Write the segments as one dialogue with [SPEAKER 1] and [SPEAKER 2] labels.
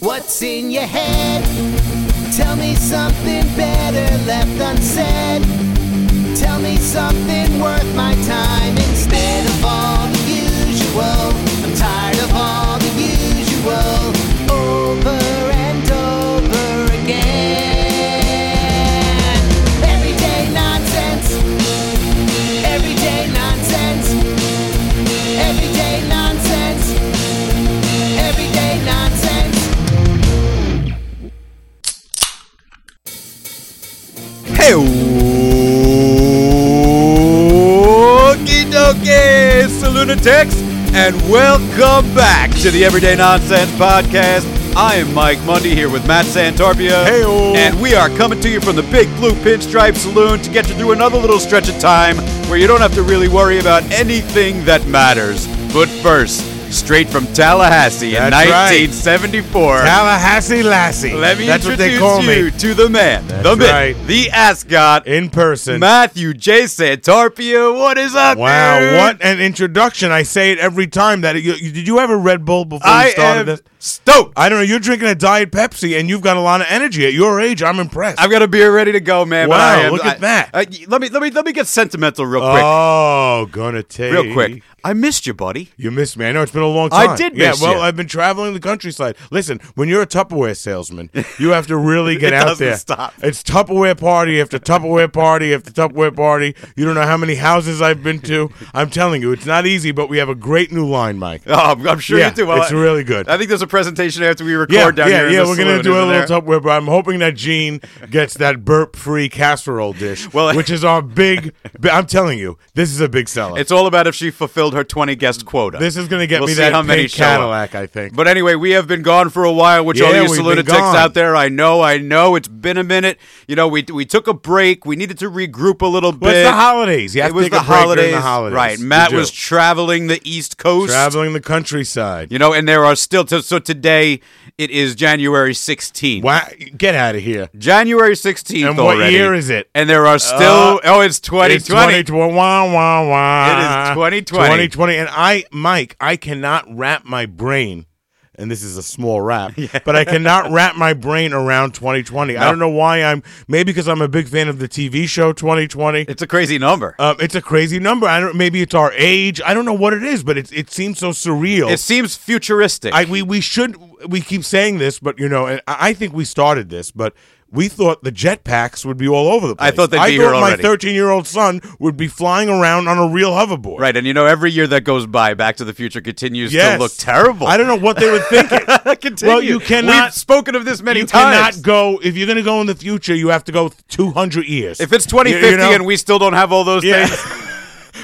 [SPEAKER 1] What's in your head? Tell me something better left unsaid. Tell me something worth my time instead of all the usual. I'm tired of all the usual over and over again. Everyday nonsense. Everyday nonsense. Everyday nonsense. Everyday nonsense.
[SPEAKER 2] Okie dokie, Salunatics, and welcome back to the Everyday Nonsense Podcast. I am Mike Mundy here with Matt Santarpia.
[SPEAKER 3] Heyo.
[SPEAKER 2] And we are coming to you from the Big Blue Pinstripe Saloon to get you through another little stretch of time where you don't have to really worry about anything that matters. But first, straight from Tallahassee in
[SPEAKER 3] That's right.
[SPEAKER 2] 1974.
[SPEAKER 3] Tallahassee Lassie.
[SPEAKER 2] Let me
[SPEAKER 3] That's what they
[SPEAKER 2] introduce
[SPEAKER 3] call
[SPEAKER 2] you
[SPEAKER 3] me.
[SPEAKER 2] to the man,
[SPEAKER 3] That's
[SPEAKER 2] the myth,
[SPEAKER 3] right.
[SPEAKER 2] the ascot,
[SPEAKER 3] In person.
[SPEAKER 2] Matthew J. Santarpia. What is up, dude?
[SPEAKER 3] wow, what an introduction. I say it every time that you, you- did you have a Red Bull before
[SPEAKER 2] I
[SPEAKER 3] you started
[SPEAKER 2] am
[SPEAKER 3] this?
[SPEAKER 2] stoked.
[SPEAKER 3] I don't know. You're drinking a Diet Pepsi and you've got a lot of energy at your age. I'm impressed.
[SPEAKER 2] I've got a beer ready to go, man. but
[SPEAKER 3] Wow,
[SPEAKER 2] I am-
[SPEAKER 3] look at
[SPEAKER 2] I-
[SPEAKER 3] that.
[SPEAKER 2] I- let me let me let me get sentimental real quick.
[SPEAKER 3] oh, gonna take
[SPEAKER 2] real quick. I missed you, buddy.
[SPEAKER 3] You missed me. I know it's been a long
[SPEAKER 2] I
[SPEAKER 3] time.
[SPEAKER 2] did miss
[SPEAKER 3] Yeah, well,
[SPEAKER 2] you.
[SPEAKER 3] I've been traveling the countryside. Listen, when you're a Tupperware salesman, you have to really get
[SPEAKER 2] It
[SPEAKER 3] out
[SPEAKER 2] doesn't
[SPEAKER 3] there.
[SPEAKER 2] stop.
[SPEAKER 3] It's Tupperware party after Tupperware party after Tupperware party. You don't know how many houses I've been to. I'm telling you, it's not easy, but we have a great new line, Mike.
[SPEAKER 2] Oh, I'm, I'm sure
[SPEAKER 3] Yeah,
[SPEAKER 2] you do. Well,
[SPEAKER 3] it's
[SPEAKER 2] I-
[SPEAKER 3] really good.
[SPEAKER 2] I think there's a presentation after we record
[SPEAKER 3] yeah,
[SPEAKER 2] down
[SPEAKER 3] yeah,
[SPEAKER 2] here. in
[SPEAKER 3] yeah.
[SPEAKER 2] the
[SPEAKER 3] We're gonna
[SPEAKER 2] saloon,
[SPEAKER 3] do a
[SPEAKER 2] isn't
[SPEAKER 3] little
[SPEAKER 2] there?
[SPEAKER 3] Tupperware, but I'm hoping that Gene gets that burp-free casserole dish,
[SPEAKER 2] Well,
[SPEAKER 3] which is our big. bi- I'm telling you, this is a big seller.
[SPEAKER 2] It's all about if she fulfilled her 20 guest quota.
[SPEAKER 3] this is gonna get
[SPEAKER 2] We'll
[SPEAKER 3] me
[SPEAKER 2] see
[SPEAKER 3] that
[SPEAKER 2] how many
[SPEAKER 3] pink
[SPEAKER 2] show up.
[SPEAKER 3] Cadillac, I think.
[SPEAKER 2] But anyway, we have been gone for a while, which all
[SPEAKER 3] Yeah,
[SPEAKER 2] you
[SPEAKER 3] we've been
[SPEAKER 2] lunatics
[SPEAKER 3] gone.
[SPEAKER 2] out there, I know, I know, it's been a minute. You know, we we took a break. We needed to regroup a little
[SPEAKER 3] Well,
[SPEAKER 2] bit.
[SPEAKER 3] it's the holidays. You have
[SPEAKER 2] it
[SPEAKER 3] to
[SPEAKER 2] was
[SPEAKER 3] take
[SPEAKER 2] the
[SPEAKER 3] a break during
[SPEAKER 2] holidays,
[SPEAKER 3] the holidays.
[SPEAKER 2] right?
[SPEAKER 3] You
[SPEAKER 2] Matt
[SPEAKER 3] do.
[SPEAKER 2] was traveling the East Coast,
[SPEAKER 3] traveling the countryside.
[SPEAKER 2] you know, and there are still t- so today it is January 16th.
[SPEAKER 3] Wow, get out of here.
[SPEAKER 2] January 16th.
[SPEAKER 3] And what
[SPEAKER 2] already.
[SPEAKER 3] year is it?
[SPEAKER 2] And there are still
[SPEAKER 3] Uh,
[SPEAKER 2] oh, it's
[SPEAKER 3] It's
[SPEAKER 2] 2020.
[SPEAKER 3] 2020. Wah, wah, wah.
[SPEAKER 2] It is 2020.
[SPEAKER 3] 2020. And I, Mike, I cannot wrap my brain, and this is a small wrap, but I cannot wrap my brain around 2020. I don't know why I'm, maybe because I'm a big fan of the TV show 2020.
[SPEAKER 2] It's a crazy number.
[SPEAKER 3] Um, it's a crazy number. I don't. Maybe it's our age. I don't know what it is, but it it seems so surreal.
[SPEAKER 2] it seems futuristic.
[SPEAKER 3] I we we should we keep saying this, but you know, and I I think we started this, but we thought the jetpacks would be all over the
[SPEAKER 2] I
[SPEAKER 3] place.
[SPEAKER 2] thought they'd be here
[SPEAKER 3] thought my
[SPEAKER 2] already.
[SPEAKER 3] thirteen-year-old son would be flying around on a real hoverboard.
[SPEAKER 2] Right, and you know, every year that goes by, Back to the Future continues
[SPEAKER 3] Yes.
[SPEAKER 2] to look terrible.
[SPEAKER 3] I don't know what they were thinking.
[SPEAKER 2] Continue.
[SPEAKER 3] Well, you cannot-
[SPEAKER 2] We've spoken of this many
[SPEAKER 3] you
[SPEAKER 2] times.
[SPEAKER 3] cannot go if you're going to go in the future. You have to go two hundred years.
[SPEAKER 2] if it's
[SPEAKER 3] You- you
[SPEAKER 2] 2050
[SPEAKER 3] know?
[SPEAKER 2] and we still don't have all those
[SPEAKER 3] Yeah.
[SPEAKER 2] things,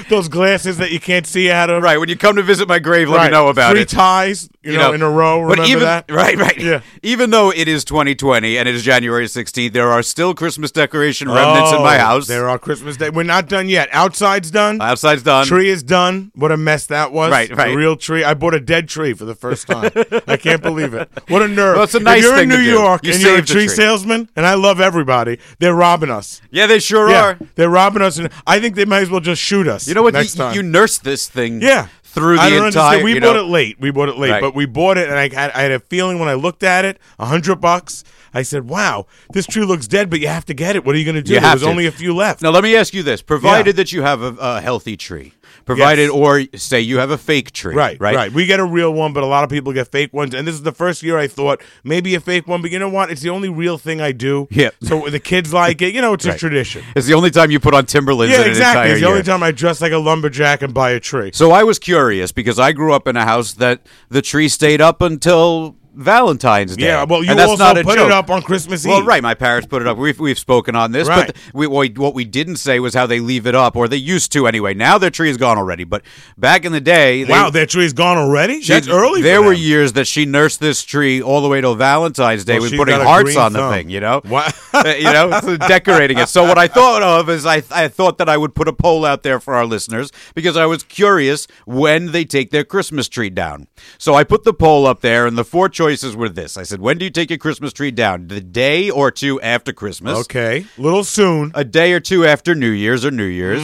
[SPEAKER 3] those glasses that you can't see out of.
[SPEAKER 2] right? When you come to visit my grave, let
[SPEAKER 3] Right.
[SPEAKER 2] me know about
[SPEAKER 3] Three
[SPEAKER 2] it.
[SPEAKER 3] ties, you, know, in a row. Remember
[SPEAKER 2] but even,
[SPEAKER 3] that?
[SPEAKER 2] Right, right.
[SPEAKER 3] Yeah.
[SPEAKER 2] Even though it is 2020 and it is January 16th, there are still Christmas decoration remnants in my
[SPEAKER 3] Oh,
[SPEAKER 2] house.
[SPEAKER 3] There are Christmas Day. We're not done yet. Outside's done.
[SPEAKER 2] Outside's done.
[SPEAKER 3] Tree is done. What a mess that was.
[SPEAKER 2] Um, Right, right.
[SPEAKER 3] A real tree. I bought a dead tree for the first time. I can't believe it. What a nerve.
[SPEAKER 2] Well, it's a nice
[SPEAKER 3] if you're
[SPEAKER 2] thing
[SPEAKER 3] in New
[SPEAKER 2] to do.
[SPEAKER 3] York
[SPEAKER 2] You
[SPEAKER 3] and you're a
[SPEAKER 2] saved the
[SPEAKER 3] tree,
[SPEAKER 2] tree.
[SPEAKER 3] salesman, and I love everybody, they're robbing us.
[SPEAKER 2] Yeah, they sure are.
[SPEAKER 3] They're robbing us, and I think they might as well just shoot us.
[SPEAKER 2] You know what?
[SPEAKER 3] Next
[SPEAKER 2] you,
[SPEAKER 3] time.
[SPEAKER 2] you nursed this thing.
[SPEAKER 3] yeah.
[SPEAKER 2] Through the
[SPEAKER 3] I don't
[SPEAKER 2] entire.
[SPEAKER 3] understand. We
[SPEAKER 2] you
[SPEAKER 3] bought
[SPEAKER 2] know-
[SPEAKER 3] it late. We bought it late,
[SPEAKER 2] Right.
[SPEAKER 3] but we bought it, and I had, I had a feeling when I looked at it, a hundred bucks. I said, "Wow, this tree looks dead, but you have to get it. What are you going to do?
[SPEAKER 2] You
[SPEAKER 3] There's
[SPEAKER 2] have to.
[SPEAKER 3] only a few left."
[SPEAKER 2] Now, let me ask you this: provided that you have a, a healthy tree, provided,
[SPEAKER 3] Yes.
[SPEAKER 2] or say you have a fake tree,
[SPEAKER 3] Right,
[SPEAKER 2] right,
[SPEAKER 3] right, We get a real one, but a lot of people get fake ones. And this is the first year I thought maybe a fake one, but you know what? It's the only real thing I do.
[SPEAKER 2] Yeah.
[SPEAKER 3] So the kids like it. You know, it's
[SPEAKER 2] Right.
[SPEAKER 3] a tradition.
[SPEAKER 2] It's the only time you put on Timberlands.
[SPEAKER 3] Yeah,
[SPEAKER 2] in an
[SPEAKER 3] exactly.
[SPEAKER 2] entire
[SPEAKER 3] It's the only
[SPEAKER 2] year.
[SPEAKER 3] time I dress like a lumberjack and buy a tree.
[SPEAKER 2] So I was curious because I grew up in a house that the tree stayed up until Valentine's Day.
[SPEAKER 3] Yeah, well, you
[SPEAKER 2] and that's
[SPEAKER 3] also
[SPEAKER 2] not a
[SPEAKER 3] put
[SPEAKER 2] joke.
[SPEAKER 3] it up on Christmas
[SPEAKER 2] Well,
[SPEAKER 3] Eve.
[SPEAKER 2] right. My parents put it up. We've, we've spoken on this,
[SPEAKER 3] Right.
[SPEAKER 2] but th- we, we, what we didn't say was how they leave it up, or they used to anyway. Now their tree is gone already, but back in the day, they,
[SPEAKER 3] Wow, that tree's gone already.
[SPEAKER 2] she-
[SPEAKER 3] That's early. for
[SPEAKER 2] There were
[SPEAKER 3] them.
[SPEAKER 2] years that she nursed this tree all the way till Valentine's Day.
[SPEAKER 3] Well,
[SPEAKER 2] was
[SPEAKER 3] she's
[SPEAKER 2] putting
[SPEAKER 3] got a
[SPEAKER 2] hearts
[SPEAKER 3] green
[SPEAKER 2] on
[SPEAKER 3] thumb.
[SPEAKER 2] the thing, you know.
[SPEAKER 3] Wow.
[SPEAKER 2] Uh, you know, so decorating it. So what I thought of is I I thought that I would put a poll out there for our listeners because I was curious when they take their Christmas tree down. So I put the poll up there, and the four choices were this. I said, when do you take your Christmas tree down? The day or two after Christmas.
[SPEAKER 3] Okay. Little soon.
[SPEAKER 2] A day or two after New Year's or New Year's.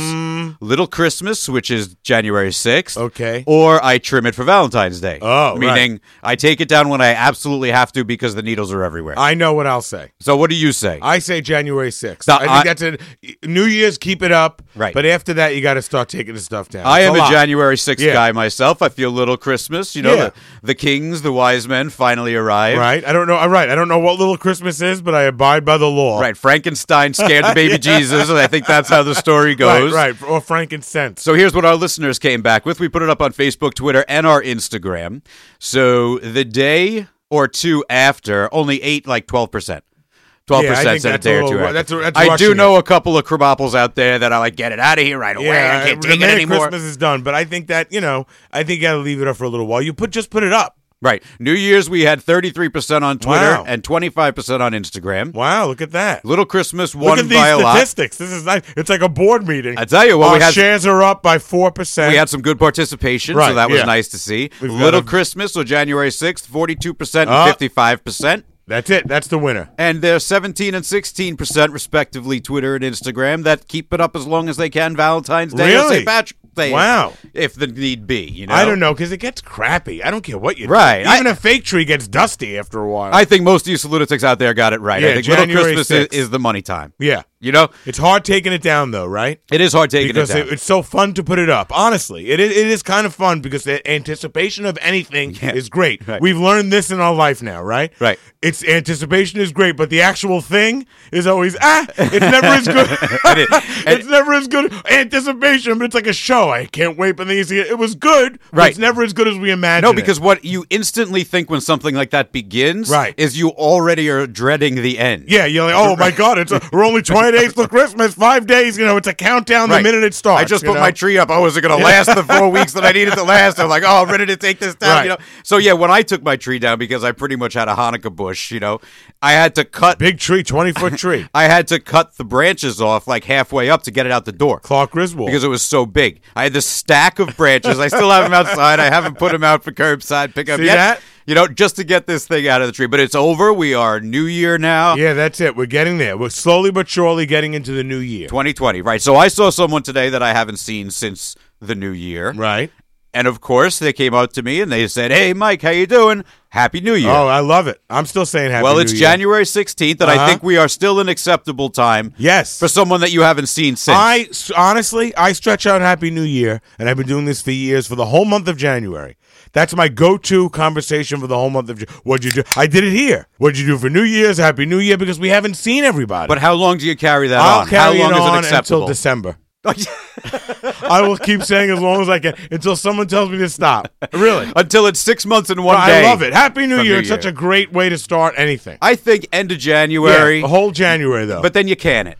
[SPEAKER 2] Little Christmas, which is January 6th.
[SPEAKER 3] Mm. Okay.
[SPEAKER 2] Or I trim it for Valentine's Day.
[SPEAKER 3] Oh, right.
[SPEAKER 2] Meaning I take it down when I absolutely have to because the needles are everywhere.
[SPEAKER 3] I know what I'll say.
[SPEAKER 2] so what do you say?
[SPEAKER 3] I say January 6th.
[SPEAKER 2] No,
[SPEAKER 3] I think
[SPEAKER 2] I-
[SPEAKER 3] that's it. New Year's, keep it up.
[SPEAKER 2] Right.
[SPEAKER 3] But after that, you got to start taking the stuff down.
[SPEAKER 2] I
[SPEAKER 3] It's
[SPEAKER 2] am a
[SPEAKER 3] lot.
[SPEAKER 2] January 6th
[SPEAKER 3] Yeah.
[SPEAKER 2] guy myself. I feel little Christmas. You know,
[SPEAKER 3] Yeah.
[SPEAKER 2] the, the kings, the wise men finally arrive.
[SPEAKER 3] Right. I don't know. All right. I don't know what little Christmas is, but I abide by the law.
[SPEAKER 2] Right. Frankenstein scared the baby Jesus, and I think that's how the story
[SPEAKER 3] Right.
[SPEAKER 2] goes.
[SPEAKER 3] Right. Or frankincense.
[SPEAKER 2] So here's what our listeners came back with. We put it up on Facebook, Twitter, and our Instagram. So the day or two after, only ate like 12%. 12%
[SPEAKER 3] Yeah, I think
[SPEAKER 2] said a
[SPEAKER 3] that's
[SPEAKER 2] day
[SPEAKER 3] a
[SPEAKER 2] or
[SPEAKER 3] little-
[SPEAKER 2] two after.
[SPEAKER 3] that's- that's
[SPEAKER 2] I do
[SPEAKER 3] rushing
[SPEAKER 2] know a couple of krabapples out there that are like, get it out of here right away. I can't
[SPEAKER 3] the
[SPEAKER 2] take it
[SPEAKER 3] minute
[SPEAKER 2] anymore.
[SPEAKER 3] Christmas is done, but I think that you know, I think you got to leave it up for a little while. You put just put it up.
[SPEAKER 2] Right. New Year's, we had 33% on Twitter
[SPEAKER 3] Wow.
[SPEAKER 2] and 25% on Instagram.
[SPEAKER 3] Wow, look at that.
[SPEAKER 2] Little Christmas
[SPEAKER 3] Look
[SPEAKER 2] won
[SPEAKER 3] at
[SPEAKER 2] by a
[SPEAKER 3] these
[SPEAKER 2] lot.
[SPEAKER 3] statistics. This is nice. It's like a board meeting.
[SPEAKER 2] I tell you what,
[SPEAKER 3] Our
[SPEAKER 2] we had-
[SPEAKER 3] shares are up by four percent.
[SPEAKER 2] We had some good participation, so
[SPEAKER 3] Right,
[SPEAKER 2] that was
[SPEAKER 3] yeah.
[SPEAKER 2] nice to see.
[SPEAKER 3] We've got
[SPEAKER 2] Little
[SPEAKER 3] a-
[SPEAKER 2] Christmas, so January 6th, 42% and
[SPEAKER 3] Ah.
[SPEAKER 2] 55%.
[SPEAKER 3] That's it. That's the winner.
[SPEAKER 2] And they're 17 and 16%, respectively, Twitter and Instagram, that keep it up as long as they can Valentine's Day or
[SPEAKER 3] Really?
[SPEAKER 2] St. Patrick's Day.
[SPEAKER 3] Wow.
[SPEAKER 2] If the need be, you know?
[SPEAKER 3] I don't know because it gets crappy. I don't care what you do.
[SPEAKER 2] Right, I-
[SPEAKER 3] Even a fake tree gets dusty after a while.
[SPEAKER 2] I think most of you salutics out there got it right. I
[SPEAKER 3] Yeah,
[SPEAKER 2] think Little
[SPEAKER 3] January
[SPEAKER 2] Christmas is,
[SPEAKER 3] 6th.
[SPEAKER 2] is the money time.
[SPEAKER 3] yeah,
[SPEAKER 2] You know?
[SPEAKER 3] it's hard taking it down though, right?
[SPEAKER 2] It is hard taking
[SPEAKER 3] because
[SPEAKER 2] it down.
[SPEAKER 3] it's so fun to put it up. Honestly, it is, it is kind of fun because the anticipation of anything
[SPEAKER 2] Yeah.
[SPEAKER 3] is great.
[SPEAKER 2] Right.
[SPEAKER 3] We've learned this in our life now, right?
[SPEAKER 2] Right.
[SPEAKER 3] It's anticipation is great, but the actual thing is always ah. It's never as good.
[SPEAKER 2] And it- and-
[SPEAKER 3] it's never as good anticipation, but it's like a show. I can't wait, but then you see it. It was good, but
[SPEAKER 2] Right.
[SPEAKER 3] It's never as good as we imagined.
[SPEAKER 2] no,
[SPEAKER 3] it.
[SPEAKER 2] because what you instantly think when something like that begins
[SPEAKER 3] Right.
[SPEAKER 2] is you already are dreading the end.
[SPEAKER 3] Yeah, you're like, oh my god, it's a, we're only twenty days till Christmas, five days. You know, it's a countdown
[SPEAKER 2] Right.
[SPEAKER 3] the minute it starts.
[SPEAKER 2] I just
[SPEAKER 3] you
[SPEAKER 2] put
[SPEAKER 3] know?
[SPEAKER 2] my tree up. Oh, is it going to last the four weeks that I need it to last? I'm like, oh, I'm ready to take this down.
[SPEAKER 3] Right.
[SPEAKER 2] You know. So yeah, when I took my tree down because I pretty much had a Hanukkah bush, you know, I had to cut.
[SPEAKER 3] big tree, twenty foot tree.
[SPEAKER 2] I had to cut the branches off like halfway up to get it out the door
[SPEAKER 3] Clark Griswold.
[SPEAKER 2] because it was so big. I had this stack of branches. I still have them outside. I haven't put them out for curbside pickup
[SPEAKER 3] See
[SPEAKER 2] yet.
[SPEAKER 3] that?
[SPEAKER 2] You know, just to get this thing out of the tree. But it's over. We are New Year now.
[SPEAKER 3] Yeah, that's it. We're getting there. We're slowly but surely getting into the new year.
[SPEAKER 2] 2020, right? So I saw someone today that I haven't seen since the new year.
[SPEAKER 3] Right.
[SPEAKER 2] And of course, they came out to me and they said, "Hey, Mike, how you doing? Happy New Year."
[SPEAKER 3] Oh, I love it. I'm still saying happy.
[SPEAKER 2] well,
[SPEAKER 3] New
[SPEAKER 2] it's
[SPEAKER 3] Year.
[SPEAKER 2] January 16th, and I
[SPEAKER 3] Uh-huh.
[SPEAKER 2] think we are still in acceptable time
[SPEAKER 3] Yes.
[SPEAKER 2] for someone that you haven't seen since.
[SPEAKER 3] I s- honestly, I stretch out Happy New Year, and I've been doing this for years for the whole month of January. That's my go-to conversation for the whole month of. Jan- What'd you do? I did it here. What'd you do for New Year's? Happy New Year, because we haven't seen everybody.
[SPEAKER 2] but how long do you carry that
[SPEAKER 3] I'll
[SPEAKER 2] on?
[SPEAKER 3] carry
[SPEAKER 2] how long
[SPEAKER 3] it
[SPEAKER 2] is
[SPEAKER 3] on
[SPEAKER 2] it acceptable? Oh,
[SPEAKER 3] until December. I will keep saying as long as I can until someone tells me to stop. Really.
[SPEAKER 2] until it's six months and one
[SPEAKER 3] I
[SPEAKER 2] day.
[SPEAKER 3] love it. Happy New
[SPEAKER 2] From
[SPEAKER 3] Year.
[SPEAKER 2] New
[SPEAKER 3] it's such
[SPEAKER 2] Year.
[SPEAKER 3] a great way to start anything.
[SPEAKER 2] I think end of
[SPEAKER 3] Yeah,
[SPEAKER 2] January,
[SPEAKER 3] the whole January though.
[SPEAKER 2] but then you can it.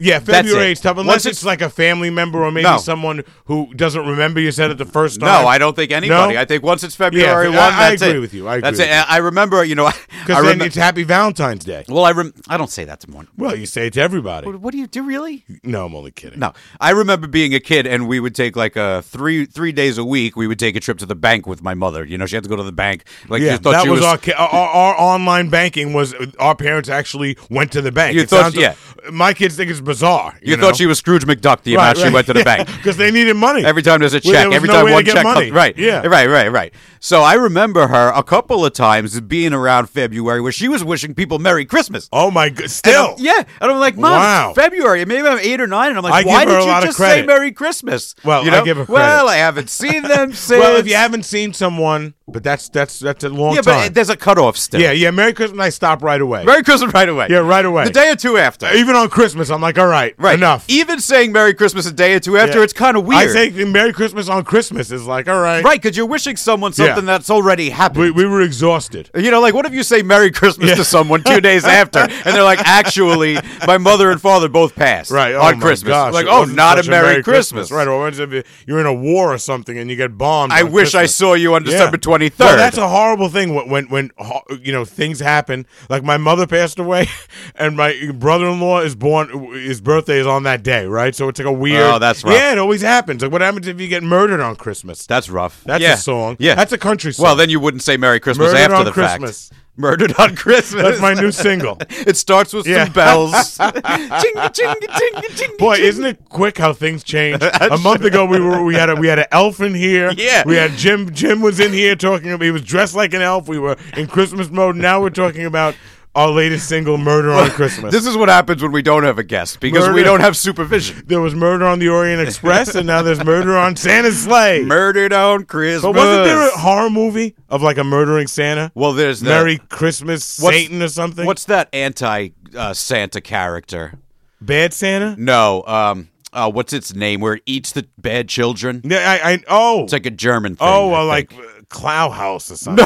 [SPEAKER 3] yeah,
[SPEAKER 2] that's
[SPEAKER 3] February
[SPEAKER 2] it.
[SPEAKER 3] is tough.
[SPEAKER 2] Once
[SPEAKER 3] Unless
[SPEAKER 2] it's-
[SPEAKER 3] it's like a family member or maybe
[SPEAKER 2] No.
[SPEAKER 3] someone who doesn't remember you said it the first time.
[SPEAKER 2] No, I don't think anybody. I think once it's February
[SPEAKER 3] I-
[SPEAKER 2] one,
[SPEAKER 3] I
[SPEAKER 2] that's
[SPEAKER 3] agree
[SPEAKER 2] it.
[SPEAKER 3] with you. I
[SPEAKER 2] that's
[SPEAKER 3] agree
[SPEAKER 2] it.
[SPEAKER 3] with
[SPEAKER 2] I remember, you know, I, I
[SPEAKER 3] because then
[SPEAKER 2] remem-
[SPEAKER 3] it's Happy Valentine's Day.
[SPEAKER 2] well, I rem- I don't say that to one.
[SPEAKER 3] Well, you say it to everybody.
[SPEAKER 2] What do you do, really?
[SPEAKER 3] No, I'm only kidding.
[SPEAKER 2] No, I remember being a kid, and we would take like a three three days a week. We would take a trip to the bank with my mother. You know, she had to go to the bank. Like
[SPEAKER 3] Yeah,
[SPEAKER 2] you thought
[SPEAKER 3] that
[SPEAKER 2] she
[SPEAKER 3] was,
[SPEAKER 2] was,
[SPEAKER 3] our, ki- our our online banking was our parents actually went to the bank.
[SPEAKER 2] You
[SPEAKER 3] It
[SPEAKER 2] thought-
[SPEAKER 3] sounds-
[SPEAKER 2] yeah.
[SPEAKER 3] my kids think it's bizarre.
[SPEAKER 2] you, thought she was Scrooge McDuck the amount she went to the bank.
[SPEAKER 3] because they needed money
[SPEAKER 2] Every time there's a check,
[SPEAKER 3] Well, there was
[SPEAKER 2] every
[SPEAKER 3] no
[SPEAKER 2] time
[SPEAKER 3] way to
[SPEAKER 2] one
[SPEAKER 3] get
[SPEAKER 2] check
[SPEAKER 3] money.
[SPEAKER 2] comes, right?
[SPEAKER 3] Yeah.
[SPEAKER 2] right, right, right. So I remember her a couple of times being around February where she was wishing people Merry Christmas.
[SPEAKER 3] Oh my
[SPEAKER 2] And
[SPEAKER 3] god!
[SPEAKER 2] I'm-
[SPEAKER 3] Still,
[SPEAKER 2] yeah, and I'm like, Mom,
[SPEAKER 3] Wow.
[SPEAKER 2] it's February. Maybe I'm eight or nine, and I'm like,
[SPEAKER 3] I
[SPEAKER 2] why
[SPEAKER 3] give her
[SPEAKER 2] did
[SPEAKER 3] a
[SPEAKER 2] you
[SPEAKER 3] lot of
[SPEAKER 2] just say
[SPEAKER 3] credit.
[SPEAKER 2] Merry Christmas?
[SPEAKER 3] Well,
[SPEAKER 2] you
[SPEAKER 3] I
[SPEAKER 2] know?
[SPEAKER 3] give her
[SPEAKER 2] Well, I haven't seen them since.
[SPEAKER 3] Well, if you haven't seen someone, but that's that's that's a long
[SPEAKER 2] yeah, but
[SPEAKER 3] time.
[SPEAKER 2] there's a cutoff still.
[SPEAKER 3] yeah, yeah. Merry Christmas! I stop right away.
[SPEAKER 2] Merry Christmas right away.
[SPEAKER 3] Yeah, right away.
[SPEAKER 2] The day or two after.
[SPEAKER 3] Even on Christmas, I'm like, all right,
[SPEAKER 2] right.
[SPEAKER 3] enough.
[SPEAKER 2] Even saying Merry Christmas a day or two after,
[SPEAKER 3] Yeah.
[SPEAKER 2] it's kind of weird.
[SPEAKER 3] I say the Merry Christmas on Christmas is like, all right,
[SPEAKER 2] right, because you're wishing someone something that's already
[SPEAKER 3] We,
[SPEAKER 2] happened.
[SPEAKER 3] we were exhausted.
[SPEAKER 2] you know, like what if you say Merry Christmas
[SPEAKER 3] Yeah.
[SPEAKER 2] to someone two days after, and they're like, "Actually, my mother and father both passed
[SPEAKER 3] Right
[SPEAKER 2] on
[SPEAKER 3] oh my
[SPEAKER 2] Christmas."
[SPEAKER 3] gosh,
[SPEAKER 2] like,
[SPEAKER 3] it
[SPEAKER 2] oh,
[SPEAKER 3] wasn't
[SPEAKER 2] not a
[SPEAKER 3] such
[SPEAKER 2] Merry, Christmas.
[SPEAKER 3] Right, or what if you're in a war or something and you get bombed.
[SPEAKER 2] I
[SPEAKER 3] on
[SPEAKER 2] wish I
[SPEAKER 3] Christmas.
[SPEAKER 2] saw you on
[SPEAKER 3] Yeah.
[SPEAKER 2] December twenty third.
[SPEAKER 3] Well, that's a horrible thing when when when ho- you know things happen. Like my mother passed away, and my brother in law is born. His birthday is on that day, right? So it's like a weird.
[SPEAKER 2] Oh, that's rough.
[SPEAKER 3] Yeah, it always happens. Like, what happens if you get murdered on Christmas?
[SPEAKER 2] That's rough.
[SPEAKER 3] That's
[SPEAKER 2] yeah.
[SPEAKER 3] a song.
[SPEAKER 2] Yeah.
[SPEAKER 3] that's a country song.
[SPEAKER 2] Well, then you wouldn't say Merry Christmas
[SPEAKER 3] Murdered
[SPEAKER 2] after
[SPEAKER 3] on
[SPEAKER 2] the
[SPEAKER 3] Christmas.
[SPEAKER 2] fact. Murdered on Christmas.
[SPEAKER 3] that's my new single.
[SPEAKER 2] It starts with
[SPEAKER 3] Yeah.
[SPEAKER 2] some bells. Chinga, chinga, chinga, chinga,
[SPEAKER 3] Boy,
[SPEAKER 2] chinga.
[SPEAKER 3] isn't it quick how things change? a month ago, we were we had a, we had an elf in here.
[SPEAKER 2] Yeah.
[SPEAKER 3] we had Jim. Jim was in here talking. He was dressed like an elf. We were in Christmas mode. Now we're talking about our latest single, "Murder on Christmas."
[SPEAKER 2] This is what happens when we don't have a guest because we
[SPEAKER 3] Murder-
[SPEAKER 2] don't have supervision.
[SPEAKER 3] there was murder on the Orient Express, and now there's murder on Santa's sleigh.
[SPEAKER 2] Murdered on Christmas.
[SPEAKER 3] but wasn't there a horror movie of like a murdering Santa?
[SPEAKER 2] well, there's the,
[SPEAKER 3] Merry Christmas,
[SPEAKER 2] What's-
[SPEAKER 3] Satan, or something?
[SPEAKER 2] What's that anti uh, Santa character?
[SPEAKER 3] bad Santa?
[SPEAKER 2] No. Um. Uh, what's its name? Where it eats the bad children?
[SPEAKER 3] Yeah, I, I oh
[SPEAKER 2] It's like a German thing.
[SPEAKER 3] oh
[SPEAKER 2] I
[SPEAKER 3] well,
[SPEAKER 2] think.
[SPEAKER 3] like uh, Klauhaus or something.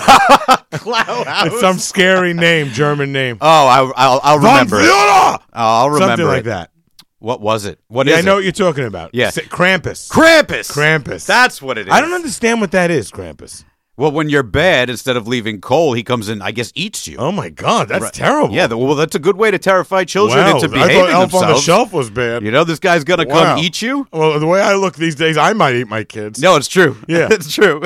[SPEAKER 3] It's some scary name, German name.
[SPEAKER 2] oh, I, I'll, I'll remember it. Oh,
[SPEAKER 3] Fiora!
[SPEAKER 2] I'll remember
[SPEAKER 3] something like
[SPEAKER 2] it.
[SPEAKER 3] that.
[SPEAKER 2] What was it? What is
[SPEAKER 3] Yeah, I know
[SPEAKER 2] it?
[SPEAKER 3] what you're talking about.
[SPEAKER 2] Yeah.
[SPEAKER 3] Sa- Krampus.
[SPEAKER 2] Krampus.
[SPEAKER 3] Krampus.
[SPEAKER 2] That's what it is.
[SPEAKER 3] I don't understand what that is, Krampus.
[SPEAKER 2] Well, when you're bad, instead of leaving coal, he comes in. I guess eats you.
[SPEAKER 3] Oh my God, that's terrible.
[SPEAKER 2] Yeah. th- Well, that's a good way to terrify children
[SPEAKER 3] wow.
[SPEAKER 2] into
[SPEAKER 3] I
[SPEAKER 2] behaving
[SPEAKER 3] thought Elf
[SPEAKER 2] themselves.
[SPEAKER 3] on the Shelf was bad.
[SPEAKER 2] You know, this guy's gonna
[SPEAKER 3] Wow.
[SPEAKER 2] come eat you.
[SPEAKER 3] Well, the way I look these days, I might eat my kids.
[SPEAKER 2] No, it's true.
[SPEAKER 3] Yeah.
[SPEAKER 2] it's true.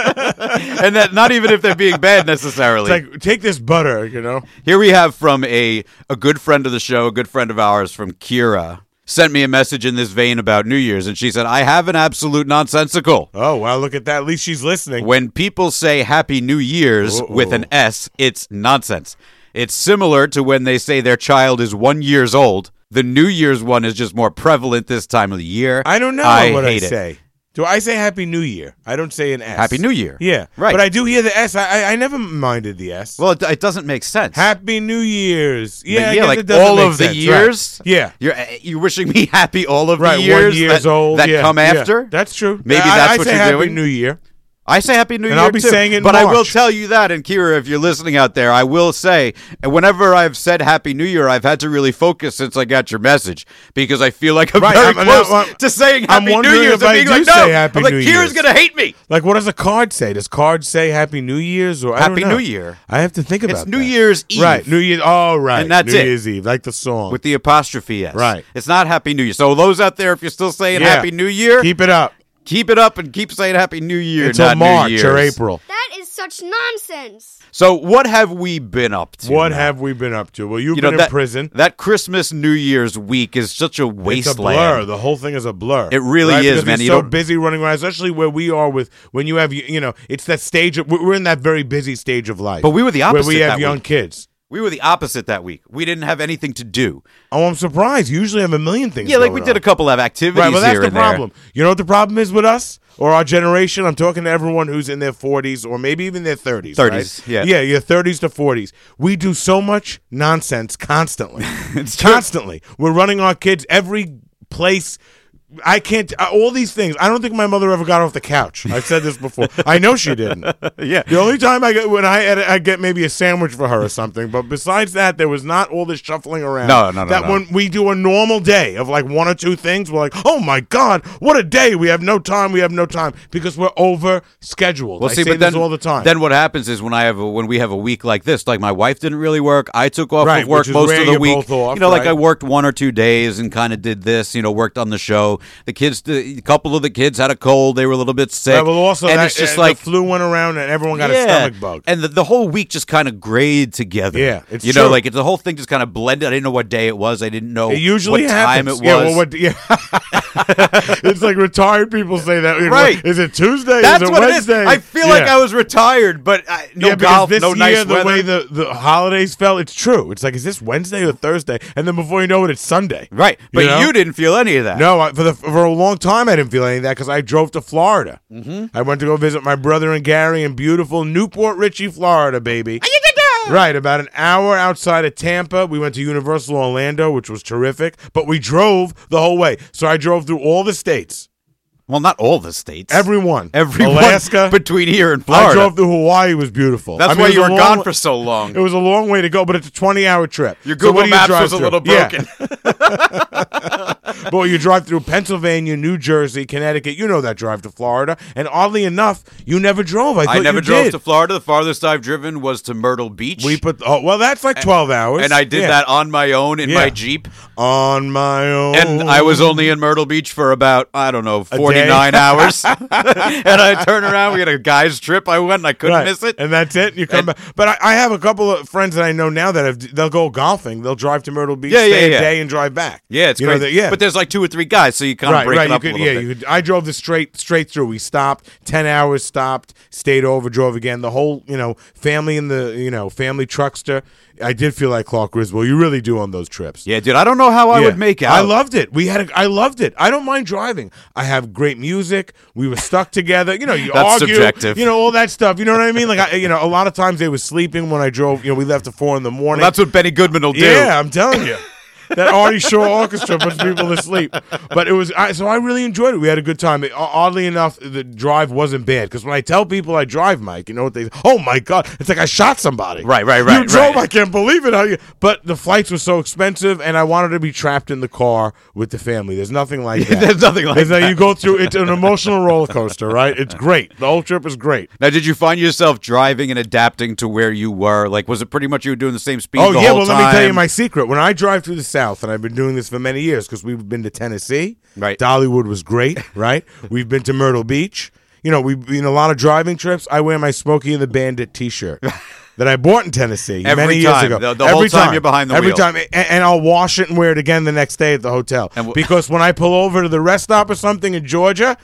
[SPEAKER 2] and that not even if they're being bad necessarily.
[SPEAKER 3] It's like, take this butter, you know?
[SPEAKER 2] Here we have from a a good friend of the show, a good friend of ours from Kira. Sent me a message in this vein about New Year's, and she said, I have an absolute nonsensical.
[SPEAKER 3] Oh, wow, look at that. At least she's listening.
[SPEAKER 2] When people say Happy New Year's with an S, it's nonsense. It's similar to when they say their child is one years old. The New Year's one is just more prevalent this time of the year.
[SPEAKER 3] I don't know
[SPEAKER 2] I
[SPEAKER 3] what
[SPEAKER 2] hate
[SPEAKER 3] I
[SPEAKER 2] it.
[SPEAKER 3] say. Do I say Happy New Year? I don't say an S.
[SPEAKER 2] Happy New Year.
[SPEAKER 3] Yeah.
[SPEAKER 2] Right.
[SPEAKER 3] But I do hear the S. I, I, I never minded the S.
[SPEAKER 2] Well, it, it doesn't make sense.
[SPEAKER 3] Happy New Year's. Yeah, I
[SPEAKER 2] yeah,
[SPEAKER 3] guess
[SPEAKER 2] like
[SPEAKER 3] it doesn't
[SPEAKER 2] all
[SPEAKER 3] make
[SPEAKER 2] of the
[SPEAKER 3] sense, right.
[SPEAKER 2] years.
[SPEAKER 3] Yeah.
[SPEAKER 2] you're you wishing me happy all of
[SPEAKER 3] Right,
[SPEAKER 2] the years,
[SPEAKER 3] one years
[SPEAKER 2] that,
[SPEAKER 3] old
[SPEAKER 2] that
[SPEAKER 3] yeah,
[SPEAKER 2] come
[SPEAKER 3] yeah.
[SPEAKER 2] after.
[SPEAKER 3] That's true.
[SPEAKER 2] Maybe
[SPEAKER 3] I-
[SPEAKER 2] that's
[SPEAKER 3] I
[SPEAKER 2] what
[SPEAKER 3] say
[SPEAKER 2] you're
[SPEAKER 3] Happy
[SPEAKER 2] doing?
[SPEAKER 3] New Year.
[SPEAKER 2] I say Happy New
[SPEAKER 3] And
[SPEAKER 2] Year
[SPEAKER 3] I'll be
[SPEAKER 2] too,
[SPEAKER 3] saying it in
[SPEAKER 2] but I will
[SPEAKER 3] March.
[SPEAKER 2] tell you that, and Kira, if you're listening out there, I will say, and whenever I've said Happy New Year, I've had to really focus since I got your message because I feel like I'm
[SPEAKER 3] Right,
[SPEAKER 2] very
[SPEAKER 3] I'm- I'm-
[SPEAKER 2] close
[SPEAKER 3] I'm-
[SPEAKER 2] to saying
[SPEAKER 3] I'm
[SPEAKER 2] Happy New
[SPEAKER 3] wondering
[SPEAKER 2] Year's
[SPEAKER 3] if
[SPEAKER 2] and
[SPEAKER 3] I
[SPEAKER 2] being
[SPEAKER 3] do
[SPEAKER 2] like,
[SPEAKER 3] say
[SPEAKER 2] no,
[SPEAKER 3] Happy
[SPEAKER 2] I'm like,
[SPEAKER 3] New
[SPEAKER 2] Kira's
[SPEAKER 3] Year's.
[SPEAKER 2] gonna hate me.
[SPEAKER 3] Like, what does a card say? Does card say Happy New Year's or I
[SPEAKER 2] Happy
[SPEAKER 3] don't know.
[SPEAKER 2] New Year.
[SPEAKER 3] I have to think about
[SPEAKER 2] It's New
[SPEAKER 3] that.
[SPEAKER 2] Year's Eve,
[SPEAKER 3] Right. New Year's. All right.
[SPEAKER 2] And that's
[SPEAKER 3] New
[SPEAKER 2] it.
[SPEAKER 3] Year's Eve, like the song.
[SPEAKER 2] with the apostrophe s.
[SPEAKER 3] Right.
[SPEAKER 2] It's not Happy New Year. So those out there, if you're still saying
[SPEAKER 3] Yeah.
[SPEAKER 2] Happy New Year, keep,
[SPEAKER 3] Keep it up
[SPEAKER 2] it up and keep saying Happy New Year
[SPEAKER 3] until
[SPEAKER 2] not
[SPEAKER 3] March
[SPEAKER 2] New Year's.
[SPEAKER 3] or April.
[SPEAKER 4] That is such nonsense.
[SPEAKER 2] So what have we been up to?
[SPEAKER 3] What
[SPEAKER 2] now?
[SPEAKER 3] have we been up to? Well, you've
[SPEAKER 2] you know
[SPEAKER 3] been in
[SPEAKER 2] that
[SPEAKER 3] prison.
[SPEAKER 2] That Christmas New Year's week is such a
[SPEAKER 3] It's a
[SPEAKER 2] wasteland.
[SPEAKER 3] blur. The whole thing is a blur.
[SPEAKER 2] It really
[SPEAKER 3] Right?
[SPEAKER 2] is,
[SPEAKER 3] Because
[SPEAKER 2] man.
[SPEAKER 3] You're
[SPEAKER 2] You
[SPEAKER 3] so
[SPEAKER 2] don't-
[SPEAKER 3] busy running around, especially where we are with when you have you you know it's that stage. Of, we're in that very busy stage of life.
[SPEAKER 2] But we were the
[SPEAKER 3] where
[SPEAKER 2] opposite
[SPEAKER 3] we have
[SPEAKER 2] that
[SPEAKER 3] young
[SPEAKER 2] week.
[SPEAKER 3] kids.
[SPEAKER 2] We were the opposite that week. We didn't have anything to do.
[SPEAKER 3] Oh, I'm surprised. You usually have a million things.
[SPEAKER 2] Yeah, like we
[SPEAKER 3] going
[SPEAKER 2] did a
[SPEAKER 3] on.
[SPEAKER 2] couple of activities
[SPEAKER 3] right. Well, that's
[SPEAKER 2] here
[SPEAKER 3] the
[SPEAKER 2] and there.
[SPEAKER 3] problem. You know what the problem is with us or our generation. I'm talking to everyone who's in their 40s or maybe even their 30s.
[SPEAKER 2] 30s,
[SPEAKER 3] right?
[SPEAKER 2] yeah.
[SPEAKER 3] yeah, your 30s to 40s. We do so much nonsense constantly.
[SPEAKER 2] It's true.
[SPEAKER 3] constantly. We're running our kids every place. I can't. uh, All these things. I don't think my mother ever got off the couch. I've said this before. I know she didn't.
[SPEAKER 2] Yeah.
[SPEAKER 3] The only time I get when I had, I get maybe a sandwich for her or something. But besides that, there was not all this shuffling around.
[SPEAKER 2] No, no, no,
[SPEAKER 3] That
[SPEAKER 2] no.
[SPEAKER 3] when we do a normal day of like one or two things, we're like, oh my god, what a day! We have no time. We have no time because we're over scheduled.
[SPEAKER 2] Well,
[SPEAKER 3] I
[SPEAKER 2] see,
[SPEAKER 3] say
[SPEAKER 2] but then
[SPEAKER 3] this all the time.
[SPEAKER 2] Then what happens is when I have a, when we have a week like this, like my wife didn't really work. I took off
[SPEAKER 3] Right,
[SPEAKER 2] of work
[SPEAKER 3] which is
[SPEAKER 2] most
[SPEAKER 3] rare
[SPEAKER 2] of the
[SPEAKER 3] you're
[SPEAKER 2] week.
[SPEAKER 3] both off,
[SPEAKER 2] you know, like
[SPEAKER 3] right.
[SPEAKER 2] I worked one or two days and kind of did this. You know, worked on the show. The kids, the, a couple of the kids had a cold. They were a little bit sick.
[SPEAKER 3] Right, well, also
[SPEAKER 2] and
[SPEAKER 3] that,
[SPEAKER 2] it's just
[SPEAKER 3] uh,
[SPEAKER 2] like
[SPEAKER 3] the flu went around and everyone got a stomach bug.
[SPEAKER 2] And the, the whole week just kind of grayed together.
[SPEAKER 3] Yeah, it's
[SPEAKER 2] you know,
[SPEAKER 3] true.
[SPEAKER 2] like it's the whole thing just kind of blended. I didn't know what day it was. I didn't know
[SPEAKER 3] It usually
[SPEAKER 2] what time
[SPEAKER 3] happens.
[SPEAKER 2] it was.
[SPEAKER 3] Yeah, well, what, yeah. it's like retired people say that. You know,
[SPEAKER 2] Right.
[SPEAKER 3] Is it Tuesday?
[SPEAKER 2] That's
[SPEAKER 3] is it
[SPEAKER 2] what
[SPEAKER 3] Wednesday?
[SPEAKER 2] it is. I feel like
[SPEAKER 3] Yeah.
[SPEAKER 2] I was retired, but I, no
[SPEAKER 3] yeah, because
[SPEAKER 2] golf,
[SPEAKER 3] this
[SPEAKER 2] no
[SPEAKER 3] year,
[SPEAKER 2] nice
[SPEAKER 3] the
[SPEAKER 2] weather.
[SPEAKER 3] way the, the holidays fell, it's true. It's like, is this Wednesday or Thursday? And then before you know it, it's Sunday.
[SPEAKER 2] right, but you,
[SPEAKER 3] know?
[SPEAKER 2] didn't feel any of that.
[SPEAKER 3] No, I, for the for a long time I didn't feel any of that because I drove to Florida.
[SPEAKER 2] Mm-hmm.
[SPEAKER 3] I went to go visit my brother and Gary in beautiful Newport Richie, Florida, baby. Right, about an hour outside of Tampa. We went to Universal Orlando, which was terrific, but we drove the whole way. So I drove through all the states.
[SPEAKER 2] Well, not all the states.
[SPEAKER 3] Everyone,
[SPEAKER 2] every
[SPEAKER 3] Alaska.
[SPEAKER 2] between here and Florida.
[SPEAKER 3] I drove through Hawaii was beautiful.
[SPEAKER 2] That's
[SPEAKER 3] I mean,
[SPEAKER 2] why
[SPEAKER 3] it was
[SPEAKER 2] you
[SPEAKER 3] a
[SPEAKER 2] were
[SPEAKER 3] long
[SPEAKER 2] gone
[SPEAKER 3] wa-
[SPEAKER 2] for so long.
[SPEAKER 3] It was a long way to go, but it's a twenty-hour trip.
[SPEAKER 2] Your
[SPEAKER 3] So
[SPEAKER 2] Google
[SPEAKER 3] what do you
[SPEAKER 2] Maps
[SPEAKER 3] drive
[SPEAKER 2] was a
[SPEAKER 3] through?
[SPEAKER 2] little
[SPEAKER 3] Yeah.
[SPEAKER 2] broken.
[SPEAKER 3] But you drive through Pennsylvania, New Jersey, Connecticut. You know that drive to Florida. And oddly enough, you never drove. I,
[SPEAKER 2] I
[SPEAKER 3] thought
[SPEAKER 2] never
[SPEAKER 3] you
[SPEAKER 2] drove
[SPEAKER 3] did.
[SPEAKER 2] to Florida. The farthest I've driven was to Myrtle Beach.
[SPEAKER 3] We put oh well, that's like twelve hours.
[SPEAKER 2] and I did
[SPEAKER 3] Yeah.
[SPEAKER 2] that on my own in my
[SPEAKER 3] Yeah.
[SPEAKER 2] Jeep.
[SPEAKER 3] on my own.
[SPEAKER 2] And I was only in Myrtle Beach for about, I don't know,
[SPEAKER 3] day.
[SPEAKER 2] 49 hours. and I turn around, we had a guy's trip. I went and I couldn't
[SPEAKER 3] Right.
[SPEAKER 2] miss it.
[SPEAKER 3] and that's it. You
[SPEAKER 2] And-
[SPEAKER 3] come back, but I, I have a couple of friends that I know now that have, they'll go golfing. They'll drive to Myrtle Beach,
[SPEAKER 2] Yeah, yeah,
[SPEAKER 3] stay
[SPEAKER 2] yeah.
[SPEAKER 3] a day, and drive back.
[SPEAKER 2] yeah, it's
[SPEAKER 3] you
[SPEAKER 2] crazy.
[SPEAKER 3] Know, that- yeah,
[SPEAKER 2] But there's like two or three guys, so you kind of
[SPEAKER 3] right,
[SPEAKER 2] break
[SPEAKER 3] right.
[SPEAKER 2] it up
[SPEAKER 3] you
[SPEAKER 2] a
[SPEAKER 3] could,
[SPEAKER 2] little
[SPEAKER 3] yeah,
[SPEAKER 2] bit.
[SPEAKER 3] you could, I drove the straight straight through. We stopped ten hours, stopped, stayed over, drove again. The whole you know family in the you know family truckster. I did feel like Clark Griswold. You really do on those trips.
[SPEAKER 2] yeah, dude, I don't know how I
[SPEAKER 3] Yeah.
[SPEAKER 2] would make out.
[SPEAKER 3] I loved it. We had. A, I loved it. I don't mind driving. I have great music. We were stuck together. You know, you
[SPEAKER 2] That's
[SPEAKER 3] argue.
[SPEAKER 2] subjective.
[SPEAKER 3] You know, all that stuff. You know what I mean? Like, I, you know, a lot of times they were sleeping when I drove. You know, we left at four in the morning.
[SPEAKER 2] Well, that's what Benny Goodman will do.
[SPEAKER 3] Yeah, I'm telling you. that Artie Shaw Orchestra puts people to sleep. But it was, I, so I really enjoyed it. We had a good time. It- oddly enough, the drive wasn't bad. Because when I tell people I drive, Mike, you know what they, oh my God, it's like I shot somebody.
[SPEAKER 2] Right, right,
[SPEAKER 3] You
[SPEAKER 2] right,
[SPEAKER 3] drove,
[SPEAKER 2] right.
[SPEAKER 3] I can't believe it. How you, but the flights were so expensive, and I wanted to be trapped in the car with the family. There's nothing like that.
[SPEAKER 2] There's nothing like
[SPEAKER 3] There's no- You go through, it's an emotional roller coaster, right? It's great. The whole trip is great.
[SPEAKER 2] Now, did you find yourself driving and adapting to where you were? Like, was it pretty much you were doing the same speed?
[SPEAKER 3] Oh
[SPEAKER 2] the
[SPEAKER 3] yeah,
[SPEAKER 2] whole
[SPEAKER 3] well let me tell you
[SPEAKER 2] time?
[SPEAKER 3] my secret. When I drive through the South, and I've been doing this for many years because we've been to Tennessee,
[SPEAKER 2] Right.
[SPEAKER 3] Dollywood was great, right? we've been to Myrtle Beach. You know, we've been a lot of driving trips. I wear my Smokey and the Bandit T-shirt that I bought in Tennessee
[SPEAKER 2] Every
[SPEAKER 3] many years
[SPEAKER 2] time.
[SPEAKER 3] ago.
[SPEAKER 2] The- the whole time you're behind the
[SPEAKER 3] every
[SPEAKER 2] wheel.
[SPEAKER 3] time, A- and, I'll wash it and wear it again the next day at the hotel
[SPEAKER 2] And w-
[SPEAKER 3] because when I pull over to the rest stop or something in Georgia.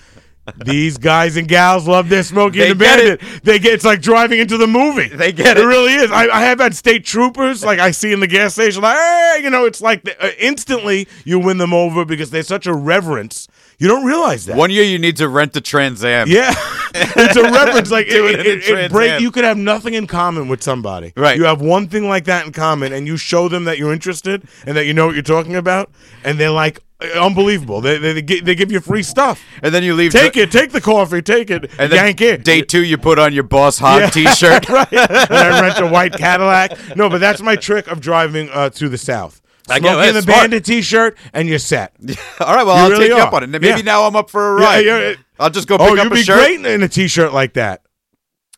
[SPEAKER 3] These guys and gals love their Smokey
[SPEAKER 2] They
[SPEAKER 3] and the
[SPEAKER 2] get it.
[SPEAKER 3] Bandit. They get it's like driving into the movie.
[SPEAKER 2] They get it.
[SPEAKER 3] It really is. I, I have had state troopers like I see in the gas station. Like, hey, you know, it's like the, uh, instantly you win them over because they're such a reverence. You don't realize that.
[SPEAKER 2] One year you need to rent a Trans Am.
[SPEAKER 3] yeah, it's a reference. Like it,
[SPEAKER 2] Doing it
[SPEAKER 3] it,
[SPEAKER 2] in
[SPEAKER 3] it,
[SPEAKER 2] Trans
[SPEAKER 3] break.
[SPEAKER 2] Am.
[SPEAKER 3] You could have nothing in common with somebody.
[SPEAKER 2] Right.
[SPEAKER 3] You have one thing like that in common, and you show them that you're interested and that you know what you're talking about, and they're like uh, unbelievable. They they, they, gi- they give you free stuff.
[SPEAKER 2] And then you leave.
[SPEAKER 3] Take it. Take the coffee. Take it.
[SPEAKER 2] And then
[SPEAKER 3] yank it.
[SPEAKER 2] Day two, you put on your Boss Hog
[SPEAKER 3] Yeah.
[SPEAKER 2] T-shirt.
[SPEAKER 3] right. And I rent a white Cadillac. No, but that's my trick of driving uh, through the South.
[SPEAKER 2] I
[SPEAKER 3] Smokey
[SPEAKER 2] get it.
[SPEAKER 3] and the
[SPEAKER 2] Smart.
[SPEAKER 3] Bandit T-shirt, and you're set.
[SPEAKER 2] All right, well,
[SPEAKER 3] You
[SPEAKER 2] I'll
[SPEAKER 3] really
[SPEAKER 2] take you up
[SPEAKER 3] are.
[SPEAKER 2] on it. Maybe
[SPEAKER 3] Yeah.
[SPEAKER 2] now I'm up for a
[SPEAKER 3] Yeah,
[SPEAKER 2] ride.
[SPEAKER 3] yeah, it-
[SPEAKER 2] I'll just go pick
[SPEAKER 3] oh,
[SPEAKER 2] up
[SPEAKER 3] you'd
[SPEAKER 2] a
[SPEAKER 3] be
[SPEAKER 2] shirt.
[SPEAKER 3] great in, in a T-shirt like that.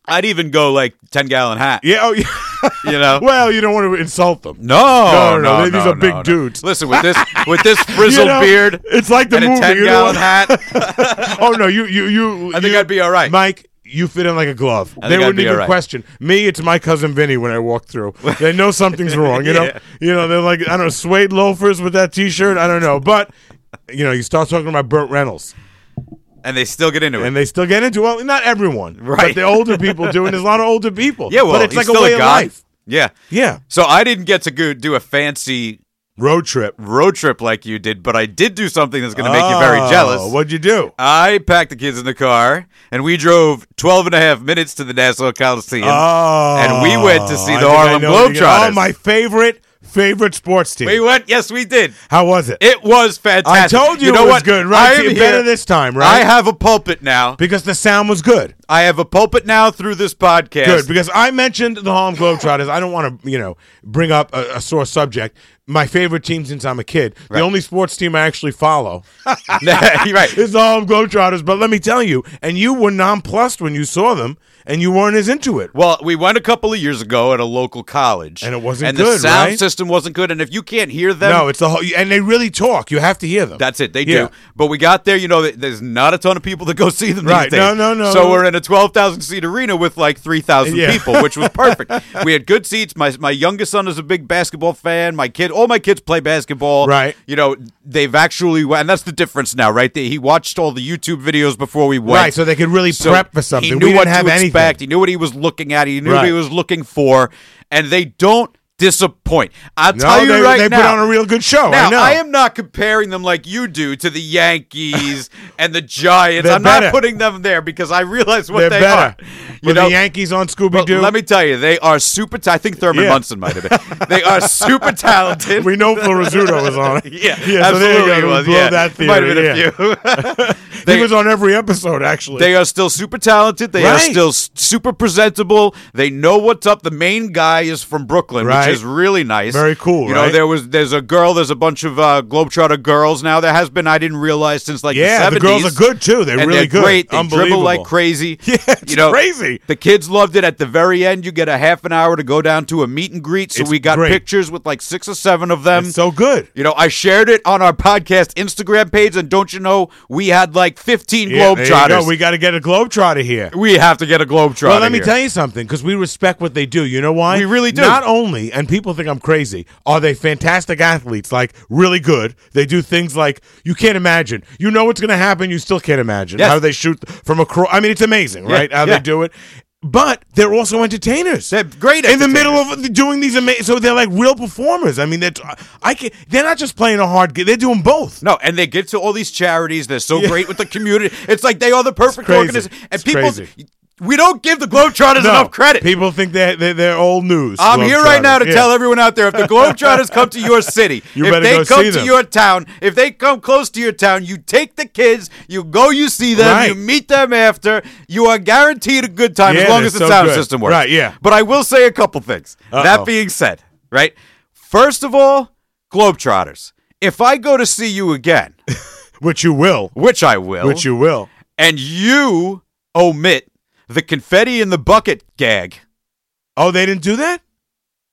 [SPEAKER 2] I'd even go like ten gallon hat.
[SPEAKER 3] Yeah. Oh, yeah.
[SPEAKER 2] You know.
[SPEAKER 3] well, you don't want to insult them.
[SPEAKER 2] No, no,
[SPEAKER 3] No, no, no, these are big
[SPEAKER 2] no.
[SPEAKER 3] dudes.
[SPEAKER 2] Listen, with this with this frizzled
[SPEAKER 3] You know,
[SPEAKER 2] beard
[SPEAKER 3] It's like the
[SPEAKER 2] and a
[SPEAKER 3] movie.
[SPEAKER 2] ten
[SPEAKER 3] you know
[SPEAKER 2] gallon
[SPEAKER 3] what-
[SPEAKER 2] hat,
[SPEAKER 3] oh no, you you you.
[SPEAKER 2] I think
[SPEAKER 3] you-
[SPEAKER 2] I'd be all right.
[SPEAKER 3] Mike. You fit in like a glove.
[SPEAKER 2] I
[SPEAKER 3] they
[SPEAKER 2] think I'd
[SPEAKER 3] wouldn't
[SPEAKER 2] be
[SPEAKER 3] even
[SPEAKER 2] all right.
[SPEAKER 3] question me. It's my cousin Vinny when I walk through. They know something's wrong. You know,
[SPEAKER 2] Yeah.
[SPEAKER 3] you know. They're like I don't know suede loafers with that T-shirt. I don't know, but you know, you start talking about Burt Reynolds,
[SPEAKER 2] and they still get into it.
[SPEAKER 3] and they still get into well, not everyone,
[SPEAKER 2] Right.
[SPEAKER 3] But the older people do, and there's a lot of older people.
[SPEAKER 2] yeah, well,
[SPEAKER 3] but it's
[SPEAKER 2] he's
[SPEAKER 3] like
[SPEAKER 2] still
[SPEAKER 3] a way of
[SPEAKER 2] guy.
[SPEAKER 3] life.
[SPEAKER 2] Yeah.
[SPEAKER 3] Yeah,
[SPEAKER 2] So I didn't get to go do a fancy
[SPEAKER 3] road trip.
[SPEAKER 2] road trip like you did, but I did do something that's going to make you very
[SPEAKER 3] Oh,
[SPEAKER 2] jealous.
[SPEAKER 3] What'd you do?
[SPEAKER 2] I packed the kids in the car, and we drove 12 and a half minutes to the Nassau Coliseum.
[SPEAKER 3] Oh,
[SPEAKER 2] and we went to see the
[SPEAKER 3] I think I
[SPEAKER 2] Harlem
[SPEAKER 3] know what you-
[SPEAKER 2] Globetrotters.
[SPEAKER 3] Oh, my favorite favorite sports team.
[SPEAKER 2] We went. Yes, we did.
[SPEAKER 3] How was it?
[SPEAKER 2] It was
[SPEAKER 3] I
[SPEAKER 2] fantastic.
[SPEAKER 3] told you,
[SPEAKER 2] know
[SPEAKER 3] it was
[SPEAKER 2] what?
[SPEAKER 3] good, right?
[SPEAKER 2] I am
[SPEAKER 3] You're better
[SPEAKER 2] here.
[SPEAKER 3] this time, right?
[SPEAKER 2] I have a pulpit now.
[SPEAKER 3] because the sound was good.
[SPEAKER 2] I have a pulpit now through this podcast.
[SPEAKER 3] Good because I mentioned the Harlem Globetrotters. I don't want to, you know, bring up a, a sore subject. My favorite team since I'm a kid.
[SPEAKER 2] Right.
[SPEAKER 3] The only sports team I actually follow
[SPEAKER 2] You're right.
[SPEAKER 3] is the Harlem Globetrotters. But let me tell you, and you were nonplussed when you saw them, and you weren't as into it.
[SPEAKER 2] Well, we went a couple of years ago at a local college,
[SPEAKER 3] And it wasn't
[SPEAKER 2] and the
[SPEAKER 3] good,
[SPEAKER 2] sound
[SPEAKER 3] right?
[SPEAKER 2] system wasn't good. And if you can't hear them,
[SPEAKER 3] No, it's the whole, and they really talk. You have to hear them.
[SPEAKER 2] That's it. They
[SPEAKER 3] Yeah.
[SPEAKER 2] do. But we got there. You know, th- there's not a ton of people that go see them.
[SPEAKER 3] Right.
[SPEAKER 2] These days.
[SPEAKER 3] No, no, no.
[SPEAKER 2] So we're in a 12,000 seat arena with like 3,000
[SPEAKER 3] Yeah.
[SPEAKER 2] people, which was perfect. we had good seats. My my youngest son is a big basketball fan. My kid, all my kids play basketball.
[SPEAKER 3] Right.
[SPEAKER 2] You know, they've actually, and that's the difference now, right? They, he watched all the YouTube videos before we went.
[SPEAKER 3] Right, so they could really
[SPEAKER 2] So
[SPEAKER 3] prep for something.
[SPEAKER 2] He
[SPEAKER 3] We
[SPEAKER 2] knew
[SPEAKER 3] didn't
[SPEAKER 2] what
[SPEAKER 3] have
[SPEAKER 2] to
[SPEAKER 3] anything.
[SPEAKER 2] expect. He knew what he was looking at. He knew what
[SPEAKER 3] Right.
[SPEAKER 2] he was looking for, and they don't disappoint. point. I'll
[SPEAKER 3] No,
[SPEAKER 2] tell you
[SPEAKER 3] they,
[SPEAKER 2] right
[SPEAKER 3] they
[SPEAKER 2] now.
[SPEAKER 3] put on a real good show.
[SPEAKER 2] now,
[SPEAKER 3] Oh, I know.
[SPEAKER 2] am not comparing them like you do to the Yankees and the Giants.
[SPEAKER 3] They're
[SPEAKER 2] I'm
[SPEAKER 3] better.
[SPEAKER 2] not putting them there because I realize what
[SPEAKER 3] They're
[SPEAKER 2] they are.
[SPEAKER 3] better. Were the Yankees on Scooby
[SPEAKER 2] well,
[SPEAKER 3] Doo?
[SPEAKER 2] let me tell you, they are super. ta- I think Thurman
[SPEAKER 3] Yeah.
[SPEAKER 2] Munson might have been. They are super talented.
[SPEAKER 3] we know Phil Rizzuto was on it.
[SPEAKER 2] yeah,
[SPEAKER 3] so
[SPEAKER 2] absolutely
[SPEAKER 3] there you go.
[SPEAKER 2] it
[SPEAKER 3] We
[SPEAKER 2] was.
[SPEAKER 3] blew
[SPEAKER 2] Yeah,
[SPEAKER 3] that
[SPEAKER 2] might have
[SPEAKER 3] theory,
[SPEAKER 2] been
[SPEAKER 3] yeah.
[SPEAKER 2] a few.
[SPEAKER 3] he was on every episode, actually.
[SPEAKER 2] They are still super talented. They are
[SPEAKER 3] Right.
[SPEAKER 2] still s- super presentable. They know what's up. The main guy is from Brooklyn,
[SPEAKER 3] Right.
[SPEAKER 2] which is really nice.
[SPEAKER 3] Very cool,
[SPEAKER 2] You know,
[SPEAKER 3] right?
[SPEAKER 2] there was there's a girl. There's a bunch of uh, Globetrotter girls now. There has been. I didn't realize since like
[SPEAKER 3] yeah,
[SPEAKER 2] the,
[SPEAKER 3] the girls
[SPEAKER 2] 70s.
[SPEAKER 3] are good too. They're
[SPEAKER 2] and
[SPEAKER 3] really
[SPEAKER 2] they're
[SPEAKER 3] good.
[SPEAKER 2] great. They dribble
[SPEAKER 3] Unbelievable.
[SPEAKER 2] like crazy.
[SPEAKER 3] Yeah, it's
[SPEAKER 2] you know,
[SPEAKER 3] crazy.
[SPEAKER 2] The kids loved it. At the very end, you get a half an hour to go down to a meet and greet. So
[SPEAKER 3] It's
[SPEAKER 2] we got
[SPEAKER 3] great.
[SPEAKER 2] pictures with like six or seven of them.
[SPEAKER 3] It's so good.
[SPEAKER 2] You know, I shared it on our podcast Instagram page, and don't you know we had like 15
[SPEAKER 3] Yeah, there you
[SPEAKER 2] Globetrotters.
[SPEAKER 3] go. We got to get a globetrotter here.
[SPEAKER 2] We have to get a globetrotter.
[SPEAKER 3] Well, let me
[SPEAKER 2] here.
[SPEAKER 3] tell you something, because we respect what they do. You know why?
[SPEAKER 2] We really do.
[SPEAKER 3] Not only, and people think I'm crazy, are they fantastic athletes, like really good. They do things like you can't imagine. You know what's going to happen, you still can't imagine.
[SPEAKER 2] Yes.
[SPEAKER 3] How they shoot from a cro- I mean, it's amazing,
[SPEAKER 2] Yeah,
[SPEAKER 3] right? How
[SPEAKER 2] yeah.
[SPEAKER 3] they do it. But they're also entertainers.
[SPEAKER 2] They're great
[SPEAKER 3] in the
[SPEAKER 2] entertainers.
[SPEAKER 3] middle of doing these amazing. So they're like real performers. I mean, they're t- I can. They're not just playing a hard game. They're doing both.
[SPEAKER 2] No, and they give to all these charities. They're so
[SPEAKER 3] Yeah.
[SPEAKER 2] great with the community. It's like they are the perfect
[SPEAKER 3] crazy.
[SPEAKER 2] organization. And
[SPEAKER 3] It's
[SPEAKER 2] people,
[SPEAKER 3] crazy.
[SPEAKER 2] we don't give the Globetrotters
[SPEAKER 3] No.
[SPEAKER 2] enough credit.
[SPEAKER 3] People think they're, they're, they're old news.
[SPEAKER 2] I'm here right now to
[SPEAKER 3] Globetrotters. Yeah.
[SPEAKER 2] tell everyone out there if the Globetrotters come to your city,
[SPEAKER 3] You
[SPEAKER 2] if
[SPEAKER 3] better
[SPEAKER 2] they
[SPEAKER 3] go
[SPEAKER 2] come
[SPEAKER 3] see
[SPEAKER 2] to
[SPEAKER 3] them.
[SPEAKER 2] your town, if they come close to your town, you take the kids, you go, you see them,
[SPEAKER 3] Right.
[SPEAKER 2] you meet them after. You are guaranteed a good time as
[SPEAKER 3] Yeah,
[SPEAKER 2] long
[SPEAKER 3] they're
[SPEAKER 2] as the
[SPEAKER 3] so
[SPEAKER 2] sound
[SPEAKER 3] good.
[SPEAKER 2] system works.
[SPEAKER 3] Right, yeah.
[SPEAKER 2] But I will say a couple things. That
[SPEAKER 3] Uh-oh.
[SPEAKER 2] being said, right? First of all, Globetrotters. If I go to see you again,
[SPEAKER 3] Which you will.
[SPEAKER 2] which I will,
[SPEAKER 3] Which you will.
[SPEAKER 2] and you omit the confetti in the bucket gag,
[SPEAKER 3] Oh, they didn't do that?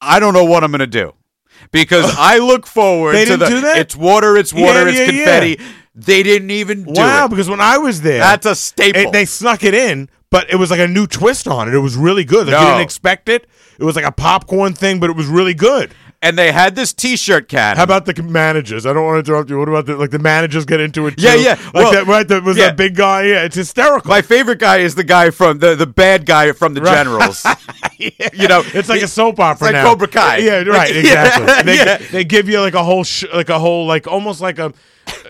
[SPEAKER 2] I don't know what I'm going to do because I look forward
[SPEAKER 3] They
[SPEAKER 2] to
[SPEAKER 3] didn't
[SPEAKER 2] the
[SPEAKER 3] do that?
[SPEAKER 2] it's water, it's water,
[SPEAKER 3] Yeah,
[SPEAKER 2] it's
[SPEAKER 3] yeah,
[SPEAKER 2] confetti. They didn't even do
[SPEAKER 3] wow,
[SPEAKER 2] it.
[SPEAKER 3] because when I was there,
[SPEAKER 2] That's a staple.
[SPEAKER 3] it, they snuck it in, but it was like a new twist on it. It was really good. Like,
[SPEAKER 2] No.
[SPEAKER 3] You didn't expect it. It was like a popcorn thing, but it was really good.
[SPEAKER 2] and they had this T-shirt cat.
[SPEAKER 3] How about the c- managers? I don't want to interrupt you. What about the like the managers get into it? Too?
[SPEAKER 2] Yeah, yeah.
[SPEAKER 3] Like
[SPEAKER 2] Well,
[SPEAKER 3] that, right? That was
[SPEAKER 2] yeah.
[SPEAKER 3] that big guy. Yeah, it's hysterical.
[SPEAKER 2] My favorite guy is the guy from the the bad guy from the
[SPEAKER 3] Right.
[SPEAKER 2] Generals. You know,
[SPEAKER 3] it's like
[SPEAKER 2] he-
[SPEAKER 3] a soap opera
[SPEAKER 2] like
[SPEAKER 3] now.
[SPEAKER 2] Cobra Kai.
[SPEAKER 3] Yeah, right.
[SPEAKER 2] Yeah,
[SPEAKER 3] Exactly. They,
[SPEAKER 2] yeah.
[SPEAKER 3] they give you like a whole, sh- like a whole, like almost like a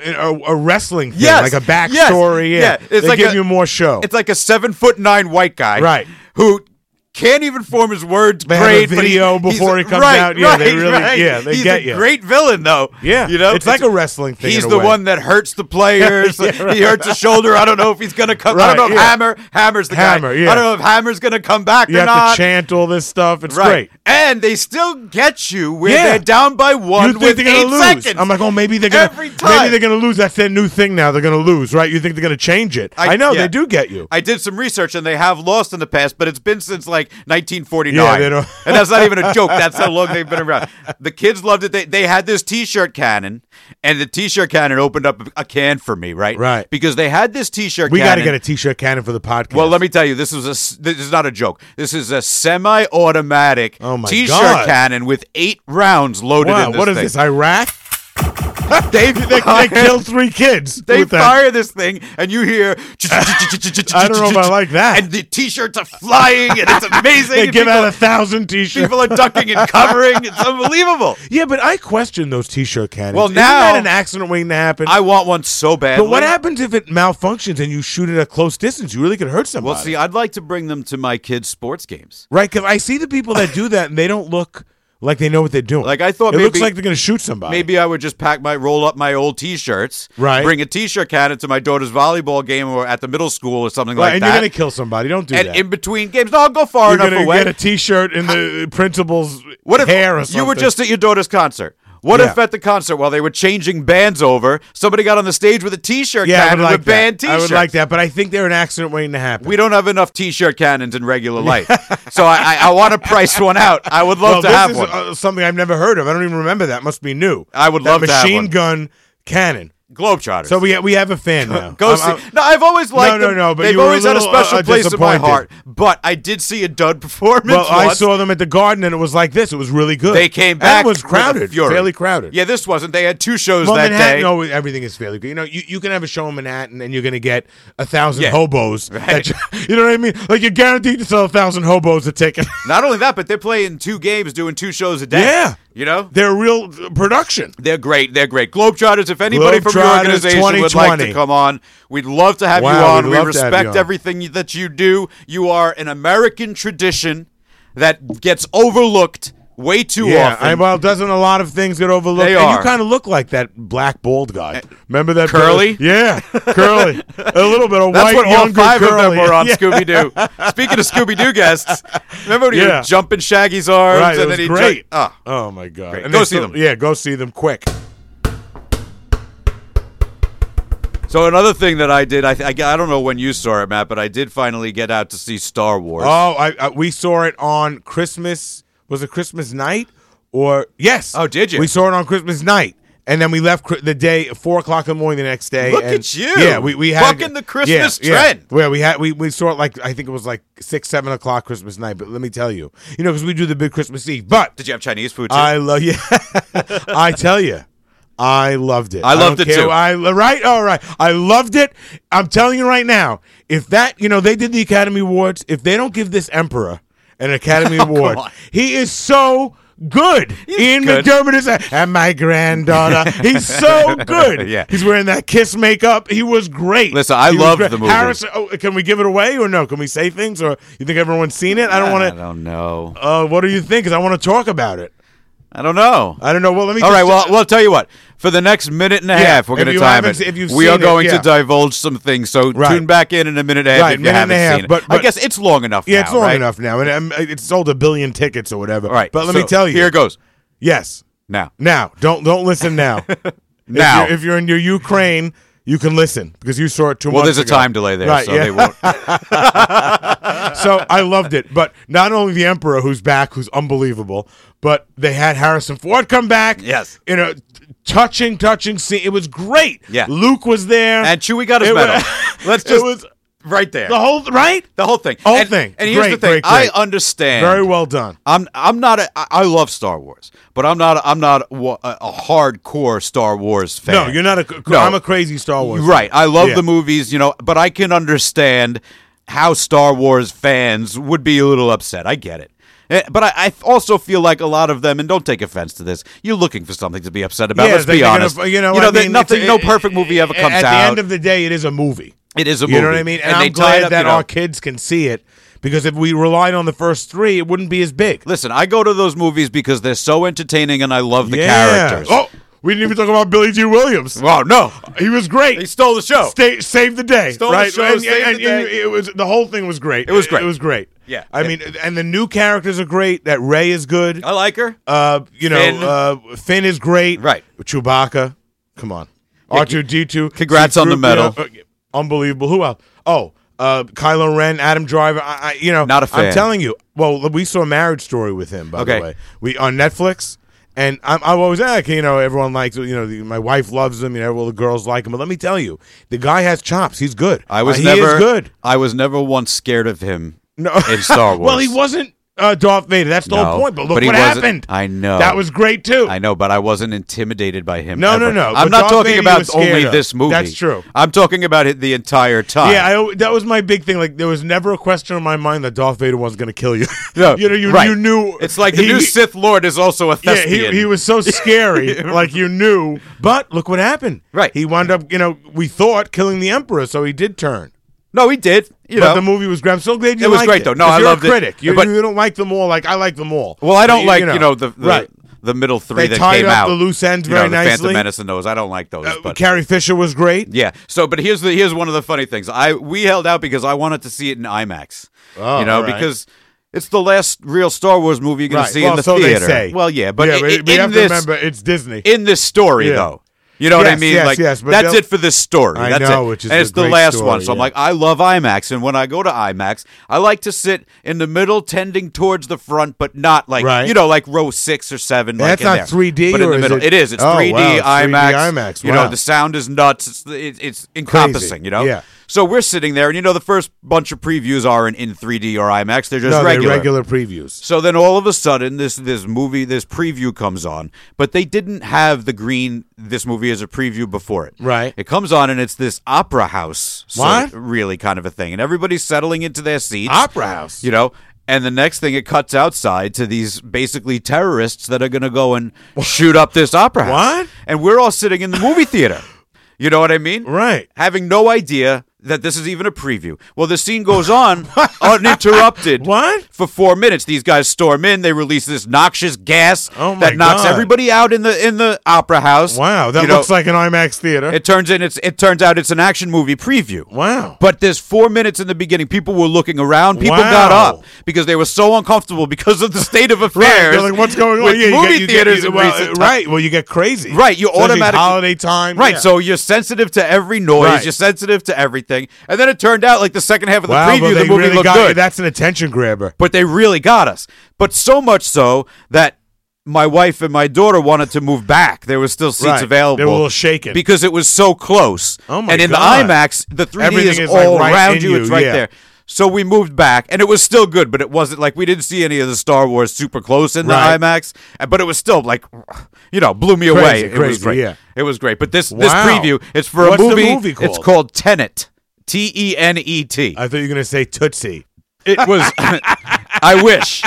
[SPEAKER 3] a, a wrestling thing,
[SPEAKER 2] Yes,
[SPEAKER 3] like a
[SPEAKER 2] yes,
[SPEAKER 3] backstory.
[SPEAKER 2] yeah.
[SPEAKER 3] Yeah,
[SPEAKER 2] It's
[SPEAKER 3] they
[SPEAKER 2] like
[SPEAKER 3] give
[SPEAKER 2] a-
[SPEAKER 3] you more show.
[SPEAKER 2] It's like a seven foot nine white guy,
[SPEAKER 3] Right.
[SPEAKER 2] Who can't even form his words.
[SPEAKER 3] They have a
[SPEAKER 2] great
[SPEAKER 3] video
[SPEAKER 2] but he- he's-
[SPEAKER 3] before it comes
[SPEAKER 2] right,
[SPEAKER 3] out. Yeah, they
[SPEAKER 2] right,
[SPEAKER 3] really-
[SPEAKER 2] right.
[SPEAKER 3] yeah, they
[SPEAKER 2] he's
[SPEAKER 3] get
[SPEAKER 2] a
[SPEAKER 3] you.
[SPEAKER 2] Great villain though.
[SPEAKER 3] Yeah.
[SPEAKER 2] you know,
[SPEAKER 3] It's like a wrestling thing
[SPEAKER 2] He's
[SPEAKER 3] in a
[SPEAKER 2] the
[SPEAKER 3] way.
[SPEAKER 2] one that hurts the players.
[SPEAKER 3] Yeah, right.
[SPEAKER 2] He hurts his shoulder. I don't know if he's gonna come. I
[SPEAKER 3] Right,
[SPEAKER 2] don't know if
[SPEAKER 3] yeah.
[SPEAKER 2] Hammer Hammer's the
[SPEAKER 3] Hammer,
[SPEAKER 2] guy.
[SPEAKER 3] yeah.
[SPEAKER 2] I don't know if Hammer's gonna come back
[SPEAKER 3] you
[SPEAKER 2] or
[SPEAKER 3] have
[SPEAKER 2] not.
[SPEAKER 3] to chant all this stuff. It's
[SPEAKER 2] Right.
[SPEAKER 3] great.
[SPEAKER 2] And they still get you where
[SPEAKER 3] Yeah.
[SPEAKER 2] they're down by one
[SPEAKER 3] You think
[SPEAKER 2] with
[SPEAKER 3] they're
[SPEAKER 2] eight
[SPEAKER 3] gonna lose?
[SPEAKER 2] seconds.
[SPEAKER 3] I'm like, oh, maybe they're gonna
[SPEAKER 2] Every
[SPEAKER 3] maybe
[SPEAKER 2] time.
[SPEAKER 3] they're gonna lose. That's their new thing now. They're gonna lose, right? You think they're gonna change it?
[SPEAKER 2] I-
[SPEAKER 3] I, know
[SPEAKER 2] yeah.
[SPEAKER 3] they do get you.
[SPEAKER 2] I did some research and they have lost in the past, but it's been since like 1949.
[SPEAKER 3] Yeah, they don't-
[SPEAKER 2] and that's not even a joke. That's how long they've been around. The kids loved it. They, they had this t shirt cannon, and the t shirt cannon opened up a can for me, right?
[SPEAKER 3] Right.
[SPEAKER 2] Because they had this t shirt
[SPEAKER 3] we
[SPEAKER 2] cannon.
[SPEAKER 3] got to get a T-shirt cannon for the podcast.
[SPEAKER 2] Well, let me tell you, this was a s- this is not a joke. This is a semi-automatic
[SPEAKER 3] Oh my
[SPEAKER 2] t-shirt
[SPEAKER 3] God.
[SPEAKER 2] cannon with eight rounds loaded
[SPEAKER 3] wow,
[SPEAKER 2] in this
[SPEAKER 3] what is
[SPEAKER 2] thing.
[SPEAKER 3] this? Iraq?
[SPEAKER 2] They,
[SPEAKER 3] They, they killed three kids.
[SPEAKER 2] They
[SPEAKER 3] with that.
[SPEAKER 2] fire this thing, and you hear.
[SPEAKER 3] I don't know if I like that.
[SPEAKER 2] And the t-shirts are flying, and it's amazing.
[SPEAKER 3] They
[SPEAKER 2] and
[SPEAKER 3] give
[SPEAKER 2] people,
[SPEAKER 3] out a thousand T-shirts.
[SPEAKER 2] people are ducking and covering. It's unbelievable.
[SPEAKER 3] yeah, but I question those T-shirt cannons.
[SPEAKER 2] Well,
[SPEAKER 3] Isn't
[SPEAKER 2] now-
[SPEAKER 3] that an accident waiting to happen?
[SPEAKER 2] I want one so bad.
[SPEAKER 3] but what happens if it malfunctions and you shoot it at close distance? You really could hurt somebody.
[SPEAKER 2] Well, see, I'd like to bring them to my kids' sports games.
[SPEAKER 3] Right? Because I see the people that do that and they don't look like they know what they're doing.
[SPEAKER 2] Like, I thought
[SPEAKER 3] it looks
[SPEAKER 2] maybe-
[SPEAKER 3] like they're going to shoot somebody.
[SPEAKER 2] Maybe I would just pack my roll up my old t-shirts,
[SPEAKER 3] Right.
[SPEAKER 2] Bring a t-shirt cannon to my daughter's volleyball game or at the middle school or something
[SPEAKER 3] Right,
[SPEAKER 2] like
[SPEAKER 3] and
[SPEAKER 2] that.
[SPEAKER 3] you're going to kill somebody. Don't do
[SPEAKER 2] and
[SPEAKER 3] that.
[SPEAKER 2] in between games, no, I'll go far
[SPEAKER 3] you're
[SPEAKER 2] enough
[SPEAKER 3] gonna
[SPEAKER 2] away.
[SPEAKER 3] get a T-shirt in the principal's
[SPEAKER 2] What if
[SPEAKER 3] hair or something.
[SPEAKER 2] you were just at your daughter's concert? What if
[SPEAKER 3] Yeah.
[SPEAKER 2] at the concert while they were changing bands over, somebody got on the stage with a T-shirt
[SPEAKER 3] yeah, I
[SPEAKER 2] cannon
[SPEAKER 3] would like
[SPEAKER 2] with band
[SPEAKER 3] that.
[SPEAKER 2] T-shirts?
[SPEAKER 3] I would like that, but I think they're an accident waiting to happen.
[SPEAKER 2] We don't have enough T-shirt cannons in regular life, so I, I, I want to price one out. I would love
[SPEAKER 3] well,
[SPEAKER 2] to
[SPEAKER 3] this
[SPEAKER 2] have
[SPEAKER 3] is
[SPEAKER 2] one.
[SPEAKER 3] uh, something I've never heard of. I don't even remember that. Must be new.
[SPEAKER 2] I would
[SPEAKER 3] That
[SPEAKER 2] love to have
[SPEAKER 3] machine
[SPEAKER 2] one.
[SPEAKER 3] gun cannon.
[SPEAKER 2] Globetrotters.
[SPEAKER 3] So we we have a fan now.
[SPEAKER 2] Go
[SPEAKER 3] I'm-
[SPEAKER 2] see.
[SPEAKER 3] I'm-
[SPEAKER 2] no, I've always liked
[SPEAKER 3] no,
[SPEAKER 2] them.
[SPEAKER 3] no, but
[SPEAKER 2] They've
[SPEAKER 3] you were a
[SPEAKER 2] always
[SPEAKER 3] little,
[SPEAKER 2] had a special
[SPEAKER 3] uh,
[SPEAKER 2] place in my
[SPEAKER 3] disappointed.
[SPEAKER 2] heart. But I did see a dud performance.
[SPEAKER 3] well, I
[SPEAKER 2] once.
[SPEAKER 3] saw them at the Garden and it was like this. It was really good.
[SPEAKER 2] They came
[SPEAKER 3] And
[SPEAKER 2] back.
[SPEAKER 3] It was
[SPEAKER 2] with a
[SPEAKER 3] crowded.
[SPEAKER 2] fury.
[SPEAKER 3] Fairly crowded.
[SPEAKER 2] Yeah, this wasn't. They had two shows
[SPEAKER 3] Well,
[SPEAKER 2] that
[SPEAKER 3] Manhattan,
[SPEAKER 2] day.
[SPEAKER 3] no, everything is fairly good. You know, you, you can have a show in Manhattan and you're going to get a thousand
[SPEAKER 2] Yeah.
[SPEAKER 3] hobos.
[SPEAKER 2] Right.
[SPEAKER 3] that you, you know what I mean? Like, you're guaranteed to sell a thousand hobos a ticket.
[SPEAKER 2] Not only that, but they're playing two games, doing two shows a day.
[SPEAKER 3] Yeah.
[SPEAKER 2] You know?
[SPEAKER 3] They're real uh, production.
[SPEAKER 2] They're great. They're great. Globetrotters, if anybody from your
[SPEAKER 3] Globetrotters
[SPEAKER 2] organization would like to
[SPEAKER 3] 2020.
[SPEAKER 2] come on, we'd love to have
[SPEAKER 3] Wow,
[SPEAKER 2] you on.
[SPEAKER 3] we'd
[SPEAKER 2] We
[SPEAKER 3] love to have you
[SPEAKER 2] respect
[SPEAKER 3] on.
[SPEAKER 2] everything that you do. You are an American tradition that gets overlooked way too
[SPEAKER 3] Yeah,
[SPEAKER 2] often.
[SPEAKER 3] I, well, doesn't a lot of things get overlooked?
[SPEAKER 2] They
[SPEAKER 3] and
[SPEAKER 2] are. Uh,
[SPEAKER 3] you kind of look like that black bald guy. Remember that
[SPEAKER 2] Curly?
[SPEAKER 3] Yeah, curly. A little bit of
[SPEAKER 2] That's
[SPEAKER 3] white.
[SPEAKER 2] what all
[SPEAKER 3] younger
[SPEAKER 2] five of
[SPEAKER 3] curly.
[SPEAKER 2] them were on
[SPEAKER 3] Yeah.
[SPEAKER 2] Scooby Doo. Speaking of Scooby Doo guests, remember when he
[SPEAKER 3] Yeah.
[SPEAKER 2] would jump in Shaggy's arms
[SPEAKER 3] Right, it
[SPEAKER 2] and
[SPEAKER 3] was
[SPEAKER 2] then he
[SPEAKER 3] great.
[SPEAKER 2] ah.
[SPEAKER 3] oh my god!
[SPEAKER 2] Great.
[SPEAKER 3] And
[SPEAKER 2] Go
[SPEAKER 3] they
[SPEAKER 2] see them.
[SPEAKER 3] Yeah, go see them quick.
[SPEAKER 2] So another thing that I did, I, th- I I don't know when you saw it, Matt, but I did finally get out to see Star Wars.
[SPEAKER 3] Oh, I, I we saw it on Christmas. Was it Christmas night or yes?
[SPEAKER 2] Oh, did you?
[SPEAKER 3] We saw it on Christmas night, and then we left cri- the day four o'clock in the morning the next day.
[SPEAKER 2] Look
[SPEAKER 3] and-
[SPEAKER 2] at you.
[SPEAKER 3] Yeah, we we had
[SPEAKER 2] Bucking the Christmas
[SPEAKER 3] yeah,
[SPEAKER 2] trend.
[SPEAKER 3] Yeah, Well, we had we, we saw it like I think it was like six seven o'clock Christmas night. But let me tell you, you know, because we do the big Christmas Eve. But
[SPEAKER 2] Did you have Chinese food too?
[SPEAKER 3] I love you. I tell you. I loved it.
[SPEAKER 2] I loved
[SPEAKER 3] don't
[SPEAKER 2] it
[SPEAKER 3] care-
[SPEAKER 2] too.
[SPEAKER 3] I right, all right. I loved it. I'm telling you right now. If that, you know, they did the Academy Awards. If they don't give this Emperor an Academy Award,
[SPEAKER 2] on.
[SPEAKER 3] he is so good. Ian
[SPEAKER 2] good.
[SPEAKER 3] McDermott is, a- and my granddaughter. He's so good.
[SPEAKER 2] Yeah.
[SPEAKER 3] he's wearing that kiss makeup. He was great.
[SPEAKER 2] Listen, I
[SPEAKER 3] He was
[SPEAKER 2] loved
[SPEAKER 3] great.
[SPEAKER 2] the movie.
[SPEAKER 3] Harrison, oh, can we give it away or no? Can we say things or you think everyone's seen it? I don't
[SPEAKER 2] I
[SPEAKER 3] want to.
[SPEAKER 2] don't know.
[SPEAKER 3] Uh, what do you think? Because I want to talk about it.
[SPEAKER 2] I don't know.
[SPEAKER 3] I don't know. Well, let me.
[SPEAKER 2] All
[SPEAKER 3] just-
[SPEAKER 2] right, well, well, tell you what. For the next minute and a
[SPEAKER 3] Yeah,
[SPEAKER 2] half, we're
[SPEAKER 3] if
[SPEAKER 2] going to
[SPEAKER 3] you
[SPEAKER 2] time
[SPEAKER 3] haven't-
[SPEAKER 2] it.
[SPEAKER 3] if you've
[SPEAKER 2] we are
[SPEAKER 3] seen it,
[SPEAKER 2] going
[SPEAKER 3] yeah.
[SPEAKER 2] to divulge some things, so
[SPEAKER 3] Right.
[SPEAKER 2] tune back in in a minute and a half
[SPEAKER 3] Right,
[SPEAKER 2] if you
[SPEAKER 3] minute and
[SPEAKER 2] haven't
[SPEAKER 3] a half,
[SPEAKER 2] seen it.
[SPEAKER 3] but-
[SPEAKER 2] I
[SPEAKER 3] but-
[SPEAKER 2] guess it's long enough.
[SPEAKER 3] Yeah, it's
[SPEAKER 2] now,
[SPEAKER 3] long
[SPEAKER 2] right?
[SPEAKER 3] enough now, and um, it's sold a billion tickets or whatever.
[SPEAKER 2] All right,
[SPEAKER 3] but let
[SPEAKER 2] so
[SPEAKER 3] me tell you.
[SPEAKER 2] Here it goes.
[SPEAKER 3] Yes.
[SPEAKER 2] Now,
[SPEAKER 3] Now, don't don't listen now.
[SPEAKER 2] Now.
[SPEAKER 3] if you're, if you're in your Ukraine, you can listen because you saw it two
[SPEAKER 2] well,
[SPEAKER 3] months
[SPEAKER 2] there's a
[SPEAKER 3] ago.
[SPEAKER 2] time delay there,
[SPEAKER 3] Right,
[SPEAKER 2] so
[SPEAKER 3] yeah.
[SPEAKER 2] they won't.
[SPEAKER 3] so I loved it. But not only the Emperor, who's back, who's unbelievable, but they had Harrison Ford come back.
[SPEAKER 2] Yes.
[SPEAKER 3] You know, t- touching, touching scene. It was great.
[SPEAKER 2] Yeah.
[SPEAKER 3] Luke was there.
[SPEAKER 2] And Chewie got his
[SPEAKER 3] It wa-
[SPEAKER 2] medal. Let's just
[SPEAKER 3] it was
[SPEAKER 2] right there.
[SPEAKER 3] the whole right.
[SPEAKER 2] The whole thing.
[SPEAKER 3] Whole
[SPEAKER 2] and,
[SPEAKER 3] thing.
[SPEAKER 2] And here's the
[SPEAKER 3] Great,
[SPEAKER 2] thing.
[SPEAKER 3] great,
[SPEAKER 2] I
[SPEAKER 3] great.
[SPEAKER 2] understand.
[SPEAKER 3] Very well done.
[SPEAKER 2] I'm I'm not a, I I love Star Wars, but I'm not I'm not a, a hardcore Star Wars fan.
[SPEAKER 3] No, you're not a.
[SPEAKER 2] No.
[SPEAKER 3] am a crazy Star Wars.
[SPEAKER 2] Right. I love
[SPEAKER 3] Yeah.
[SPEAKER 2] the movies, you know, but I can understand how Star Wars fans would be a little upset. I get it. Eh, But I, I also feel like a lot of them, and don't take offense to this. You're looking for something to be upset about.
[SPEAKER 3] Yeah,
[SPEAKER 2] Let's
[SPEAKER 3] they-
[SPEAKER 2] be
[SPEAKER 3] they're gonna-
[SPEAKER 2] honest.
[SPEAKER 3] you know, I
[SPEAKER 2] they-
[SPEAKER 3] mean,
[SPEAKER 2] nothing,
[SPEAKER 3] it's- eh,
[SPEAKER 2] no perfect movie ever comes
[SPEAKER 3] at
[SPEAKER 2] out.
[SPEAKER 3] the end of the day, it is a movie.
[SPEAKER 2] it is a movie.
[SPEAKER 3] You know what I mean? And,
[SPEAKER 2] they
[SPEAKER 3] I'm
[SPEAKER 2] tie it
[SPEAKER 3] glad
[SPEAKER 2] up,
[SPEAKER 3] that
[SPEAKER 2] you know.
[SPEAKER 3] our kids can see it because if we relied on the first three, it wouldn't be as big.
[SPEAKER 2] Listen, I go to those movies because they're so entertaining, and I love the characters.
[SPEAKER 3] Oh, we didn't even talk about Billy G. Williams.
[SPEAKER 2] wow, no,
[SPEAKER 3] He was great.
[SPEAKER 2] he stole the show.
[SPEAKER 3] Stay, save the day.
[SPEAKER 2] Stole the
[SPEAKER 3] right?
[SPEAKER 2] show,
[SPEAKER 3] and,
[SPEAKER 2] saved
[SPEAKER 3] and-
[SPEAKER 2] the
[SPEAKER 3] and
[SPEAKER 2] day.
[SPEAKER 3] It was the whole thing was great.
[SPEAKER 2] It was great.
[SPEAKER 3] It, was great.
[SPEAKER 2] Yeah. Oh,
[SPEAKER 3] I
[SPEAKER 2] It-
[SPEAKER 3] mean, and the new characters are great. That Ray is good.
[SPEAKER 2] I like her.
[SPEAKER 3] Uh, you know,
[SPEAKER 2] Finn.
[SPEAKER 3] Uh, Finn is great.
[SPEAKER 2] Right.
[SPEAKER 3] Chewbacca. Come on. R two D two.
[SPEAKER 2] Congrats on the medal.
[SPEAKER 3] uh, Unbelievable. Who else? Oh, uh, Kylo Ren, Adam Driver. I, I, you know,
[SPEAKER 2] Not a fan.
[SPEAKER 3] I'm telling you. Well, we saw Marriage Story with him. By
[SPEAKER 2] Okay.
[SPEAKER 3] the way, we on Netflix. And I'm, I'm always eh, like, you know, everyone likes, you know, the, my wife loves him, you know, all the girls like him. But let me tell you, the guy has chops. He's good.
[SPEAKER 2] I was
[SPEAKER 3] Uh, he
[SPEAKER 2] never
[SPEAKER 3] is good.
[SPEAKER 2] I was never once scared of him
[SPEAKER 3] No.
[SPEAKER 2] in Star Wars.
[SPEAKER 3] well, he wasn't uh, Darth Vader. That's the
[SPEAKER 2] No,
[SPEAKER 3] whole point. But look
[SPEAKER 2] but he
[SPEAKER 3] what
[SPEAKER 2] wasn't-
[SPEAKER 3] happened.
[SPEAKER 2] I know.
[SPEAKER 3] That was great too.
[SPEAKER 2] I know, but I wasn't intimidated by him.
[SPEAKER 3] No, no,
[SPEAKER 2] ever.
[SPEAKER 3] no,
[SPEAKER 2] I'm
[SPEAKER 3] but
[SPEAKER 2] not
[SPEAKER 3] Darth
[SPEAKER 2] talking
[SPEAKER 3] Vader you
[SPEAKER 2] about
[SPEAKER 3] were scared
[SPEAKER 2] only
[SPEAKER 3] of.
[SPEAKER 2] this movie.
[SPEAKER 3] That's true.
[SPEAKER 2] I'm talking about it the entire time.
[SPEAKER 3] Yeah, I, al- that was my big thing. Like, there was never a question in my mind that Darth Vader was going to kill you.
[SPEAKER 2] No,
[SPEAKER 3] you know, you,
[SPEAKER 2] right.
[SPEAKER 3] you knew.
[SPEAKER 2] It's like the
[SPEAKER 3] he-
[SPEAKER 2] new Sith Lord is also a
[SPEAKER 3] Yeah,
[SPEAKER 2] thespian.
[SPEAKER 3] he, he was so scary. like, you knew. But look what happened.
[SPEAKER 2] Right.
[SPEAKER 3] He wound up, you know, we thought killing the Emperor, so he did turn.
[SPEAKER 2] No, he did. You
[SPEAKER 3] but
[SPEAKER 2] know,
[SPEAKER 3] the movie was great. I'm so glad you
[SPEAKER 2] It was
[SPEAKER 3] liked
[SPEAKER 2] great, though. No,
[SPEAKER 3] 'Cause
[SPEAKER 2] I
[SPEAKER 3] you're
[SPEAKER 2] loved it.
[SPEAKER 3] a critic. You,
[SPEAKER 2] But-
[SPEAKER 3] you don't like them all. Like, I like them all.
[SPEAKER 2] well, I don't
[SPEAKER 3] You-
[SPEAKER 2] like you know the the,
[SPEAKER 3] right.
[SPEAKER 2] the middle three
[SPEAKER 3] They
[SPEAKER 2] that
[SPEAKER 3] tied
[SPEAKER 2] came
[SPEAKER 3] up
[SPEAKER 2] out.
[SPEAKER 3] the loose ends
[SPEAKER 2] you know,
[SPEAKER 3] very
[SPEAKER 2] the Phantom
[SPEAKER 3] nicely.
[SPEAKER 2] Menace and those. I don't like those.
[SPEAKER 3] Uh,
[SPEAKER 2] but
[SPEAKER 3] Carrie Fisher was great.
[SPEAKER 2] Yeah. So, but here's the here's one of the funny things. I we held out because I wanted to see it in IMAX.
[SPEAKER 3] Oh,
[SPEAKER 2] you know,
[SPEAKER 3] all right.
[SPEAKER 2] because it's the last real Star Wars movie you're going to see
[SPEAKER 3] well,
[SPEAKER 2] in the
[SPEAKER 3] so
[SPEAKER 2] theater.
[SPEAKER 3] They say.
[SPEAKER 2] Well, yeah, but, i-
[SPEAKER 3] we,
[SPEAKER 2] i-
[SPEAKER 3] we
[SPEAKER 2] in
[SPEAKER 3] have
[SPEAKER 2] this
[SPEAKER 3] to remember it's Disney.
[SPEAKER 2] in this story
[SPEAKER 3] Yeah.
[SPEAKER 2] though. You know what I
[SPEAKER 3] Yes,
[SPEAKER 2] mean?
[SPEAKER 3] yes,
[SPEAKER 2] like
[SPEAKER 3] yes, but
[SPEAKER 2] that's
[SPEAKER 3] they'll-
[SPEAKER 2] it for this story.
[SPEAKER 3] I
[SPEAKER 2] That's
[SPEAKER 3] know,
[SPEAKER 2] it.
[SPEAKER 3] which is
[SPEAKER 2] and
[SPEAKER 3] the
[SPEAKER 2] it's the
[SPEAKER 3] great
[SPEAKER 2] last
[SPEAKER 3] story,
[SPEAKER 2] one. So I'm
[SPEAKER 3] yeah.
[SPEAKER 2] like, I love IMAX, and when I go to IMAX, I like to sit in the middle, tending towards the front, but not like
[SPEAKER 3] Right.
[SPEAKER 2] you know, like row six or seven. like
[SPEAKER 3] That's
[SPEAKER 2] in
[SPEAKER 3] not
[SPEAKER 2] there.
[SPEAKER 3] 3D
[SPEAKER 2] but in
[SPEAKER 3] or
[SPEAKER 2] the
[SPEAKER 3] is
[SPEAKER 2] middle,
[SPEAKER 3] it-
[SPEAKER 2] is. It's
[SPEAKER 3] Oh, wow,
[SPEAKER 2] 3D
[SPEAKER 3] 3D
[SPEAKER 2] IMAX.
[SPEAKER 3] IMAX,
[SPEAKER 2] You know,
[SPEAKER 3] wow.
[SPEAKER 2] the sound is nuts. It's it's, it's encompassing. You know,
[SPEAKER 3] Yeah.
[SPEAKER 2] So we're sitting there, and you know, the first bunch of previews aren't in 3D or IMAX. They're just
[SPEAKER 3] no, they're
[SPEAKER 2] regular.
[SPEAKER 3] regular previews.
[SPEAKER 2] So then all of a sudden this this movie this preview comes on, but they didn't have the green this movie as a preview before it.
[SPEAKER 3] Right.
[SPEAKER 2] It comes on and it's this opera house sort-
[SPEAKER 3] What?
[SPEAKER 2] really kind of a thing and everybody's settling into their seats.
[SPEAKER 3] Opera house.
[SPEAKER 2] You know, And the next thing it cuts outside to these basically terrorists that are going to go and shoot up this opera house.
[SPEAKER 3] What?
[SPEAKER 2] And we're all sitting in the movie theater. You know what I mean?
[SPEAKER 3] Right.
[SPEAKER 2] Having no idea that this is even a preview. Well, the scene goes on uninterrupted
[SPEAKER 3] What?
[SPEAKER 2] for four minutes. These guys storm in. They release this noxious gas
[SPEAKER 3] Oh my
[SPEAKER 2] that knocks
[SPEAKER 3] God.
[SPEAKER 2] everybody out in the in the opera house.
[SPEAKER 3] Wow, that
[SPEAKER 2] You know,
[SPEAKER 3] looks like an IMAX theater.
[SPEAKER 2] it turns in. It's it turns out it's an action movie preview.
[SPEAKER 3] wow.
[SPEAKER 2] But there's four minutes in the beginning. People were looking around. People
[SPEAKER 3] Wow.
[SPEAKER 2] got up because they were so uncomfortable because of the state of affairs.
[SPEAKER 3] Right, they're like, what's going on?
[SPEAKER 2] with
[SPEAKER 3] Yeah, you
[SPEAKER 2] movie
[SPEAKER 3] get- you get-
[SPEAKER 2] theaters
[SPEAKER 3] you-
[SPEAKER 2] in
[SPEAKER 3] well, uh,
[SPEAKER 2] recent
[SPEAKER 3] right. Well, you get crazy.
[SPEAKER 2] Right, you
[SPEAKER 3] Especially
[SPEAKER 2] automatically-
[SPEAKER 3] holiday time.
[SPEAKER 2] Right,
[SPEAKER 3] yeah.
[SPEAKER 2] so you're sensitive to every noise.
[SPEAKER 3] Right.
[SPEAKER 2] You're sensitive to everything, and then it turned out like the second half of the
[SPEAKER 3] wow, but
[SPEAKER 2] preview,
[SPEAKER 3] they
[SPEAKER 2] the movie
[SPEAKER 3] really
[SPEAKER 2] looked
[SPEAKER 3] got You.
[SPEAKER 2] good.
[SPEAKER 3] That's an attention grabber.
[SPEAKER 2] but they really got us. But so much so that my wife and my daughter wanted to move back. There was still seats
[SPEAKER 3] Right.
[SPEAKER 2] available.
[SPEAKER 3] They were a little shaken.
[SPEAKER 2] because it was so close.
[SPEAKER 3] Oh my
[SPEAKER 2] and in
[SPEAKER 3] God.
[SPEAKER 2] the IMAX, the 3D
[SPEAKER 3] Everything
[SPEAKER 2] is,
[SPEAKER 3] is, like,
[SPEAKER 2] all
[SPEAKER 3] right in
[SPEAKER 2] around you. It's
[SPEAKER 3] you,
[SPEAKER 2] right
[SPEAKER 3] yeah.
[SPEAKER 2] there. So we moved back, and it was still good, but it wasn't like we didn't see any of the Star Wars super close in
[SPEAKER 3] Right.
[SPEAKER 2] the IMAX. uh, But it was still like, you know, blew me away. It was
[SPEAKER 3] crazy,
[SPEAKER 2] great.
[SPEAKER 3] yeah.
[SPEAKER 2] It was great. But this this
[SPEAKER 3] Wow.
[SPEAKER 2] preview, it's for
[SPEAKER 3] What's
[SPEAKER 2] a
[SPEAKER 3] the
[SPEAKER 2] movie.
[SPEAKER 3] movie
[SPEAKER 2] It's
[SPEAKER 3] called?
[SPEAKER 2] called Tenet. T E N E T.
[SPEAKER 3] I thought you were going to say Tootsie.
[SPEAKER 2] It was. I wish.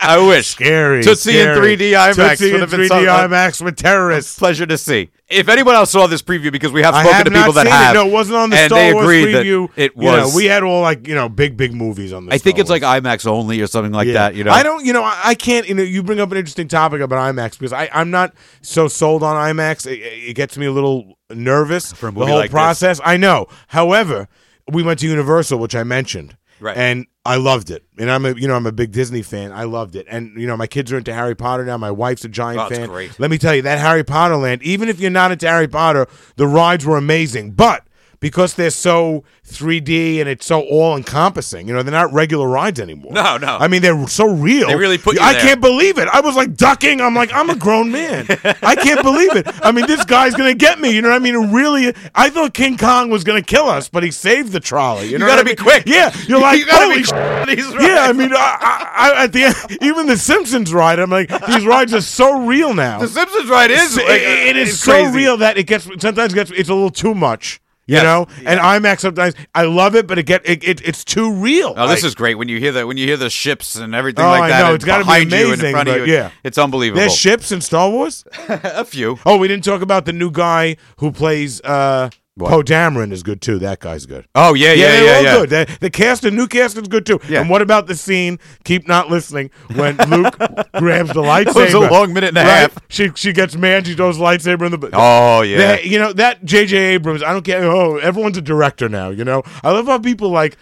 [SPEAKER 2] I wish.
[SPEAKER 3] Scary.
[SPEAKER 2] Tootsie in
[SPEAKER 3] scary.
[SPEAKER 2] 3D IMAX
[SPEAKER 3] Tootsie
[SPEAKER 2] would
[SPEAKER 3] in
[SPEAKER 2] have been
[SPEAKER 3] 3D
[SPEAKER 2] something.
[SPEAKER 3] IMAX with terrorists.
[SPEAKER 2] Pleasure to see. If anyone else saw this preview, because we have
[SPEAKER 3] I
[SPEAKER 2] spoken
[SPEAKER 3] have
[SPEAKER 2] to
[SPEAKER 3] not
[SPEAKER 2] people that
[SPEAKER 3] seen
[SPEAKER 2] have,
[SPEAKER 3] It. No, it wasn't on the
[SPEAKER 2] and
[SPEAKER 3] Star
[SPEAKER 2] they
[SPEAKER 3] Wars
[SPEAKER 2] agreed that
[SPEAKER 3] preview.
[SPEAKER 2] it
[SPEAKER 3] You know,
[SPEAKER 2] was.
[SPEAKER 3] we had all like you know big big movies on the.
[SPEAKER 2] I think
[SPEAKER 3] Star
[SPEAKER 2] it's like
[SPEAKER 3] Wars.
[SPEAKER 2] IMAX only or something like
[SPEAKER 3] Yeah.
[SPEAKER 2] that. You know,
[SPEAKER 3] I don't. You know, I, I can't. You know, you bring up an interesting topic about IMAX because I, I'm not so sold on IMAX. It, it gets me a little nervous
[SPEAKER 2] For a
[SPEAKER 3] the
[SPEAKER 2] movie
[SPEAKER 3] whole
[SPEAKER 2] like this.
[SPEAKER 3] process. I know. However, we went to Universal, which I mentioned,
[SPEAKER 2] Right.
[SPEAKER 3] And I loved it. And I'm a you know I'm a big Disney fan. I loved it. And you know my kids are into Harry Potter now. My wife's a giant
[SPEAKER 2] Oh, it's
[SPEAKER 3] fan.
[SPEAKER 2] great.
[SPEAKER 3] Let me tell you that Harry Potter land. Even if you're not into Harry Potter, the rides were amazing. But because they're so 3D and it's so all encompassing, you know they're not regular rides anymore.
[SPEAKER 2] No, no.
[SPEAKER 3] I mean they're so real.
[SPEAKER 2] They really put you
[SPEAKER 3] I
[SPEAKER 2] there.
[SPEAKER 3] can't believe it. I was like ducking. I'm like I'm a grown man. I can't believe it. I mean this guy's gonna get me. You know what I mean? It Really, I thought King Kong was gonna kill us, but he saved the trolley. You,
[SPEAKER 2] You
[SPEAKER 3] know
[SPEAKER 2] gotta
[SPEAKER 3] what I
[SPEAKER 2] be
[SPEAKER 3] mean?
[SPEAKER 2] quick.
[SPEAKER 3] Yeah, you're like
[SPEAKER 2] you gotta
[SPEAKER 3] holy
[SPEAKER 2] be.
[SPEAKER 3] sh-
[SPEAKER 2] He's right.
[SPEAKER 3] yeah, I mean, I, I, I, at the end, even the Simpsons ride, I'm like, these rides are so real now.
[SPEAKER 2] The Simpsons right is.
[SPEAKER 3] It-
[SPEAKER 2] like,
[SPEAKER 3] it is
[SPEAKER 2] it's
[SPEAKER 3] so
[SPEAKER 2] crazy.
[SPEAKER 3] real that it gets sometimes gets it's a little too much. You
[SPEAKER 2] Yes.
[SPEAKER 3] know, and IMAX sometimes I love it, but it get it, it it's too real.
[SPEAKER 2] Oh, this
[SPEAKER 3] Like,
[SPEAKER 2] is great when you hear the when you hear the ships and everything
[SPEAKER 3] Oh, I
[SPEAKER 2] like that.
[SPEAKER 3] know.
[SPEAKER 2] and
[SPEAKER 3] It's gotta be
[SPEAKER 2] behind you and
[SPEAKER 3] amazing,
[SPEAKER 2] in front
[SPEAKER 3] but
[SPEAKER 2] of you.
[SPEAKER 3] yeah.
[SPEAKER 2] it's unbelievable.
[SPEAKER 3] there's ships in Star Wars.
[SPEAKER 2] a few.
[SPEAKER 3] Oh, we didn't talk about the new guy who plays uh, Poe Dameron is good too. That guy's good.
[SPEAKER 2] Oh yeah, yeah,
[SPEAKER 3] they're
[SPEAKER 2] yeah,
[SPEAKER 3] all
[SPEAKER 2] yeah.
[SPEAKER 3] good. The, the cast, the new cast is good too.
[SPEAKER 2] Yeah.
[SPEAKER 3] And what about the scene? Keep not listening when Luke grabs the lightsaber.
[SPEAKER 2] was a long minute and a
[SPEAKER 3] Right?
[SPEAKER 2] half.
[SPEAKER 3] She she gets mad. She throws the lightsaber in the.
[SPEAKER 2] Oh yeah.
[SPEAKER 3] They- you know that J.J. Abrams. I don't care. Oh, everyone's a director now. You know, I love how people like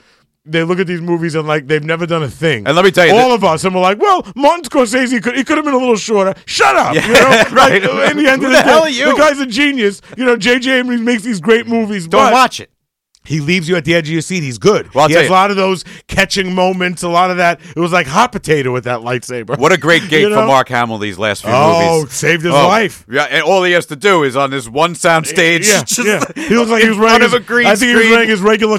[SPEAKER 3] they look at these movies and like they've never done a thing.
[SPEAKER 2] And let me tell you
[SPEAKER 3] all
[SPEAKER 2] that-
[SPEAKER 3] of us, and we're like, well, Martin Scorsese could it could have been a little shorter. Shut up.
[SPEAKER 2] Yeah,
[SPEAKER 3] you know?
[SPEAKER 2] right.
[SPEAKER 3] Like, in the end
[SPEAKER 2] Who
[SPEAKER 3] of
[SPEAKER 2] the
[SPEAKER 3] the,
[SPEAKER 2] hell
[SPEAKER 3] day,
[SPEAKER 2] are you?
[SPEAKER 3] The guy's a genius. You know, J.J. Abrams makes these great movies.
[SPEAKER 2] Don't
[SPEAKER 3] but
[SPEAKER 2] watch it.
[SPEAKER 3] He leaves you at the edge of your seat. He's good.
[SPEAKER 2] Well, I'll
[SPEAKER 3] he
[SPEAKER 2] tell
[SPEAKER 3] has
[SPEAKER 2] you-
[SPEAKER 3] a lot of those catching moments. A lot of that. It was like hot potato with that lightsaber.
[SPEAKER 2] What a great gate
[SPEAKER 3] You know?
[SPEAKER 2] for Mark Hamill these last few
[SPEAKER 3] Oh,
[SPEAKER 2] movies.
[SPEAKER 3] saved his
[SPEAKER 2] Oh,
[SPEAKER 3] life.
[SPEAKER 2] Yeah, and all he has to do is on this one sound stage.
[SPEAKER 3] Yeah,
[SPEAKER 2] just
[SPEAKER 3] yeah. He looks like
[SPEAKER 2] in
[SPEAKER 3] he was wearing.
[SPEAKER 2] front
[SPEAKER 3] His,
[SPEAKER 2] of a green
[SPEAKER 3] I think he was
[SPEAKER 2] screen.
[SPEAKER 3] wearing his regular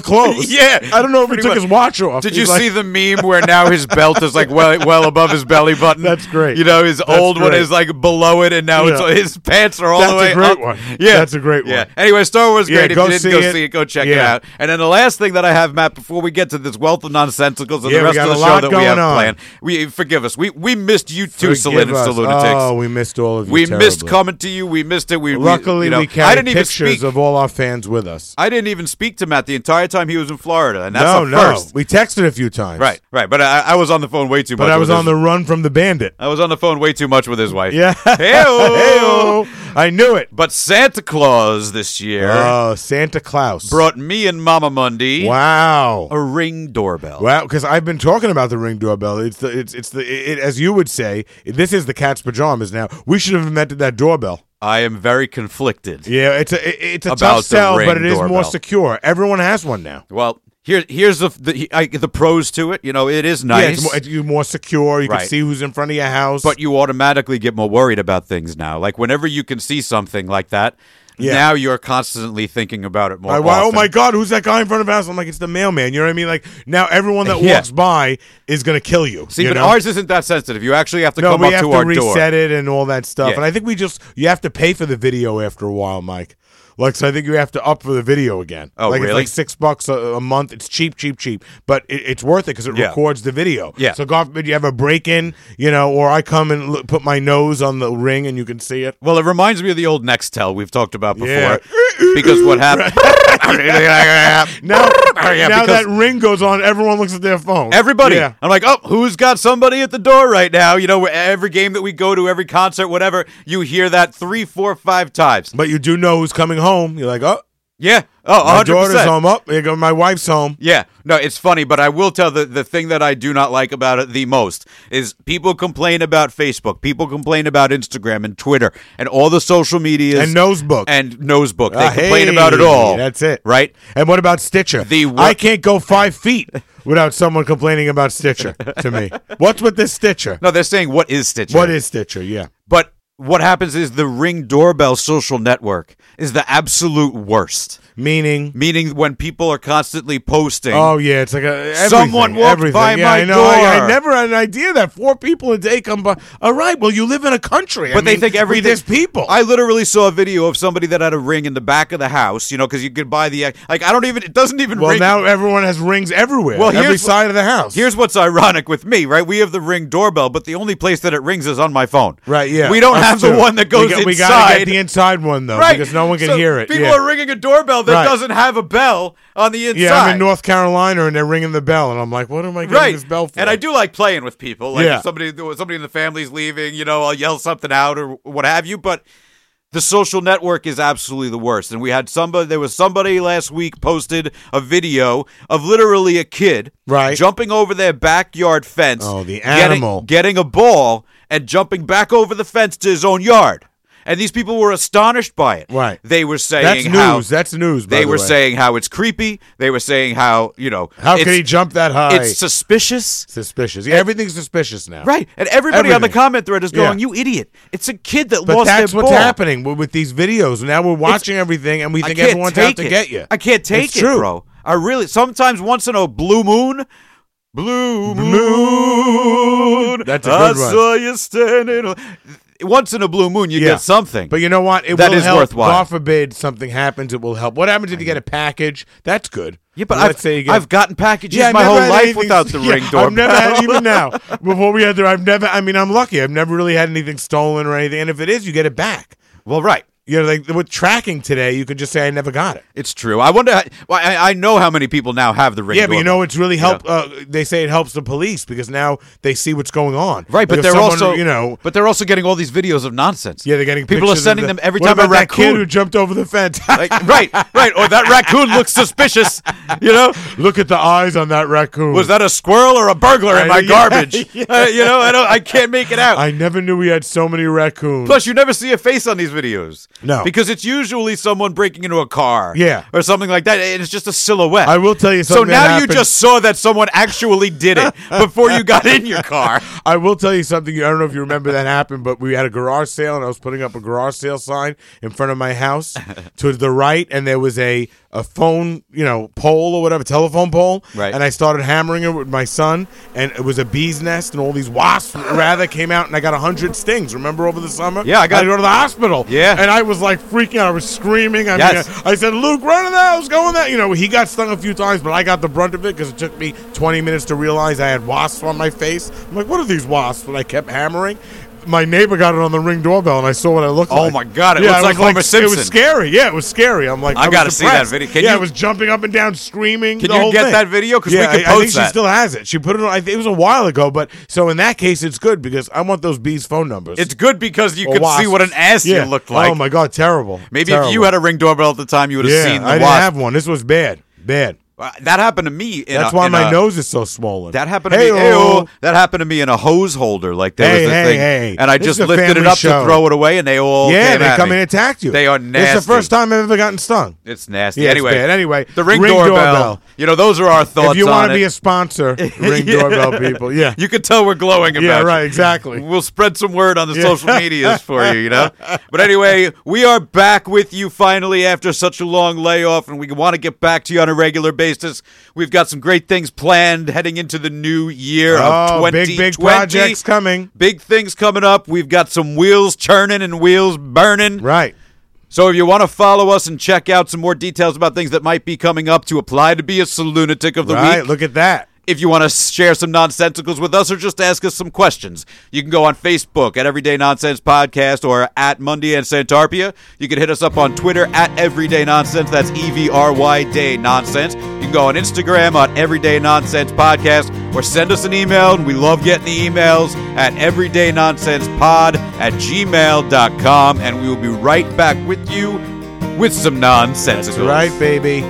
[SPEAKER 3] clothes.
[SPEAKER 2] Yeah,
[SPEAKER 3] I don't know if he
[SPEAKER 2] pretty
[SPEAKER 3] took
[SPEAKER 2] much.
[SPEAKER 3] his watch off.
[SPEAKER 2] Did
[SPEAKER 3] He's
[SPEAKER 2] you
[SPEAKER 3] like-
[SPEAKER 2] see the meme where now his belt is like well well above his belly button?
[SPEAKER 3] That's great.
[SPEAKER 2] You know, his
[SPEAKER 3] That's
[SPEAKER 2] old one
[SPEAKER 3] great.
[SPEAKER 2] is like below it, and now
[SPEAKER 3] Yeah.
[SPEAKER 2] it's, his pants are all
[SPEAKER 3] That's
[SPEAKER 2] the
[SPEAKER 3] a
[SPEAKER 2] way
[SPEAKER 3] great
[SPEAKER 2] up.
[SPEAKER 3] one.
[SPEAKER 2] Yeah,
[SPEAKER 3] That's a great one.
[SPEAKER 2] Yeah. Anyway, Star Wars
[SPEAKER 3] Yeah,
[SPEAKER 2] great. if
[SPEAKER 3] go
[SPEAKER 2] you didn't
[SPEAKER 3] see
[SPEAKER 2] go
[SPEAKER 3] it.
[SPEAKER 2] see it, go check it out.
[SPEAKER 3] Yeah.
[SPEAKER 2] And then the last thing that I have, Matt, before we get to this wealth of nonsensicals and
[SPEAKER 3] Yeah, we
[SPEAKER 2] the rest
[SPEAKER 3] got
[SPEAKER 2] of
[SPEAKER 3] a
[SPEAKER 2] the
[SPEAKER 3] lot
[SPEAKER 2] show that we
[SPEAKER 3] going
[SPEAKER 2] have
[SPEAKER 3] on.
[SPEAKER 2] planned, we forgive us. We we missed you two,
[SPEAKER 3] Forgive us.
[SPEAKER 2] Salinist lunatics.
[SPEAKER 3] Oh, we missed all of you.
[SPEAKER 2] We missed
[SPEAKER 3] terribly.
[SPEAKER 2] coming to you. We missed it. We we-
[SPEAKER 3] Luckily, we,
[SPEAKER 2] you know,
[SPEAKER 3] carried
[SPEAKER 2] I didn't even
[SPEAKER 3] pictures
[SPEAKER 2] speak.
[SPEAKER 3] of all our fans with us.
[SPEAKER 2] I didn't even speak to Matt the entire time he was in Florida, and that's
[SPEAKER 3] no,
[SPEAKER 2] a
[SPEAKER 3] no,
[SPEAKER 2] first.
[SPEAKER 3] we texted a few times.
[SPEAKER 2] Right, right. But I, I was on the phone way too much.
[SPEAKER 3] but I
[SPEAKER 2] with
[SPEAKER 3] was
[SPEAKER 2] his-
[SPEAKER 3] on the run from the bandit.
[SPEAKER 2] I was on the phone way too much with his wife.
[SPEAKER 3] Yeah,
[SPEAKER 2] Heyo.
[SPEAKER 3] Heyo. I knew it.
[SPEAKER 2] But Santa Claus this year
[SPEAKER 3] Oh, Santa Claus.
[SPEAKER 2] brought me and Mama Mundy
[SPEAKER 3] Wow.
[SPEAKER 2] a ring doorbell.
[SPEAKER 3] Wow, because I've been talking about the ring doorbell. It's the, it's, it's the, it, as you would say, this is the cat's pajamas. Now we should have invented that doorbell.
[SPEAKER 2] I am very conflicted.
[SPEAKER 3] Yeah, it's a, it- it's a
[SPEAKER 2] About
[SPEAKER 3] tough
[SPEAKER 2] the
[SPEAKER 3] sell,
[SPEAKER 2] Ring
[SPEAKER 3] but it is more
[SPEAKER 2] doorbell.
[SPEAKER 3] secure. Everyone has one now.
[SPEAKER 2] Well, here, here's the the, he- I, the pros to it. You know, it is nice.
[SPEAKER 3] Yeah, it's more, it's, you're more secure. You can
[SPEAKER 2] Right.
[SPEAKER 3] see who's in front of your house.
[SPEAKER 2] but you automatically get more worried about things now. Like whenever you can see something like that,
[SPEAKER 3] Yeah.
[SPEAKER 2] now you're constantly thinking about it more.
[SPEAKER 3] I- why- oh
[SPEAKER 2] often.
[SPEAKER 3] my God, who's that guy in front of us? I'm like, it's the mailman. You know what I mean? Like now, everyone that
[SPEAKER 2] Yeah.
[SPEAKER 3] walks by is gonna kill you.
[SPEAKER 2] See,
[SPEAKER 3] you
[SPEAKER 2] but
[SPEAKER 3] know?
[SPEAKER 2] ours isn't that sensitive. You actually have to
[SPEAKER 3] no,
[SPEAKER 2] come
[SPEAKER 3] we
[SPEAKER 2] up
[SPEAKER 3] have
[SPEAKER 2] to
[SPEAKER 3] to
[SPEAKER 2] our door.
[SPEAKER 3] reset it and all that stuff.
[SPEAKER 2] Yeah.
[SPEAKER 3] And I think we just you have to pay for the video after a while, Mike. Like, so I think you have to up for the video again.
[SPEAKER 2] Oh,
[SPEAKER 3] like, It's
[SPEAKER 2] really?
[SPEAKER 3] like six bucks a, a month. It's cheap, cheap, cheap, but it, it's worth it because it
[SPEAKER 2] Yeah.
[SPEAKER 3] records the video.
[SPEAKER 2] Yeah.
[SPEAKER 3] So God forbid you have a break in, you know, or I come and l- put my nose on the ring and you can see it.
[SPEAKER 2] Well, it reminds me of the old Nextel we've talked about before.
[SPEAKER 3] Yeah.
[SPEAKER 2] Because what happened?
[SPEAKER 3] Now,
[SPEAKER 2] Oh, Yeah,
[SPEAKER 3] now
[SPEAKER 2] because-
[SPEAKER 3] that ring goes on, everyone looks at their phone.
[SPEAKER 2] Everybody.
[SPEAKER 3] Yeah.
[SPEAKER 2] I'm like, oh, who's got somebody at the door right now? You know, where every game that we go to, every concert, whatever, you hear that three, four, five times.
[SPEAKER 3] But you do know who's coming home. You're like, oh,
[SPEAKER 2] Yeah. Oh,
[SPEAKER 3] my
[SPEAKER 2] 100%.
[SPEAKER 3] daughter's home. Up, here go my wife's home.
[SPEAKER 2] Yeah, no, it's funny, but I will tell the the thing that I do not like about it the most is people complain about Facebook, people complain about Instagram and Twitter and all the social medias
[SPEAKER 3] And Nosebook.
[SPEAKER 2] and Nosebook. They
[SPEAKER 3] Ah,
[SPEAKER 2] complain
[SPEAKER 3] hey,
[SPEAKER 2] about it all.
[SPEAKER 3] That's it,
[SPEAKER 2] right?
[SPEAKER 3] And what about Stitcher?
[SPEAKER 2] The wo-
[SPEAKER 3] I can't go five feet without someone complaining about Stitcher to me. What's with this Stitcher?
[SPEAKER 2] No, they're saying what is Stitcher?
[SPEAKER 3] What is Stitcher? Yeah.
[SPEAKER 2] But what happens is the Ring doorbell social network is the absolute worst.
[SPEAKER 3] Meaning.
[SPEAKER 2] Meaning when people are constantly posting.
[SPEAKER 3] Oh yeah, it's like a everything,
[SPEAKER 2] Someone walked
[SPEAKER 3] everything.
[SPEAKER 2] by
[SPEAKER 3] yeah,
[SPEAKER 2] my
[SPEAKER 3] I know. I, I
[SPEAKER 2] door.
[SPEAKER 3] never had an idea that four people a day come by. All right, well, you live in a country, I
[SPEAKER 2] But they
[SPEAKER 3] mean,
[SPEAKER 2] think
[SPEAKER 3] we-
[SPEAKER 2] everything.
[SPEAKER 3] There's people.
[SPEAKER 2] I literally saw a video of somebody that had a ring in the back of the house, you know, because you could buy the like. I don't even. It doesn't even.
[SPEAKER 3] well,
[SPEAKER 2] ring.
[SPEAKER 3] now everyone has rings everywhere.
[SPEAKER 2] Well,
[SPEAKER 3] every
[SPEAKER 2] here's wh-
[SPEAKER 3] side of the house.
[SPEAKER 2] Here's what's ironic with me, right? We have the ring doorbell, but the only place that it rings is on my phone.
[SPEAKER 3] right, yeah.
[SPEAKER 2] We don't
[SPEAKER 3] us
[SPEAKER 2] have the
[SPEAKER 3] too.
[SPEAKER 2] one that goes
[SPEAKER 3] we got,
[SPEAKER 2] inside.
[SPEAKER 3] We gotta get the inside one though,
[SPEAKER 2] right,
[SPEAKER 3] because no one can
[SPEAKER 2] So
[SPEAKER 3] hear it.
[SPEAKER 2] People
[SPEAKER 3] yeah.
[SPEAKER 2] are ringing a doorbell that
[SPEAKER 3] Right.
[SPEAKER 2] doesn't have a bell on the inside.
[SPEAKER 3] Yeah, I'm in North Carolina and they're ringing the bell, and I'm like, what am I getting
[SPEAKER 2] Right,
[SPEAKER 3] this bell for?
[SPEAKER 2] and I do like playing with people. Like
[SPEAKER 3] Yeah.
[SPEAKER 2] if somebody, somebody in the family's leaving, you know, I'll yell something out or what have you. But the social network is absolutely the worst. And we had somebody, there was somebody last week posted a video of literally a kid
[SPEAKER 3] Right.
[SPEAKER 2] jumping over their backyard fence.
[SPEAKER 3] Oh, the
[SPEAKER 2] getting-
[SPEAKER 3] animal.
[SPEAKER 2] getting a ball and jumping back over the fence to his own yard. And these people were astonished by it.
[SPEAKER 3] Right.
[SPEAKER 2] They were saying
[SPEAKER 3] That's news.
[SPEAKER 2] how
[SPEAKER 3] That's news. By
[SPEAKER 2] they
[SPEAKER 3] the
[SPEAKER 2] were
[SPEAKER 3] way.
[SPEAKER 2] saying how it's creepy. They were saying how you know
[SPEAKER 3] how could
[SPEAKER 2] it's-
[SPEAKER 3] he jump that high?
[SPEAKER 2] It's suspicious.
[SPEAKER 3] suspicious. Yeah, everything's suspicious now.
[SPEAKER 2] Right. And everybody on the
[SPEAKER 3] Everything.
[SPEAKER 2] comment thread is going,
[SPEAKER 3] Yeah.
[SPEAKER 2] "You idiot! It's a kid that
[SPEAKER 3] But
[SPEAKER 2] lost their
[SPEAKER 3] that's what's
[SPEAKER 2] ball."
[SPEAKER 3] happening with, with these videos. Now we're watching everything, and we
[SPEAKER 2] I
[SPEAKER 3] think
[SPEAKER 2] can't
[SPEAKER 3] everyone's
[SPEAKER 2] take
[SPEAKER 3] out to
[SPEAKER 2] it.
[SPEAKER 3] get you.
[SPEAKER 2] I can't take
[SPEAKER 3] It's
[SPEAKER 2] it,
[SPEAKER 3] true.
[SPEAKER 2] bro. I really sometimes once in a blue moon, blue moon.
[SPEAKER 3] That's a
[SPEAKER 2] I
[SPEAKER 3] good one.
[SPEAKER 2] saw you standing. al- Once in a blue moon, you
[SPEAKER 3] Yeah.
[SPEAKER 2] get something.
[SPEAKER 3] But you know what? It
[SPEAKER 2] That
[SPEAKER 3] will
[SPEAKER 2] is
[SPEAKER 3] help.
[SPEAKER 2] worthwhile.
[SPEAKER 3] God forbid something happens, it will help. What happens if you get a package? That's good.
[SPEAKER 2] yeah, but
[SPEAKER 3] let's
[SPEAKER 2] I've,
[SPEAKER 3] say you get
[SPEAKER 2] I've gotten packages
[SPEAKER 3] Yeah, I've
[SPEAKER 2] my
[SPEAKER 3] never
[SPEAKER 2] whole
[SPEAKER 3] had
[SPEAKER 2] life
[SPEAKER 3] anything-
[SPEAKER 2] without the
[SPEAKER 3] yeah,
[SPEAKER 2] ring doorbell.
[SPEAKER 3] I've never had even now. Before we had there, I've never. I mean, I'm lucky. I've never really had anything stolen or anything. And if it is, you get it back.
[SPEAKER 2] well, right.
[SPEAKER 3] You know, like with tracking today, you can just say I never got it.
[SPEAKER 2] It's true. I wonder. How, well, I, I know how many people now have the ring.
[SPEAKER 3] Yeah, but you
[SPEAKER 2] doorbell.
[SPEAKER 3] know, it's really help. Uh, they say it helps the police because now they see what's going on.
[SPEAKER 2] Right, but
[SPEAKER 3] Like, if
[SPEAKER 2] they're
[SPEAKER 3] someone,
[SPEAKER 2] also
[SPEAKER 3] you know.
[SPEAKER 2] but they're also getting all these videos of nonsense.
[SPEAKER 3] Yeah, they're getting
[SPEAKER 2] people are
[SPEAKER 3] pictures of
[SPEAKER 2] sending
[SPEAKER 3] the-
[SPEAKER 2] them every
[SPEAKER 3] What
[SPEAKER 2] time a
[SPEAKER 3] about that kid who
[SPEAKER 2] raccoon.
[SPEAKER 3] jumped over the fence.
[SPEAKER 2] like, right, right, or that raccoon looks suspicious. You know,
[SPEAKER 3] Look at the eyes on that raccoon.
[SPEAKER 2] was that a squirrel or a burglar in my
[SPEAKER 3] Yeah,
[SPEAKER 2] garbage? Uh, you know, I don't, I can't make it out.
[SPEAKER 3] I never knew we had so many raccoons.
[SPEAKER 2] Plus, you never see a face on these videos.
[SPEAKER 3] No.
[SPEAKER 2] because it's usually someone breaking into a car,
[SPEAKER 3] Yeah.
[SPEAKER 2] or something like that, and it's just a silhouette.
[SPEAKER 3] I will tell you
[SPEAKER 2] So
[SPEAKER 3] something that
[SPEAKER 2] now
[SPEAKER 3] happened-
[SPEAKER 2] you just saw that someone actually did it before you got in your car.
[SPEAKER 3] I will tell you something. I don't know if you remember that happened, but we had a garage sale, and I was putting up a garage sale sign in front of my house to the right, and there was a a phone, you know, pole or whatever, telephone pole.
[SPEAKER 2] Right.
[SPEAKER 3] And I started hammering it with my son, and it was a bee's nest, and all these wasps rather came out, and I got a hundred stings. Remember over the summer?
[SPEAKER 2] Yeah, I got-
[SPEAKER 3] had to go to the hospital.
[SPEAKER 2] Yeah.
[SPEAKER 3] And I was like freaking out. I was screaming. I
[SPEAKER 2] Yes.
[SPEAKER 3] mean, I, I said, Luke, run to the house, go in there. You know, he got stung a few times, but I got the brunt of it because it took me 20 minutes to realize I had wasps on my face. I'm like, what are these wasps? But I kept hammering. My neighbor got it on the ring doorbell, and I saw what I looked
[SPEAKER 2] Oh
[SPEAKER 3] like.
[SPEAKER 2] my God, it
[SPEAKER 3] yeah,
[SPEAKER 2] looks
[SPEAKER 3] I
[SPEAKER 2] like
[SPEAKER 3] was
[SPEAKER 2] Homer
[SPEAKER 3] It
[SPEAKER 2] Simpson.
[SPEAKER 3] was scary. Yeah, it was scary. I'm like,
[SPEAKER 2] I
[SPEAKER 3] was
[SPEAKER 2] gotta see that
[SPEAKER 3] depressed.
[SPEAKER 2] video. Can
[SPEAKER 3] yeah,
[SPEAKER 2] you-
[SPEAKER 3] I was jumping up and down, screaming.
[SPEAKER 2] Can
[SPEAKER 3] the
[SPEAKER 2] you
[SPEAKER 3] whole
[SPEAKER 2] get
[SPEAKER 3] thing.
[SPEAKER 2] that video? 'Cause we
[SPEAKER 3] yeah,
[SPEAKER 2] could
[SPEAKER 3] I- I think
[SPEAKER 2] post that.
[SPEAKER 3] she still has it. She put it on. I think it was a while ago, but so in that case, it's good because I want those bees' phone numbers.
[SPEAKER 2] It's good because you
[SPEAKER 3] Or
[SPEAKER 2] could see
[SPEAKER 3] wasps.
[SPEAKER 2] what an ass
[SPEAKER 3] yeah.
[SPEAKER 2] you looked like.
[SPEAKER 3] Oh my god, terrible.
[SPEAKER 2] Maybe
[SPEAKER 3] terrible.
[SPEAKER 2] if you had a ring doorbell at the time, you would have
[SPEAKER 3] yeah,
[SPEAKER 2] seen the
[SPEAKER 3] I didn't
[SPEAKER 2] wasp.
[SPEAKER 3] have one. This was bad, bad.
[SPEAKER 2] Uh, That happened to me. In
[SPEAKER 3] That's
[SPEAKER 2] a-
[SPEAKER 3] why
[SPEAKER 2] in
[SPEAKER 3] my
[SPEAKER 2] a-
[SPEAKER 3] nose is so swollen.
[SPEAKER 2] uh, That happened to me.
[SPEAKER 3] Hey-oh.
[SPEAKER 2] Ayo. That happened to me in a hose holder. Like there
[SPEAKER 3] Hey,
[SPEAKER 2] was a
[SPEAKER 3] hey,
[SPEAKER 2] thing,
[SPEAKER 3] hey.
[SPEAKER 2] and I
[SPEAKER 3] This
[SPEAKER 2] just
[SPEAKER 3] is a
[SPEAKER 2] lifted it
[SPEAKER 3] family
[SPEAKER 2] up
[SPEAKER 3] show.
[SPEAKER 2] to throw it away, and they all
[SPEAKER 3] Yeah,
[SPEAKER 2] came
[SPEAKER 3] they
[SPEAKER 2] at
[SPEAKER 3] come
[SPEAKER 2] me.
[SPEAKER 3] and attack you.
[SPEAKER 2] They are nasty.
[SPEAKER 3] It's the first time I've ever gotten stung.
[SPEAKER 2] It's nasty.
[SPEAKER 3] Yeah, it's
[SPEAKER 2] anyway,
[SPEAKER 3] bad. Anyway,
[SPEAKER 2] the ring,
[SPEAKER 3] Ring
[SPEAKER 2] doorbell,
[SPEAKER 3] Doorbell.
[SPEAKER 2] You know, those are our thoughts.
[SPEAKER 3] if you
[SPEAKER 2] want
[SPEAKER 3] want to be a sponsor, ring
[SPEAKER 2] Yeah.
[SPEAKER 3] doorbell people. Yeah,
[SPEAKER 2] you could tell we're glowing about
[SPEAKER 3] yeah,
[SPEAKER 2] it.
[SPEAKER 3] right, exactly.
[SPEAKER 2] We'll spread some word on the
[SPEAKER 3] Yeah.
[SPEAKER 2] social medias for you, you know? But anyway, we are back with you finally after such a long layoff, and we want to get back to you on a regular basis. We've got some great things planned heading into the new year of
[SPEAKER 3] Oh,
[SPEAKER 2] 2020.
[SPEAKER 3] big big projects coming.
[SPEAKER 2] Big things coming up. We've got some wheels churning and wheels burning.
[SPEAKER 3] Right.
[SPEAKER 2] So if you want to follow us and check out some more details about things that might be coming up to apply to be a Salunatic of the
[SPEAKER 3] right?
[SPEAKER 2] Week,
[SPEAKER 3] Look at that.
[SPEAKER 2] if you want to share some nonsensicals with us or just ask us some questions, you can go on Facebook at Everyday Nonsense Podcast or at Monday and Santarpia. You can hit us up on Twitter at Everyday Nonsense. That's E V R Y Day Nonsense. You can go on Instagram on Everyday Nonsense Podcast or send us an email. And we love getting the emails at EverydayNonsensePod at gmail.com. And we will be right back with you with some nonsensicals.
[SPEAKER 3] That's right, baby.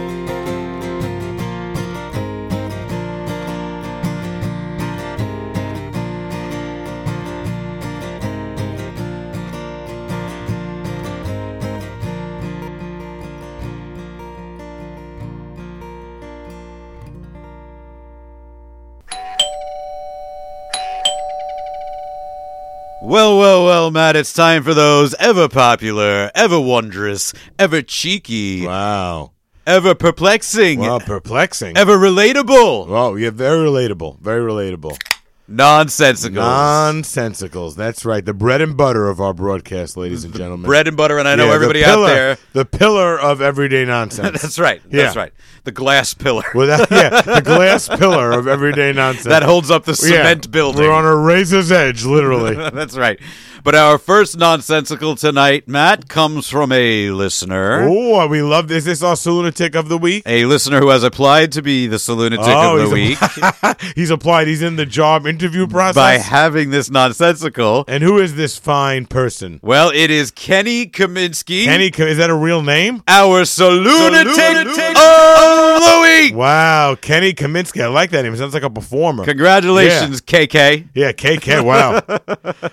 [SPEAKER 2] Well, well, well, Matt, it's time for those ever popular, ever wondrous, ever cheeky,
[SPEAKER 3] Wow.
[SPEAKER 2] ever perplexing,
[SPEAKER 3] Wow, perplexing.
[SPEAKER 2] ever relatable,
[SPEAKER 3] Oh, yeah, very relatable. Very relatable.
[SPEAKER 2] nonsensicals.
[SPEAKER 3] Nonsensicals. That's right. The bread and butter of our broadcast, ladies and gentlemen.
[SPEAKER 2] Bread and butter, and I know
[SPEAKER 3] Yeah, the
[SPEAKER 2] everybody
[SPEAKER 3] pillar-
[SPEAKER 2] out there.
[SPEAKER 3] The pillar of everyday nonsense.
[SPEAKER 2] That's right. That's
[SPEAKER 3] Yeah.
[SPEAKER 2] right. The glass pillar
[SPEAKER 3] Well, that- yeah, the glass pillar of everyday nonsense.
[SPEAKER 2] that holds up the
[SPEAKER 3] Yeah,
[SPEAKER 2] cement building.
[SPEAKER 3] We're on a razor's edge, literally.
[SPEAKER 2] That's right. But our first nonsensical tonight, Matt, comes from a listener.
[SPEAKER 3] oh, we love this. Is this our lunatic of the week?
[SPEAKER 2] A listener who has applied to be the Salunatic
[SPEAKER 3] Oh,
[SPEAKER 2] of the week
[SPEAKER 3] he's he's applied. He's in the job interview
[SPEAKER 2] by
[SPEAKER 3] process.
[SPEAKER 2] having this nonsensical.
[SPEAKER 3] and who is this fine person?
[SPEAKER 2] Well, it is Kenny Kaminsky.
[SPEAKER 3] Any is that a real name?
[SPEAKER 2] our salunatic
[SPEAKER 3] Salunatic
[SPEAKER 2] of the week.
[SPEAKER 3] Wow, Kenny Kaminsky. I like that name. It sounds like a performer.
[SPEAKER 2] Congratulations, KK.
[SPEAKER 3] yeah, KK. Wow.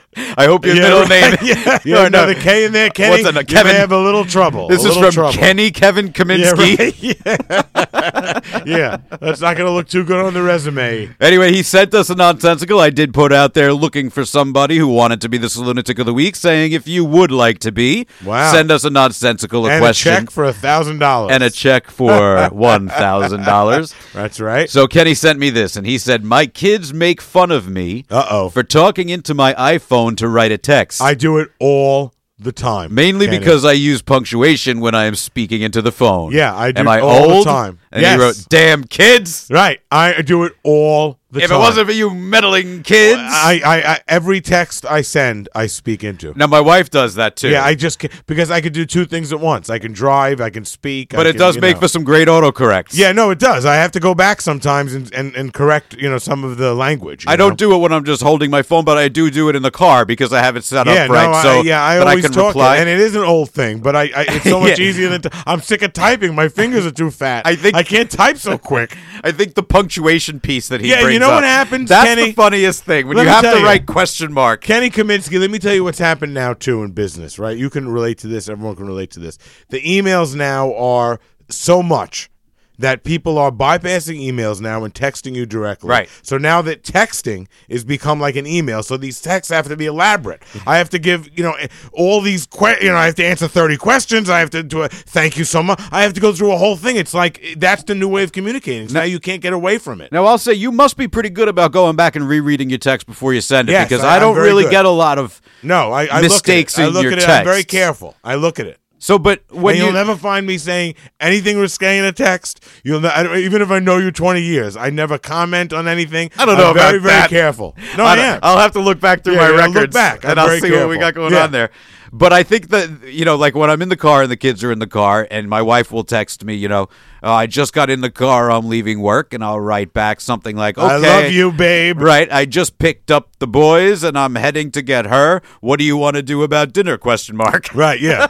[SPEAKER 2] I hope your
[SPEAKER 3] Yeah,
[SPEAKER 2] middle
[SPEAKER 3] right.
[SPEAKER 2] name.
[SPEAKER 3] yeah,
[SPEAKER 2] No,
[SPEAKER 3] yeah,
[SPEAKER 2] no.
[SPEAKER 3] another K in there,
[SPEAKER 2] What's
[SPEAKER 3] Kenny.
[SPEAKER 2] that,
[SPEAKER 3] you
[SPEAKER 2] Kevin?
[SPEAKER 3] may have a little trouble.
[SPEAKER 2] This
[SPEAKER 3] a
[SPEAKER 2] is
[SPEAKER 3] little
[SPEAKER 2] from
[SPEAKER 3] trouble.
[SPEAKER 2] Kenny Kevin
[SPEAKER 3] Yeah,
[SPEAKER 2] Kaminsky.
[SPEAKER 3] right. yeah. yeah, that's not going to look too good on the resume.
[SPEAKER 2] Anyway, he sent us a nonsensical I did put out there looking for somebody who wanted to be the lunatic of the week, saying if you would like to be,
[SPEAKER 3] Wow.
[SPEAKER 2] send us a nonsensical a
[SPEAKER 3] and
[SPEAKER 2] question
[SPEAKER 3] a check for a thousand dollars.
[SPEAKER 2] and a check for one thousand dollars.
[SPEAKER 3] That's right.
[SPEAKER 2] So Kenny sent me this, and he said, "My kids make fun of me
[SPEAKER 3] Uh oh.
[SPEAKER 2] for talking into my iPhone to write a text.
[SPEAKER 3] I do it all the time.
[SPEAKER 2] Mainly
[SPEAKER 3] Kenny.
[SPEAKER 2] because I use punctuation when I am speaking into the phone.
[SPEAKER 3] Yeah, I do
[SPEAKER 2] Am I
[SPEAKER 3] all the
[SPEAKER 2] old?
[SPEAKER 3] time.
[SPEAKER 2] And
[SPEAKER 3] Yes.
[SPEAKER 2] he wrote, "Damn kids!
[SPEAKER 3] right, I do it all the
[SPEAKER 2] if
[SPEAKER 3] time.
[SPEAKER 2] it wasn't for you meddling kids."
[SPEAKER 3] I, I, I, every text I send, I speak into.
[SPEAKER 2] now my wife does that too.
[SPEAKER 3] Yeah, I just ca- because I could do two things at once. I can drive, I can speak,
[SPEAKER 2] but
[SPEAKER 3] I
[SPEAKER 2] it
[SPEAKER 3] can,
[SPEAKER 2] does
[SPEAKER 3] you
[SPEAKER 2] make
[SPEAKER 3] know.
[SPEAKER 2] for some great autocorrects.
[SPEAKER 3] Yeah, no, it does. I have to go back sometimes and, and, and correct, you know, some of the language. you
[SPEAKER 2] I
[SPEAKER 3] know?
[SPEAKER 2] don't do it when I'm just holding my phone, but I do do it in the car because I have it set
[SPEAKER 3] Yeah,
[SPEAKER 2] up right.
[SPEAKER 3] no,
[SPEAKER 2] so
[SPEAKER 3] I, yeah, I
[SPEAKER 2] that
[SPEAKER 3] always
[SPEAKER 2] I can
[SPEAKER 3] talk,
[SPEAKER 2] reply.
[SPEAKER 3] it, and it is an old thing. But I, I it's so much
[SPEAKER 2] Yeah.
[SPEAKER 3] easier than t- I'm sick of typing. My fingers are too fat.
[SPEAKER 2] I think-
[SPEAKER 3] I can't type so quick.
[SPEAKER 2] I think the punctuation piece that he
[SPEAKER 3] Yeah, you
[SPEAKER 2] brings
[SPEAKER 3] know
[SPEAKER 2] up,
[SPEAKER 3] what happens,
[SPEAKER 2] That's the
[SPEAKER 3] Kenny?
[SPEAKER 2] funniest thing when
[SPEAKER 3] Let
[SPEAKER 2] you
[SPEAKER 3] me
[SPEAKER 2] have
[SPEAKER 3] tell
[SPEAKER 2] to
[SPEAKER 3] you.
[SPEAKER 2] write question mark.
[SPEAKER 3] Kenny Kaminsky, let me tell you what's happened now too in business, right? You can relate to this. Everyone can relate to this. The emails now are so much that people are bypassing emails now and texting you directly.
[SPEAKER 2] Right.
[SPEAKER 3] So now that texting is become like an email, so these texts have to be elaborate.
[SPEAKER 2] Mm-hmm.
[SPEAKER 3] I have to give, you know, all these que- you know, I have to answer 30 questions. I have to do a thank you so much. I have to go through a whole thing. It's like that's the new way of communicating. It's now you can't get away from it.
[SPEAKER 2] Now I'll say you must be pretty good about going back and rereading your text before you send it
[SPEAKER 3] Yes,
[SPEAKER 2] because
[SPEAKER 3] I-
[SPEAKER 2] I,
[SPEAKER 3] I'm
[SPEAKER 2] don't
[SPEAKER 3] very
[SPEAKER 2] really
[SPEAKER 3] good.
[SPEAKER 2] get a lot of
[SPEAKER 3] No, I, I
[SPEAKER 2] Mistakes
[SPEAKER 3] look at it.
[SPEAKER 2] in
[SPEAKER 3] I look
[SPEAKER 2] your
[SPEAKER 3] at it. I'm very
[SPEAKER 2] texts.
[SPEAKER 3] careful. I look at it.
[SPEAKER 2] so. But when
[SPEAKER 3] and you'll
[SPEAKER 2] you
[SPEAKER 3] never find me saying anything risque in a text. You'll ne- I don't- even if I know you twenty years, I never comment on anything.
[SPEAKER 2] I don't know
[SPEAKER 3] I'm very,
[SPEAKER 2] about
[SPEAKER 3] very
[SPEAKER 2] that. uh,
[SPEAKER 3] careful. No, I, am.
[SPEAKER 2] will have to look back through my
[SPEAKER 3] Yeah, yeah, look
[SPEAKER 2] records
[SPEAKER 3] back. I'm
[SPEAKER 2] and I'll
[SPEAKER 3] very
[SPEAKER 2] see what we got
[SPEAKER 3] careful.
[SPEAKER 2] going
[SPEAKER 3] Yeah.
[SPEAKER 2] on there. But I think that you know, like when I'm in the car and the kids are in the car, and my wife will text me, you know, oh, I just got in the car, I'm leaving work, and I'll write back something like, "Okay,
[SPEAKER 3] I love you, babe.
[SPEAKER 2] Right. I just picked up the boys and I'm heading to get her. What do you want to do about dinner? Question mark.
[SPEAKER 3] Right? Yeah.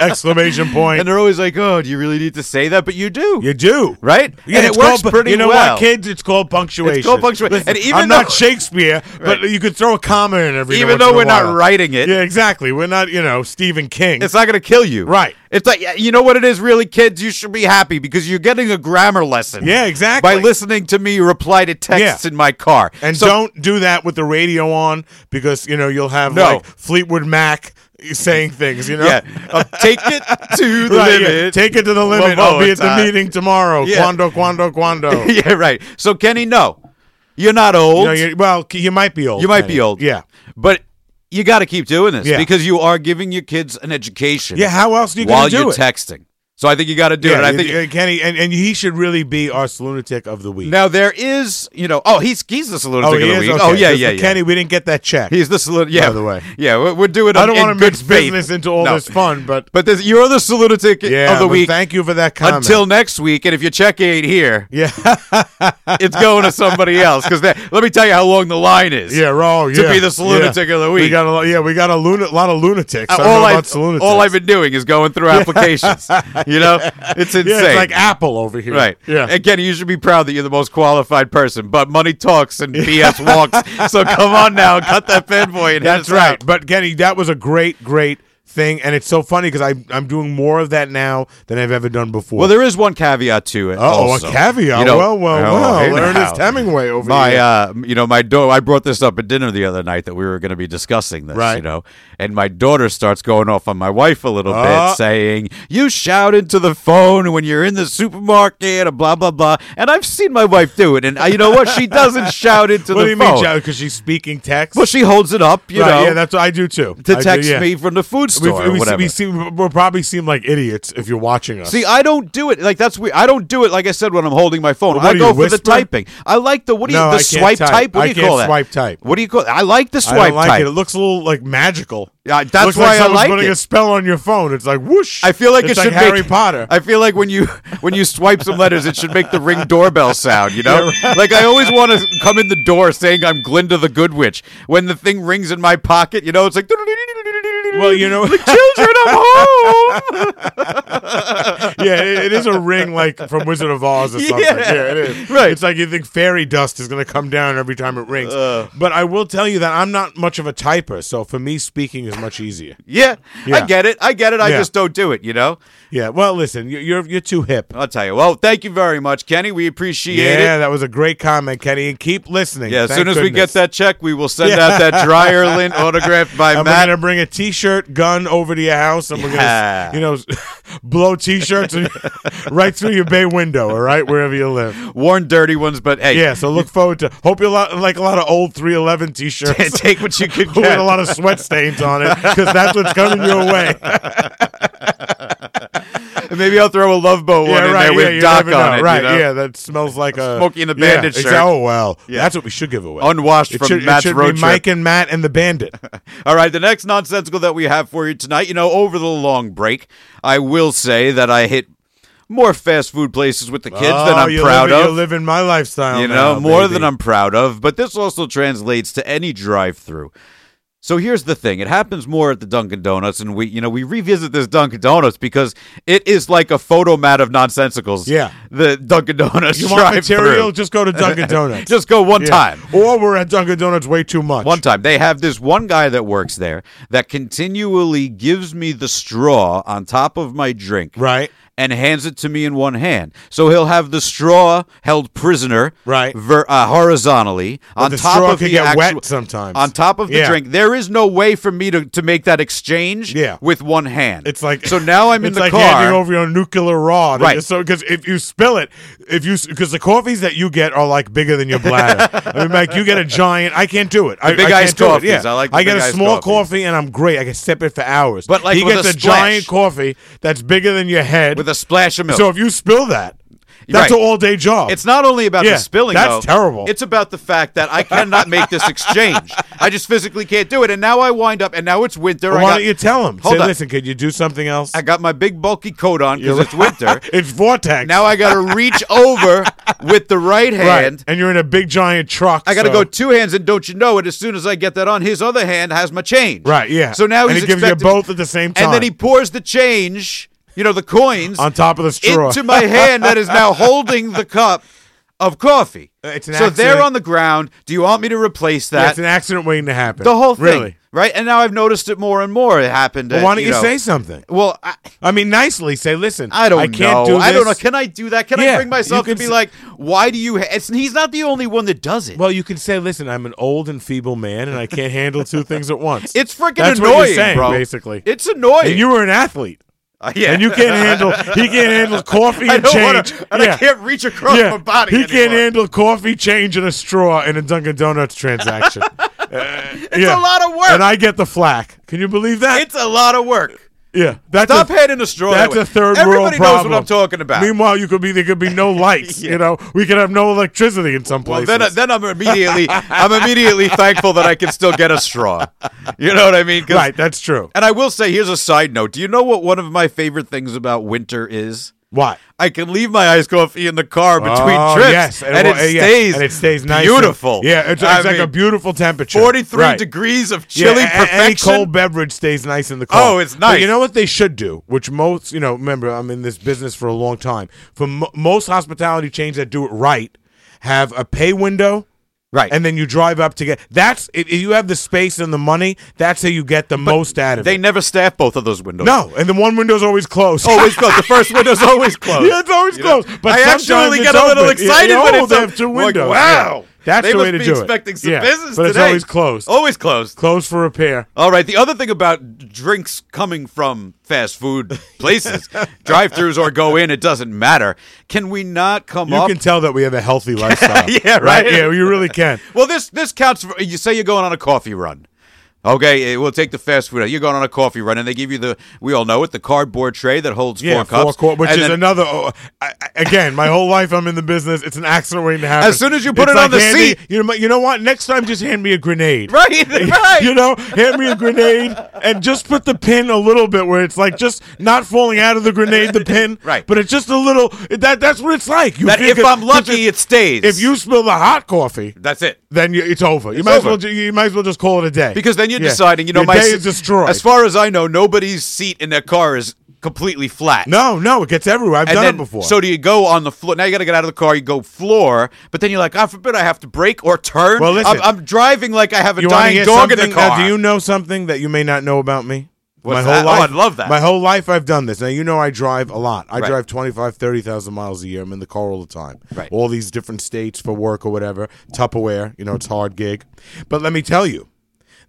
[SPEAKER 3] Exclamation point.
[SPEAKER 2] And they're always like, "Oh, do you really need to say that?" But you do.
[SPEAKER 3] you do.
[SPEAKER 2] Right?
[SPEAKER 3] Yeah,
[SPEAKER 2] and it
[SPEAKER 3] it's
[SPEAKER 2] works
[SPEAKER 3] called,
[SPEAKER 2] pretty
[SPEAKER 3] You know
[SPEAKER 2] well.
[SPEAKER 3] what, kids? It's called punctuation.
[SPEAKER 2] It's called punctuation.
[SPEAKER 3] Listen,
[SPEAKER 2] And even
[SPEAKER 3] I'm
[SPEAKER 2] though-
[SPEAKER 3] not Shakespeare, but you could throw a comma in every.
[SPEAKER 2] Even
[SPEAKER 3] once
[SPEAKER 2] though
[SPEAKER 3] in a
[SPEAKER 2] we're not
[SPEAKER 3] while.
[SPEAKER 2] writing it.
[SPEAKER 3] Yeah, exactly. We're not, you know, Stephen King.
[SPEAKER 2] It's not going to kill you.
[SPEAKER 3] Right.
[SPEAKER 2] It's like, yeah, you know what it is, really, kids? You should be happy because you're getting a grammar lesson.
[SPEAKER 3] Yeah, exactly.
[SPEAKER 2] By listening to me reply to texts
[SPEAKER 3] Yeah.
[SPEAKER 2] in my car.
[SPEAKER 3] And
[SPEAKER 2] So-
[SPEAKER 3] don't do that with the radio on because you know you'll have
[SPEAKER 2] No.
[SPEAKER 3] like Fleetwood Mac saying things. You know,
[SPEAKER 2] Yeah. Uh, take it to the
[SPEAKER 3] Right, yeah.
[SPEAKER 2] limit.
[SPEAKER 3] Take it to the limit.
[SPEAKER 2] One
[SPEAKER 3] I'll be
[SPEAKER 2] more
[SPEAKER 3] at the
[SPEAKER 2] time.
[SPEAKER 3] meeting tomorrow.
[SPEAKER 2] Yeah.
[SPEAKER 3] Quando, quando, quando. you
[SPEAKER 2] yeah, right. So, Kenny, no. You're not old.
[SPEAKER 3] know, you well, you might be old.
[SPEAKER 2] You might
[SPEAKER 3] Kenny.
[SPEAKER 2] be old.
[SPEAKER 3] Yeah.
[SPEAKER 2] But you got to keep doing this
[SPEAKER 3] Yeah.
[SPEAKER 2] because you are giving your kids an education.
[SPEAKER 3] Yeah, how else do you gonna
[SPEAKER 2] while
[SPEAKER 3] do
[SPEAKER 2] you're
[SPEAKER 3] it?
[SPEAKER 2] texting? So I think you got to do it.
[SPEAKER 3] yeah,
[SPEAKER 2] And I think
[SPEAKER 3] and Kenny, and, and he should really be our lunatic of the week.
[SPEAKER 2] now there is, you know, oh he's he's the saluting
[SPEAKER 3] he
[SPEAKER 2] of the
[SPEAKER 3] is?
[SPEAKER 2] week.
[SPEAKER 3] Okay.
[SPEAKER 2] Oh yeah,
[SPEAKER 3] Just
[SPEAKER 2] yeah,
[SPEAKER 3] for
[SPEAKER 2] yeah.
[SPEAKER 3] Kenny, we didn't get that check.
[SPEAKER 2] He's the salut. Yeah,
[SPEAKER 3] the way.
[SPEAKER 2] Yeah, we're, we're doing.
[SPEAKER 3] I don't
[SPEAKER 2] want to
[SPEAKER 3] mix
[SPEAKER 2] faith.
[SPEAKER 3] business into all
[SPEAKER 2] No.
[SPEAKER 3] this fun, but
[SPEAKER 2] But this, you're the salutic
[SPEAKER 3] yeah,
[SPEAKER 2] of the
[SPEAKER 3] but
[SPEAKER 2] week
[SPEAKER 3] Thank you for that comment.
[SPEAKER 2] until next week. And if your check ain't here,
[SPEAKER 3] yeah,
[SPEAKER 2] it's going to somebody else. Because let me tell you how long the line is.
[SPEAKER 3] yeah, wrong.
[SPEAKER 2] To
[SPEAKER 3] yeah,
[SPEAKER 2] be the lunatic
[SPEAKER 3] yeah.
[SPEAKER 2] of the
[SPEAKER 3] We
[SPEAKER 2] week.
[SPEAKER 3] got a lot. Yeah, we got a luna- lot of lunatics. I
[SPEAKER 2] Uh,
[SPEAKER 3] don't know
[SPEAKER 2] all,
[SPEAKER 3] about
[SPEAKER 2] I've,
[SPEAKER 3] lunatics.
[SPEAKER 2] all I've been doing is going through applications. you know, it's insane.
[SPEAKER 3] yeah, it's like Apple over here.
[SPEAKER 2] Right.
[SPEAKER 3] Yeah.
[SPEAKER 2] Again, you should be proud that you're the most qualified person, but money talks and BS walks. so come on now, cut that fanboy. And hit
[SPEAKER 3] That's
[SPEAKER 2] us
[SPEAKER 3] right.
[SPEAKER 2] out.
[SPEAKER 3] But Kenny, that was a great, great thing, and it's so funny because I I'm doing more of that now than I've ever done before.
[SPEAKER 2] Well, there is one caveat to it.
[SPEAKER 3] oh,
[SPEAKER 2] also.
[SPEAKER 3] a caviar.
[SPEAKER 2] You know-
[SPEAKER 3] well, well,
[SPEAKER 2] Oh,
[SPEAKER 3] well.
[SPEAKER 2] hey now.
[SPEAKER 3] Ernest Hemingway over
[SPEAKER 2] my
[SPEAKER 3] here.
[SPEAKER 2] uh you know my daughter i brought this up at dinner the other night that we were going to be discussing this you
[SPEAKER 3] Right.
[SPEAKER 2] know and my daughter starts going off on my wife a little
[SPEAKER 3] Uh.
[SPEAKER 2] bit saying you shout into the phone when you're in the supermarket and blah blah blah and i've seen my wife do it and uh, you know what she doesn't shout into
[SPEAKER 3] what
[SPEAKER 2] the
[SPEAKER 3] do you
[SPEAKER 2] phone
[SPEAKER 3] mean, Joe? Because she's speaking text.
[SPEAKER 2] well she holds it up you
[SPEAKER 3] Right,
[SPEAKER 2] know
[SPEAKER 3] yeah, that's what I do too. I
[SPEAKER 2] to
[SPEAKER 3] do,
[SPEAKER 2] text
[SPEAKER 3] yeah.
[SPEAKER 2] me from the food
[SPEAKER 3] We,
[SPEAKER 2] store or
[SPEAKER 3] we,
[SPEAKER 2] whatever
[SPEAKER 3] we seem we'll probably seem like idiots if you're watching us.
[SPEAKER 2] Uh, See, I don't do it like that's weird. I don't do it like I said when I'm holding my phone.
[SPEAKER 3] what
[SPEAKER 2] I
[SPEAKER 3] do
[SPEAKER 2] go
[SPEAKER 3] you,
[SPEAKER 2] for
[SPEAKER 3] whisper?
[SPEAKER 2] the typing. I like the what do you
[SPEAKER 3] No,
[SPEAKER 2] the
[SPEAKER 3] I
[SPEAKER 2] swipe
[SPEAKER 3] can't type.
[SPEAKER 2] What do
[SPEAKER 3] I
[SPEAKER 2] you
[SPEAKER 3] can't
[SPEAKER 2] call that?
[SPEAKER 3] swipe type.
[SPEAKER 2] What do you call? I like the
[SPEAKER 3] I
[SPEAKER 2] swipe
[SPEAKER 3] don't like
[SPEAKER 2] type.
[SPEAKER 3] it. It looks a little like magical.
[SPEAKER 2] Yeah, that's
[SPEAKER 3] Looks
[SPEAKER 2] why I
[SPEAKER 3] like someone's
[SPEAKER 2] like
[SPEAKER 3] putting
[SPEAKER 2] it.
[SPEAKER 3] a spell on your phone. It's like whoosh.
[SPEAKER 2] I feel like
[SPEAKER 3] it's
[SPEAKER 2] it should
[SPEAKER 3] like Harry
[SPEAKER 2] make-
[SPEAKER 3] Potter.
[SPEAKER 2] I feel like when you when you swipe some letters, it should make the ring doorbell sound. You know, like I always want to come in the door saying I'm Glinda the Good Witch. When the thing rings in my pocket, you know, it's like.
[SPEAKER 3] well, you know,
[SPEAKER 2] Children, I'm home.
[SPEAKER 3] yeah, it, it is a ring like from Wizard of Oz or something.
[SPEAKER 2] Yeah.
[SPEAKER 3] Yeah, it is.
[SPEAKER 2] Right.
[SPEAKER 3] It's like you think fairy dust is going to come down every time it rings. but I will tell you that I'm not much of a typer, so for me, speaking is much easier.
[SPEAKER 2] Yeah, I
[SPEAKER 3] Yeah.
[SPEAKER 2] get it. I get it. I
[SPEAKER 3] Yeah.
[SPEAKER 2] just don't do it. You know.
[SPEAKER 3] Yeah. Well, listen, you- you're you're too hip.
[SPEAKER 2] I'll tell you. Well, thank you very much, Kenny. We appreciate it.
[SPEAKER 3] Yeah, that was a great comment, Kenny. And keep listening.
[SPEAKER 2] Yeah, as
[SPEAKER 3] Thank
[SPEAKER 2] soon as we
[SPEAKER 3] goodness.
[SPEAKER 2] get that check, we will send out that dryer lint autographed by
[SPEAKER 3] And we're
[SPEAKER 2] Matt.
[SPEAKER 3] gonna bring a T-shirt gun over to your house, and
[SPEAKER 2] Yeah.
[SPEAKER 3] we're gonna, you know, blow T-shirts and- right through your bay window, all right, wherever you live.
[SPEAKER 2] Worn dirty ones, but hey,
[SPEAKER 3] Yeah, so look forward to. Hope you lo- like a lot of old 311 T-shirts
[SPEAKER 2] take what you can
[SPEAKER 3] with
[SPEAKER 2] get.
[SPEAKER 3] a lot of sweat stains on it, because that's what's coming your way.
[SPEAKER 2] Maybe I'll throw a Love Boat one
[SPEAKER 3] yeah,
[SPEAKER 2] in
[SPEAKER 3] right.
[SPEAKER 2] there
[SPEAKER 3] yeah,
[SPEAKER 2] with
[SPEAKER 3] you
[SPEAKER 2] Doc
[SPEAKER 3] never know,
[SPEAKER 2] on it. you
[SPEAKER 3] Right.
[SPEAKER 2] know?
[SPEAKER 3] Yeah, that smells like a
[SPEAKER 2] Smokey and the
[SPEAKER 3] yeah,
[SPEAKER 2] Bandit
[SPEAKER 3] exa-
[SPEAKER 2] shirt.
[SPEAKER 3] Oh well,
[SPEAKER 2] Yeah.
[SPEAKER 3] that's what we should give away.
[SPEAKER 2] Unwashed
[SPEAKER 3] it
[SPEAKER 2] from
[SPEAKER 3] should,
[SPEAKER 2] Matt's
[SPEAKER 3] it should
[SPEAKER 2] road
[SPEAKER 3] be
[SPEAKER 2] trip.
[SPEAKER 3] Mike and Matt and the Bandit.
[SPEAKER 2] All right, the next nonsensical that we have for you tonight, you know, over the long break, I will say that I hit more fast food places with the kids than
[SPEAKER 3] Oh,
[SPEAKER 2] I'm
[SPEAKER 3] you're
[SPEAKER 2] proud
[SPEAKER 3] living,
[SPEAKER 2] of.
[SPEAKER 3] You're living my lifestyle.
[SPEAKER 2] you know,
[SPEAKER 3] now,
[SPEAKER 2] more
[SPEAKER 3] baby.
[SPEAKER 2] than I'm proud of. But this also translates to any drive-through. So here's the thing: it happens more at the Dunkin' Donuts, and we, you know, we revisit this Dunkin' Donuts because it is like a photo mat of nonsensicals.
[SPEAKER 3] Yeah.
[SPEAKER 2] the Dunkin' Donuts
[SPEAKER 3] You want
[SPEAKER 2] drive-through.
[SPEAKER 3] material? Just go to Dunkin' Donuts.
[SPEAKER 2] Just go one
[SPEAKER 3] Yeah.
[SPEAKER 2] time.
[SPEAKER 3] Or we're at Dunkin' Donuts way too much.
[SPEAKER 2] One time, they have this one guy that works there that continually gives me the straw on top of my drink,
[SPEAKER 3] Right.
[SPEAKER 2] and hands it to me in one hand. So he'll have the straw held prisoner,
[SPEAKER 3] Right.
[SPEAKER 2] ver- uh, horizontally on
[SPEAKER 3] the
[SPEAKER 2] top
[SPEAKER 3] straw
[SPEAKER 2] of
[SPEAKER 3] could
[SPEAKER 2] the
[SPEAKER 3] get
[SPEAKER 2] actual,
[SPEAKER 3] wet sometimes.
[SPEAKER 2] on top of the
[SPEAKER 3] Yeah.
[SPEAKER 2] drink. There is no way for me to, to make that exchange
[SPEAKER 3] Yeah.
[SPEAKER 2] with one hand.
[SPEAKER 3] It's like
[SPEAKER 2] so now I'm in
[SPEAKER 3] it's
[SPEAKER 2] the
[SPEAKER 3] like
[SPEAKER 2] car.
[SPEAKER 3] handing over your nuclear rod.
[SPEAKER 2] Right.
[SPEAKER 3] So because if you spill it, if you because the coffees that you get are like bigger than your bladder. I mean, like you get a giant. I can't do it. I,
[SPEAKER 2] big
[SPEAKER 3] I
[SPEAKER 2] iced
[SPEAKER 3] can't do it.
[SPEAKER 2] coffees.
[SPEAKER 3] Yeah.
[SPEAKER 2] I like the
[SPEAKER 3] I get
[SPEAKER 2] big
[SPEAKER 3] a
[SPEAKER 2] iced
[SPEAKER 3] small
[SPEAKER 2] coffees.
[SPEAKER 3] coffee and I'm great. I can sip it for hours.
[SPEAKER 2] But, like,
[SPEAKER 3] he
[SPEAKER 2] with
[SPEAKER 3] gets
[SPEAKER 2] a
[SPEAKER 3] a,
[SPEAKER 2] splash.
[SPEAKER 3] giant coffee that's bigger than your head
[SPEAKER 2] with a splash of milk.
[SPEAKER 3] So if you spill that, that's
[SPEAKER 2] Right.
[SPEAKER 3] an all day job.
[SPEAKER 2] It's not only about
[SPEAKER 3] Yeah,
[SPEAKER 2] the spilling.
[SPEAKER 3] that's
[SPEAKER 2] though.
[SPEAKER 3] terrible.
[SPEAKER 2] It's about the fact that I cannot make this exchange. I just physically can't do it. And now I wind up, and now it's winter.
[SPEAKER 3] Well,
[SPEAKER 2] I
[SPEAKER 3] why
[SPEAKER 2] got-
[SPEAKER 3] don't you tell him?
[SPEAKER 2] Hold
[SPEAKER 3] Say,
[SPEAKER 2] on.
[SPEAKER 3] listen, could you do something else?
[SPEAKER 2] I got my big bulky coat on because it's winter.
[SPEAKER 3] it's vortex.
[SPEAKER 2] now I got to reach over with the right
[SPEAKER 3] right.
[SPEAKER 2] hand.
[SPEAKER 3] and you're in a big giant truck.
[SPEAKER 2] I got to go
[SPEAKER 3] so-
[SPEAKER 2] two hands, and don't you know it? As soon as I get that on, his other hand has my change.
[SPEAKER 3] Right, yeah.
[SPEAKER 2] So now
[SPEAKER 3] And
[SPEAKER 2] he's
[SPEAKER 3] he gives you
[SPEAKER 2] expecting-
[SPEAKER 3] both at the same
[SPEAKER 2] and
[SPEAKER 3] time.
[SPEAKER 2] then he pours the change, you know, the coins
[SPEAKER 3] on top of the straw.
[SPEAKER 2] into my hand that is now holding the cup of coffee.
[SPEAKER 3] It's an
[SPEAKER 2] so they're
[SPEAKER 3] accident.
[SPEAKER 2] on the ground. Do you want me to replace
[SPEAKER 3] Yeah,
[SPEAKER 2] that?
[SPEAKER 3] it's an accident waiting to happen.
[SPEAKER 2] the whole thing,
[SPEAKER 3] Really.
[SPEAKER 2] right? And now I've noticed it more and more. It happened.
[SPEAKER 3] Well,
[SPEAKER 2] uh,
[SPEAKER 3] why don't you,
[SPEAKER 2] know.
[SPEAKER 3] say something?
[SPEAKER 2] Well, I,
[SPEAKER 3] I mean, nicely say, listen,
[SPEAKER 2] I don't
[SPEAKER 3] I can't
[SPEAKER 2] know.
[SPEAKER 3] do this.
[SPEAKER 2] I don't know. Can I do that? Can I
[SPEAKER 3] Yeah,
[SPEAKER 2] bring
[SPEAKER 3] you
[SPEAKER 2] myself to
[SPEAKER 3] can
[SPEAKER 2] be
[SPEAKER 3] s-
[SPEAKER 2] like, why do you? Ha-? It's, he's not the only one that does it.
[SPEAKER 3] well, you can say, listen, I'm an old and feeble man, and I can't handle two things at once.
[SPEAKER 2] it's freaking
[SPEAKER 3] That's
[SPEAKER 2] annoying,
[SPEAKER 3] what you're saying,
[SPEAKER 2] bro.
[SPEAKER 3] basically.
[SPEAKER 2] it's annoying.
[SPEAKER 3] and you were an athlete,
[SPEAKER 2] Uh, yeah.
[SPEAKER 3] and you can't handle. He can't handle coffee
[SPEAKER 2] I
[SPEAKER 3] and
[SPEAKER 2] don't wanna-
[SPEAKER 3] change.
[SPEAKER 2] and
[SPEAKER 3] Yeah.
[SPEAKER 2] I can't reach across my body.
[SPEAKER 3] He
[SPEAKER 2] anymore.
[SPEAKER 3] can't handle coffee change and a straw in a Dunkin' Donuts transaction. it's
[SPEAKER 2] a lot of work.
[SPEAKER 3] And I get the flack. Can you believe that?
[SPEAKER 2] It's a lot of work.
[SPEAKER 3] yeah. That's
[SPEAKER 2] Stop
[SPEAKER 3] a-
[SPEAKER 2] hitting the straw.
[SPEAKER 3] That's
[SPEAKER 2] that way.
[SPEAKER 3] a third
[SPEAKER 2] Everybody
[SPEAKER 3] world
[SPEAKER 2] knows
[SPEAKER 3] problem.
[SPEAKER 2] what I'm talking about.
[SPEAKER 3] Meanwhile, you could be there could be no lights.
[SPEAKER 2] Yeah.
[SPEAKER 3] You know, we could have no electricity in some
[SPEAKER 2] Well,
[SPEAKER 3] places.
[SPEAKER 2] then, uh, then I'm immediately I'm immediately thankful that I can still get a straw. You know what I mean? 'Cause-
[SPEAKER 3] right, that's true.
[SPEAKER 2] And I will say, here's a side note. Do you know what one of my favorite things about winter is?
[SPEAKER 3] What?
[SPEAKER 2] I can leave my iced coffee in the car between
[SPEAKER 3] Oh,
[SPEAKER 2] trips,
[SPEAKER 3] yes,
[SPEAKER 2] and,
[SPEAKER 3] wa-
[SPEAKER 2] it
[SPEAKER 3] uh, yes,
[SPEAKER 2] stays
[SPEAKER 3] and it stays nice, and-
[SPEAKER 2] beautiful.
[SPEAKER 3] Yeah, it's,
[SPEAKER 2] I
[SPEAKER 3] it's like
[SPEAKER 2] mean,
[SPEAKER 3] a beautiful temperature.
[SPEAKER 2] 43
[SPEAKER 3] Right.
[SPEAKER 2] degrees of
[SPEAKER 3] Yeah,
[SPEAKER 2] chilly
[SPEAKER 3] a- a-
[SPEAKER 2] perfection.
[SPEAKER 3] Any cold beverage stays nice in the car.
[SPEAKER 2] Oh, it's
[SPEAKER 3] But
[SPEAKER 2] nice.
[SPEAKER 3] you know what they should do, which most, you know, remember, I'm in this business for a long time. For mo most hospitality chains that do it right, have a pay window.
[SPEAKER 2] right.
[SPEAKER 3] And then you drive up to get. That's if if you have the space and the money. That's how you get the most out of
[SPEAKER 2] they
[SPEAKER 3] it.
[SPEAKER 2] never staff both of those windows.
[SPEAKER 3] No, and the one window's always closed.
[SPEAKER 2] Always closed. The first window's always closed.
[SPEAKER 3] Yeah, it's always
[SPEAKER 2] You know?
[SPEAKER 3] closed. But
[SPEAKER 2] I
[SPEAKER 3] sometimes
[SPEAKER 2] actually
[SPEAKER 3] it's
[SPEAKER 2] get a little
[SPEAKER 3] open. Yeah,
[SPEAKER 2] excited
[SPEAKER 3] yeah,
[SPEAKER 2] when
[SPEAKER 3] oh,
[SPEAKER 2] it's
[SPEAKER 3] they
[SPEAKER 2] op-
[SPEAKER 3] have two
[SPEAKER 2] like,
[SPEAKER 3] windows.
[SPEAKER 2] wow.
[SPEAKER 3] Yeah. That's
[SPEAKER 2] they
[SPEAKER 3] the
[SPEAKER 2] must
[SPEAKER 3] way to
[SPEAKER 2] be
[SPEAKER 3] do it.
[SPEAKER 2] expecting some
[SPEAKER 3] Yeah,
[SPEAKER 2] business
[SPEAKER 3] but it's
[SPEAKER 2] today. Oh.
[SPEAKER 3] always closed.
[SPEAKER 2] Always closed.
[SPEAKER 3] Closed for repair.
[SPEAKER 2] All right. The other thing about drinks coming from fast food places, drive-throughs or go in, it doesn't matter. Can we not come
[SPEAKER 3] You
[SPEAKER 2] up?
[SPEAKER 3] can tell that we have a healthy lifestyle.
[SPEAKER 2] Yeah, right.
[SPEAKER 3] Yeah, you really can.
[SPEAKER 2] well, this this counts. For, you say you're going on a coffee run. Okay, eh, we'll take the fast food. out. You're going on a coffee run, and they give you the we all know it the cardboard tray that holds
[SPEAKER 3] Yeah,
[SPEAKER 2] four cups,
[SPEAKER 3] four quar- which
[SPEAKER 2] and
[SPEAKER 3] is
[SPEAKER 2] then-
[SPEAKER 3] another. Oh, I, I- again, my whole life I'm in the business. It's an accident waiting to happen.
[SPEAKER 2] As soon as you put
[SPEAKER 3] It's
[SPEAKER 2] it on
[SPEAKER 3] like
[SPEAKER 2] the
[SPEAKER 3] handy-
[SPEAKER 2] seat.
[SPEAKER 3] you know, you know what? Next time, just hand me a grenade.
[SPEAKER 2] right, right.
[SPEAKER 3] You know, hand me a grenade and just put the pin a little bit where it's like just not falling out of the grenade, the pin.
[SPEAKER 2] Right.
[SPEAKER 3] But it's just a little. That that's what it's like. You
[SPEAKER 2] that
[SPEAKER 3] feel
[SPEAKER 2] if
[SPEAKER 3] good-
[SPEAKER 2] I'm
[SPEAKER 3] 'cause
[SPEAKER 2] lucky,
[SPEAKER 3] if,
[SPEAKER 2] it stays.
[SPEAKER 3] if you spill the hot coffee,
[SPEAKER 2] that's it.
[SPEAKER 3] then you, it's over. You
[SPEAKER 2] It's
[SPEAKER 3] might as
[SPEAKER 2] over.
[SPEAKER 3] well. ju- You might as well just call it a day.
[SPEAKER 2] Because then you're
[SPEAKER 3] Yeah.
[SPEAKER 2] deciding, you know,
[SPEAKER 3] Your
[SPEAKER 2] my
[SPEAKER 3] day
[SPEAKER 2] se-
[SPEAKER 3] is destroyed.
[SPEAKER 2] As far as I know, nobody's seat in their car is completely flat.
[SPEAKER 3] no, no, it gets everywhere. I've
[SPEAKER 2] And
[SPEAKER 3] done
[SPEAKER 2] then,
[SPEAKER 3] it before.
[SPEAKER 2] So do you go on the floor? Now you got to get out of the car. You go floor, but then you're like, I forbid I have to brake or turn.
[SPEAKER 3] Well, listen.
[SPEAKER 2] I'm, I'm driving like I have a
[SPEAKER 3] you wanna
[SPEAKER 2] dying
[SPEAKER 3] hear
[SPEAKER 2] dog in the
[SPEAKER 3] something? Now,
[SPEAKER 2] car.
[SPEAKER 3] do you know something that you may not know about me?
[SPEAKER 2] What's
[SPEAKER 3] my
[SPEAKER 2] that?
[SPEAKER 3] whole
[SPEAKER 2] Oh,
[SPEAKER 3] life.
[SPEAKER 2] I'd love that.
[SPEAKER 3] My whole life I've done this. Now, you know I drive a lot. I
[SPEAKER 2] Right.
[SPEAKER 3] drive 25, 30,000 miles a year. I'm in the car all the time.
[SPEAKER 2] Right.
[SPEAKER 3] All these different states for work or whatever. Tupperware, you know, it's a hard gig. But let me tell you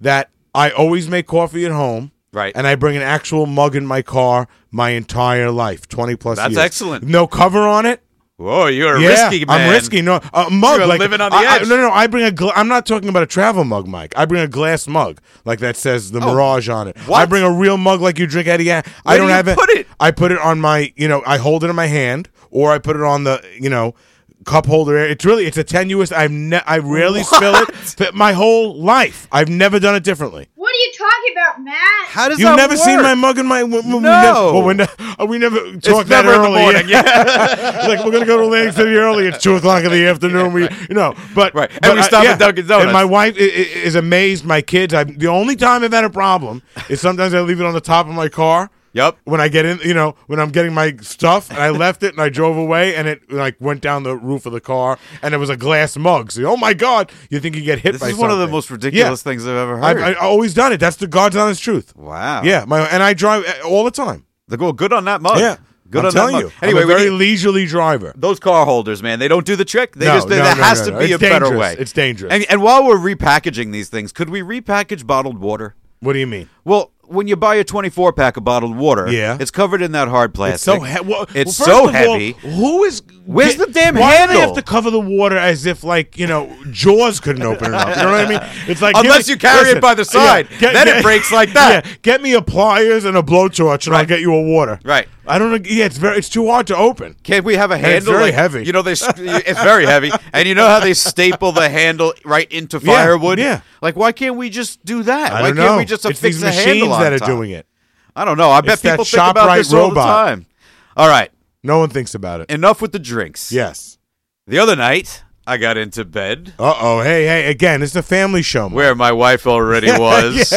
[SPEAKER 3] that I always make coffee at home.
[SPEAKER 2] Right.
[SPEAKER 3] And I bring an actual mug in my car my entire life, 20 plus
[SPEAKER 2] That's
[SPEAKER 3] years.
[SPEAKER 2] excellent.
[SPEAKER 3] No cover on it.
[SPEAKER 2] Whoa, you're a
[SPEAKER 3] Yeah,
[SPEAKER 2] risky man.
[SPEAKER 3] I'm risky. No, a mug.
[SPEAKER 2] You're
[SPEAKER 3] like,
[SPEAKER 2] living on the
[SPEAKER 3] I- I-
[SPEAKER 2] edge.
[SPEAKER 3] no, no, I bring a. Gla- I'm not talking about a travel mug, Mike. I bring a glass mug, like that says the Mirage on it.
[SPEAKER 2] Oh. what?
[SPEAKER 3] I bring a real mug, like you drink out of. Yeah, I
[SPEAKER 2] Where
[SPEAKER 3] don't
[SPEAKER 2] do you
[SPEAKER 3] have
[SPEAKER 2] put it?
[SPEAKER 3] I put it on my. You know, I hold it in my hand, or I put it on the. You know. Cup holder. area. It's really, it's a tenuous. I've ne- I rarely spill it. But my whole life, I've never done it differently.
[SPEAKER 4] What are you talking about, Matt?
[SPEAKER 2] How does
[SPEAKER 3] You've
[SPEAKER 2] that
[SPEAKER 3] never seen
[SPEAKER 2] work?
[SPEAKER 3] my mug in my. w- w- we
[SPEAKER 2] No.
[SPEAKER 3] never- well, we, ne- we never
[SPEAKER 2] It's
[SPEAKER 3] talked that
[SPEAKER 2] never in the
[SPEAKER 3] early.
[SPEAKER 2] morning. Yeah.
[SPEAKER 3] like we're gonna go to Atlantic City early. It's two o'clock in the afternoon. we, you know, but
[SPEAKER 2] Right. And
[SPEAKER 3] but
[SPEAKER 2] we
[SPEAKER 3] I-
[SPEAKER 2] stop at Dunkin' Donuts.
[SPEAKER 3] And my wife is, is amazed. My kids. I the only time I've had a problem is sometimes I leave it on the top of my car.
[SPEAKER 2] Yep.
[SPEAKER 3] When I get in, you know, when I'm getting my stuff, and I left it, and I drove away, and it like went down the roof of the car, and it was a glass mug. So, oh my god, you think you get hit?
[SPEAKER 2] This
[SPEAKER 3] by
[SPEAKER 2] is one of the
[SPEAKER 3] something.
[SPEAKER 2] most ridiculous
[SPEAKER 3] Yeah.
[SPEAKER 2] things I've ever heard.
[SPEAKER 3] I've, I've always done it. That's the God's honest truth.
[SPEAKER 2] wow.
[SPEAKER 3] Yeah, my and I drive uh, all the time.
[SPEAKER 2] The goal. Good on that mug.
[SPEAKER 3] yeah,
[SPEAKER 2] Good
[SPEAKER 3] I'm
[SPEAKER 2] on
[SPEAKER 3] telling
[SPEAKER 2] that
[SPEAKER 3] you.
[SPEAKER 2] mug. Anyway,
[SPEAKER 3] I'm a
[SPEAKER 2] we
[SPEAKER 3] very
[SPEAKER 2] need-
[SPEAKER 3] leisurely driver.
[SPEAKER 2] those car holders, man, they don't do the trick. They
[SPEAKER 3] No,
[SPEAKER 2] just they,
[SPEAKER 3] no,
[SPEAKER 2] there
[SPEAKER 3] no,
[SPEAKER 2] has
[SPEAKER 3] no,
[SPEAKER 2] to
[SPEAKER 3] no.
[SPEAKER 2] be
[SPEAKER 3] It's
[SPEAKER 2] a better
[SPEAKER 3] dangerous.
[SPEAKER 2] way.
[SPEAKER 3] It's dangerous.
[SPEAKER 2] And, and while we're repackaging these things, could we repackage bottled water?
[SPEAKER 3] What do you mean?
[SPEAKER 2] Well, when you buy a 24 pack of bottled water,
[SPEAKER 3] Yeah.
[SPEAKER 2] it's covered in that hard plastic.
[SPEAKER 3] It's so he- well,
[SPEAKER 2] It's
[SPEAKER 3] well,
[SPEAKER 2] so
[SPEAKER 3] first of all,
[SPEAKER 2] heavy.
[SPEAKER 3] who is?
[SPEAKER 2] Where's the damn
[SPEAKER 3] why do they
[SPEAKER 2] handle?
[SPEAKER 3] have to cover the water as if like you know jaws couldn't open it up? You know what I mean? It's like
[SPEAKER 2] Unless
[SPEAKER 3] give me-
[SPEAKER 2] you carry it
[SPEAKER 3] listen,
[SPEAKER 2] by the side, then it breaks like that.
[SPEAKER 3] yeah, get me a pliers and a blowtorch, and I'll
[SPEAKER 2] Right.
[SPEAKER 3] get you a water.
[SPEAKER 2] Right.
[SPEAKER 3] I don't. know. Yeah, it's very. It's too hard to open.
[SPEAKER 2] Can we have a handle?
[SPEAKER 3] it's very
[SPEAKER 2] like-
[SPEAKER 3] heavy.
[SPEAKER 2] You know they. s- It's very heavy, and you know how they staple the handle right into
[SPEAKER 3] Yeah,
[SPEAKER 2] firewood.
[SPEAKER 3] yeah.
[SPEAKER 2] Like, why can't we just do that?
[SPEAKER 3] I
[SPEAKER 2] why
[SPEAKER 3] don't
[SPEAKER 2] can't
[SPEAKER 3] know.
[SPEAKER 2] we just
[SPEAKER 3] it's
[SPEAKER 2] affix
[SPEAKER 3] these
[SPEAKER 2] a
[SPEAKER 3] machines
[SPEAKER 2] handle on
[SPEAKER 3] that are
[SPEAKER 2] top?
[SPEAKER 3] doing it.
[SPEAKER 2] I don't know. I bet
[SPEAKER 3] It's that
[SPEAKER 2] people think about
[SPEAKER 3] ShopRite
[SPEAKER 2] this all
[SPEAKER 3] robot.
[SPEAKER 2] the time. All right,
[SPEAKER 3] No one thinks about it.
[SPEAKER 2] enough with the drinks.
[SPEAKER 3] Yes.
[SPEAKER 2] The other night, I got into bed
[SPEAKER 3] Uh oh. Hey hey. Again, it's a family show. Mike.
[SPEAKER 2] where my wife already was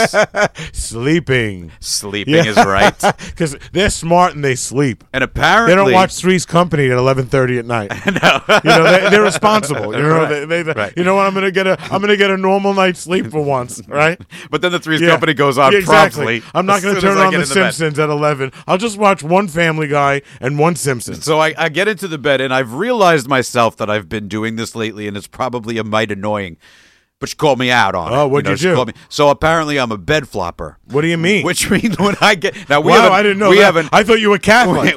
[SPEAKER 3] Sleeping.
[SPEAKER 2] sleeping. Is right,
[SPEAKER 3] Because they're smart and they sleep.
[SPEAKER 2] and apparently
[SPEAKER 3] They don't watch Three's Company at eleven thirty at night.
[SPEAKER 2] no.
[SPEAKER 3] You know they, they're responsible. You know
[SPEAKER 2] Right,
[SPEAKER 3] they, they, they-
[SPEAKER 2] right.
[SPEAKER 3] You know what? I'm gonna get a I'm gonna get a normal night's sleep for once, right?
[SPEAKER 2] But then the Three's
[SPEAKER 3] Yeah.
[SPEAKER 2] Company goes on
[SPEAKER 3] Yeah, exactly.
[SPEAKER 2] promptly.
[SPEAKER 3] I'm not
[SPEAKER 2] as
[SPEAKER 3] gonna
[SPEAKER 2] soon as
[SPEAKER 3] turn
[SPEAKER 2] I
[SPEAKER 3] on
[SPEAKER 2] get
[SPEAKER 3] The
[SPEAKER 2] into bed.
[SPEAKER 3] Simpsons at eleven. I'll just watch one Family Guy and one Simpsons.
[SPEAKER 2] So I, I get into the bed and I've realized myself that I've been doing this lately and it's probably a mite annoying. but she called me out on it.
[SPEAKER 3] Oh, what'd you
[SPEAKER 2] know, she
[SPEAKER 3] do?
[SPEAKER 2] called me- So apparently I'm a bed flopper.
[SPEAKER 3] What do you mean?
[SPEAKER 2] Which means when I get now we
[SPEAKER 3] wow,
[SPEAKER 2] haven't,
[SPEAKER 3] I didn't know.
[SPEAKER 2] we
[SPEAKER 3] that.
[SPEAKER 2] haven't
[SPEAKER 3] I thought you were
[SPEAKER 2] we,
[SPEAKER 3] Catholic.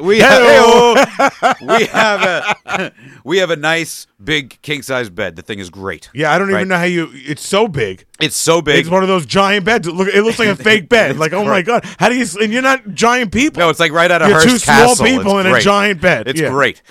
[SPEAKER 2] we
[SPEAKER 3] Hey-o.
[SPEAKER 2] have we have a we have a nice big king size bed. The thing is great.
[SPEAKER 3] Yeah, I don't
[SPEAKER 2] Right.
[SPEAKER 3] even know how you. It's so big.
[SPEAKER 2] It's so big.
[SPEAKER 3] It's one of those giant beds. It, look, it looks like a fake bed. Like, oh my god, how do you? And you're not giant people.
[SPEAKER 2] No, it's like right out of
[SPEAKER 3] You're
[SPEAKER 2] Hearst
[SPEAKER 3] two small
[SPEAKER 2] Castle.
[SPEAKER 3] people
[SPEAKER 2] It's
[SPEAKER 3] in a
[SPEAKER 2] great.
[SPEAKER 3] giant bed.
[SPEAKER 2] It's
[SPEAKER 3] Yeah.
[SPEAKER 2] great.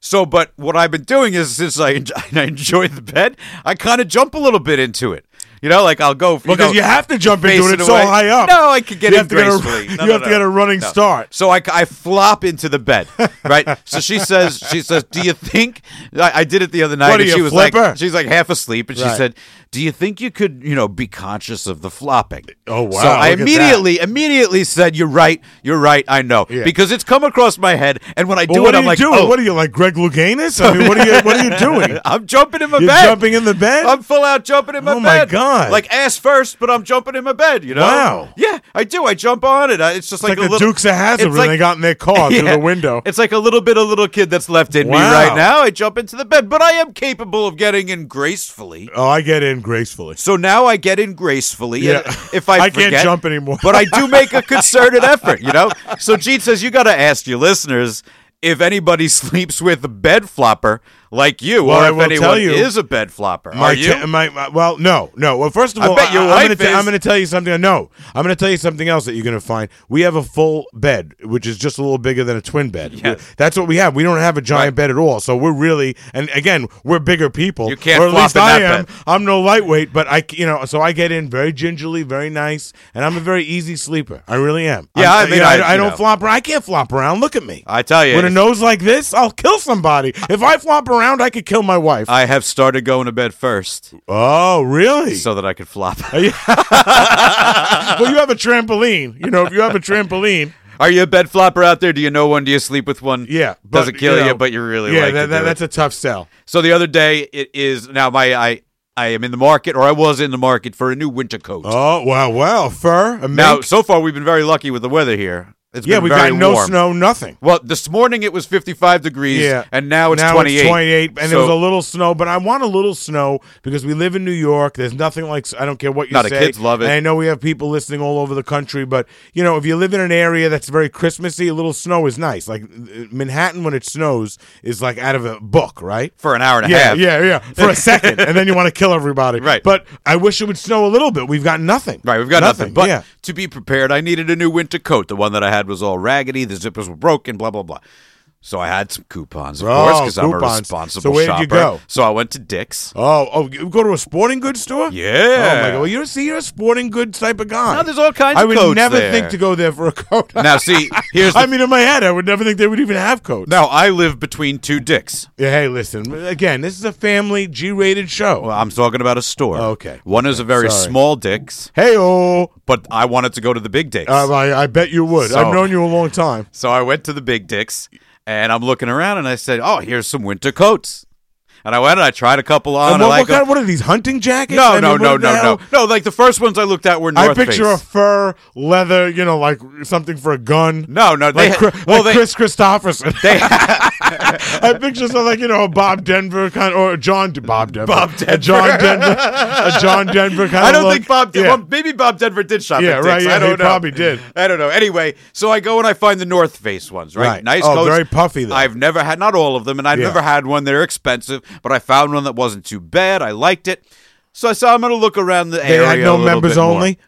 [SPEAKER 2] So, but what I've been doing is since I enjoy, I enjoy the bed, I kind of jump a little bit into it. You know, like I'll go
[SPEAKER 3] Because
[SPEAKER 2] know,
[SPEAKER 3] you have to jump into
[SPEAKER 2] face
[SPEAKER 3] it. It's so
[SPEAKER 2] away.
[SPEAKER 3] high up.
[SPEAKER 2] No, I could get
[SPEAKER 3] You
[SPEAKER 2] in
[SPEAKER 3] have to get a-
[SPEAKER 2] gracefully. No,
[SPEAKER 3] you
[SPEAKER 2] no,
[SPEAKER 3] have to
[SPEAKER 2] no.
[SPEAKER 3] get a running
[SPEAKER 2] No.
[SPEAKER 3] start.
[SPEAKER 2] So I, I flop into the bed, right? so she says, she says, do you think? I, I did it the other night,
[SPEAKER 3] What are
[SPEAKER 2] and
[SPEAKER 3] you,
[SPEAKER 2] she was
[SPEAKER 3] flipper?
[SPEAKER 2] like, she's like half asleep, and she
[SPEAKER 3] Right.
[SPEAKER 2] said, "Do you think you could, you know, be conscious of the flopping?"
[SPEAKER 3] Oh, wow,
[SPEAKER 2] So I
[SPEAKER 3] look at that.
[SPEAKER 2] immediately, immediately said, "You're right. You're right. I know
[SPEAKER 3] Yeah.
[SPEAKER 2] because it's come across my head, and when I
[SPEAKER 3] Well,
[SPEAKER 2] do it,
[SPEAKER 3] what are
[SPEAKER 2] I'm
[SPEAKER 3] you
[SPEAKER 2] like,
[SPEAKER 3] doing?
[SPEAKER 2] oh,
[SPEAKER 3] What are you like, Greg Louganis? I mean, what are you? What are you doing?
[SPEAKER 2] I'm jumping in my
[SPEAKER 3] You're
[SPEAKER 2] bed.
[SPEAKER 3] jumping in the bed?
[SPEAKER 2] I'm full out jumping in my
[SPEAKER 3] Oh, my
[SPEAKER 2] bed.
[SPEAKER 3] God.
[SPEAKER 2] Like ass first, but I'm jumping in my bed. You know?
[SPEAKER 3] Wow.
[SPEAKER 2] Yeah, I do. I jump on it. I- It's just
[SPEAKER 3] It's like,
[SPEAKER 2] a
[SPEAKER 3] the
[SPEAKER 2] little,
[SPEAKER 3] Dukes of Hazzard
[SPEAKER 2] it's
[SPEAKER 3] when
[SPEAKER 2] like-
[SPEAKER 3] they got in their car through
[SPEAKER 2] Yeah.
[SPEAKER 3] the window.
[SPEAKER 2] It's like a little bit of little kid that's left in me
[SPEAKER 3] Wow.
[SPEAKER 2] right now. I jump into the bed, but I am capable of getting in gracefully.
[SPEAKER 3] Oh, I get in gracefully.
[SPEAKER 2] So now I get in gracefully. and
[SPEAKER 3] Yeah.
[SPEAKER 2] If I,
[SPEAKER 3] I can't
[SPEAKER 2] forget-
[SPEAKER 3] jump anymore.
[SPEAKER 2] but I do make a concerted effort, you know? So Jeet says, you got to ask your listeners if anybody sleeps with a bed flopper like you,
[SPEAKER 3] Well,
[SPEAKER 2] or
[SPEAKER 3] I
[SPEAKER 2] if
[SPEAKER 3] will
[SPEAKER 2] anyone
[SPEAKER 3] tell you,
[SPEAKER 2] is a bed flopper.
[SPEAKER 3] My
[SPEAKER 2] Are you?
[SPEAKER 3] ca- my, my- well, no, no. Well, first of
[SPEAKER 2] I
[SPEAKER 3] all,
[SPEAKER 2] bet your
[SPEAKER 3] I'm
[SPEAKER 2] wife
[SPEAKER 3] gonna
[SPEAKER 2] is.
[SPEAKER 3] I'm going to tell you something. No, I'm going to tell you something else that you're going to find. We have a full bed, which is just a little bigger than a twin bed.
[SPEAKER 2] Yes.
[SPEAKER 3] That's what we have. We don't have a giant
[SPEAKER 2] Right.
[SPEAKER 3] bed at all. So we're really, and again, we're bigger people.
[SPEAKER 2] You can't
[SPEAKER 3] or at
[SPEAKER 2] flop
[SPEAKER 3] least
[SPEAKER 2] in
[SPEAKER 3] I
[SPEAKER 2] that
[SPEAKER 3] am.
[SPEAKER 2] bed.
[SPEAKER 3] I'm no lightweight, but I, c- you know, so I get in very gingerly, very nice, and I'm a very easy sleeper. I really am.
[SPEAKER 2] Yeah,
[SPEAKER 3] I'm-
[SPEAKER 2] I mean,
[SPEAKER 3] you know,
[SPEAKER 2] I-
[SPEAKER 3] I,
[SPEAKER 2] you
[SPEAKER 3] don't
[SPEAKER 2] know.
[SPEAKER 3] flop around. I can't flop around. Look at me.
[SPEAKER 2] I tell you,
[SPEAKER 3] With a
[SPEAKER 2] if-
[SPEAKER 3] nose like this, I'll kill somebody. If I flop around, I could kill my wife.
[SPEAKER 2] I have started going to bed first
[SPEAKER 3] oh, really?
[SPEAKER 2] so that I could flop.
[SPEAKER 3] well, you have a trampoline. You know, if you have a trampoline,
[SPEAKER 2] Are you a bed flopper out there? Do you know one? Do you sleep with one?
[SPEAKER 3] yeah, but,
[SPEAKER 2] Doesn't kill you,
[SPEAKER 3] know,
[SPEAKER 2] but you really
[SPEAKER 3] yeah,
[SPEAKER 2] like
[SPEAKER 3] that,
[SPEAKER 2] to
[SPEAKER 3] that-
[SPEAKER 2] do it.
[SPEAKER 3] that's a tough sell.
[SPEAKER 2] So the other day, it is now my I I am in the market, or I was in the market for a new winter coat.
[SPEAKER 3] Oh wow, wow, fur. A
[SPEAKER 2] now,
[SPEAKER 3] mink.
[SPEAKER 2] so far we've been very lucky with the weather here. It's
[SPEAKER 3] yeah,
[SPEAKER 2] been
[SPEAKER 3] we've
[SPEAKER 2] very
[SPEAKER 3] got no
[SPEAKER 2] warm.
[SPEAKER 3] snow, nothing.
[SPEAKER 2] Well, this morning it was 55 degrees,
[SPEAKER 3] Yeah.
[SPEAKER 2] and now it's
[SPEAKER 3] now
[SPEAKER 2] 28.
[SPEAKER 3] it's 28, and
[SPEAKER 2] so
[SPEAKER 3] there was a little snow, but I want a little snow because we live in New York. There's nothing like I don't care what you
[SPEAKER 2] No, the
[SPEAKER 3] say.
[SPEAKER 2] kids love it.
[SPEAKER 3] And I know we have people listening all over the country, but you know, if you live in an area that's very Christmassy, a little snow is nice. Like uh, Manhattan, when it snows, is like out of a book, right?
[SPEAKER 2] for an hour and a
[SPEAKER 3] yeah,
[SPEAKER 2] half.
[SPEAKER 3] Yeah, yeah, for a second, and then you want to kill everybody.
[SPEAKER 2] Right.
[SPEAKER 3] But I wish it would snow a little bit. We've got nothing.
[SPEAKER 2] Right, we've got nothing. But
[SPEAKER 3] yeah.
[SPEAKER 2] to be prepared, I needed a new winter coat. The one that I had was all raggedy, the zippers were broken, blah, blah, blah. So I had some coupons, of
[SPEAKER 3] Oh,
[SPEAKER 2] course, because I'm a
[SPEAKER 3] coupons.
[SPEAKER 2] responsible
[SPEAKER 3] So where did
[SPEAKER 2] shopper.
[SPEAKER 3] you go?
[SPEAKER 2] So I went to Dick's.
[SPEAKER 3] Oh, oh, you go to a sporting goods store?
[SPEAKER 2] Yeah.
[SPEAKER 3] Oh my god. Well, you're see, you're a sporting goods type of guy.
[SPEAKER 2] Now there's all kinds
[SPEAKER 3] I
[SPEAKER 2] of
[SPEAKER 3] would
[SPEAKER 2] coats
[SPEAKER 3] never
[SPEAKER 2] there.
[SPEAKER 3] think to go there for a coat.
[SPEAKER 2] Now, see, here's the
[SPEAKER 3] I mean, in my head, I would never think they would even have coats.
[SPEAKER 2] Now I live between two dicks.
[SPEAKER 3] Yeah, Hey, listen. Again, this is a family G-rated show.
[SPEAKER 2] Well, I'm talking about a store.
[SPEAKER 3] Okay.
[SPEAKER 2] One is a very
[SPEAKER 3] Sorry.
[SPEAKER 2] small dicks,
[SPEAKER 3] hey, oh, um,
[SPEAKER 2] but I wanted to go to the big dicks.
[SPEAKER 3] I, I- I bet you would.
[SPEAKER 2] So-
[SPEAKER 3] I've known you a long time.
[SPEAKER 2] so I went to the big dicks and I'm looking around and I said, "Oh, here's some winter coats." And I went and I tried a couple on.
[SPEAKER 3] And
[SPEAKER 2] I
[SPEAKER 3] what,
[SPEAKER 2] like
[SPEAKER 3] what, kind,
[SPEAKER 2] them.
[SPEAKER 3] what are these hunting jackets?
[SPEAKER 2] no,
[SPEAKER 3] I
[SPEAKER 2] no,
[SPEAKER 3] mean,
[SPEAKER 2] no,
[SPEAKER 3] what the
[SPEAKER 2] no,
[SPEAKER 3] hell?
[SPEAKER 2] no, no. Like the first ones I looked at were North
[SPEAKER 3] I picture
[SPEAKER 2] Face.
[SPEAKER 3] a fur, leather, you know, like something for a gun.
[SPEAKER 2] no, no, they
[SPEAKER 3] like,
[SPEAKER 2] had-
[SPEAKER 3] Chri-
[SPEAKER 2] well,
[SPEAKER 3] like
[SPEAKER 2] they,
[SPEAKER 3] Chris Christopherson.
[SPEAKER 2] they
[SPEAKER 3] I picture something like you know a Bob Denver kind or a John Bob Denver,
[SPEAKER 2] Bob
[SPEAKER 3] a John Denver, a John Denver kind.
[SPEAKER 2] I don't
[SPEAKER 3] of look.
[SPEAKER 2] think Bob. Did,
[SPEAKER 3] Yeah.
[SPEAKER 2] well, maybe Bob Denver did shop.
[SPEAKER 3] Yeah,
[SPEAKER 2] at Dick's.
[SPEAKER 3] right, yeah,
[SPEAKER 2] I don't
[SPEAKER 3] he
[SPEAKER 2] know.
[SPEAKER 3] probably did.
[SPEAKER 2] I don't know. Anyway, so I go and I find the North Face ones. Right,
[SPEAKER 3] Right.
[SPEAKER 2] nice.
[SPEAKER 3] Oh,
[SPEAKER 2] coats.
[SPEAKER 3] very puffy, though.
[SPEAKER 2] I've never had not all of them, and I've
[SPEAKER 3] Yeah.
[SPEAKER 2] never had one. They're expensive, but I found one that wasn't too bad. I liked it. So I said I'm going to look around the
[SPEAKER 3] they
[SPEAKER 2] area.
[SPEAKER 3] had
[SPEAKER 2] a
[SPEAKER 3] no
[SPEAKER 2] little
[SPEAKER 3] members
[SPEAKER 2] bit more.
[SPEAKER 3] only.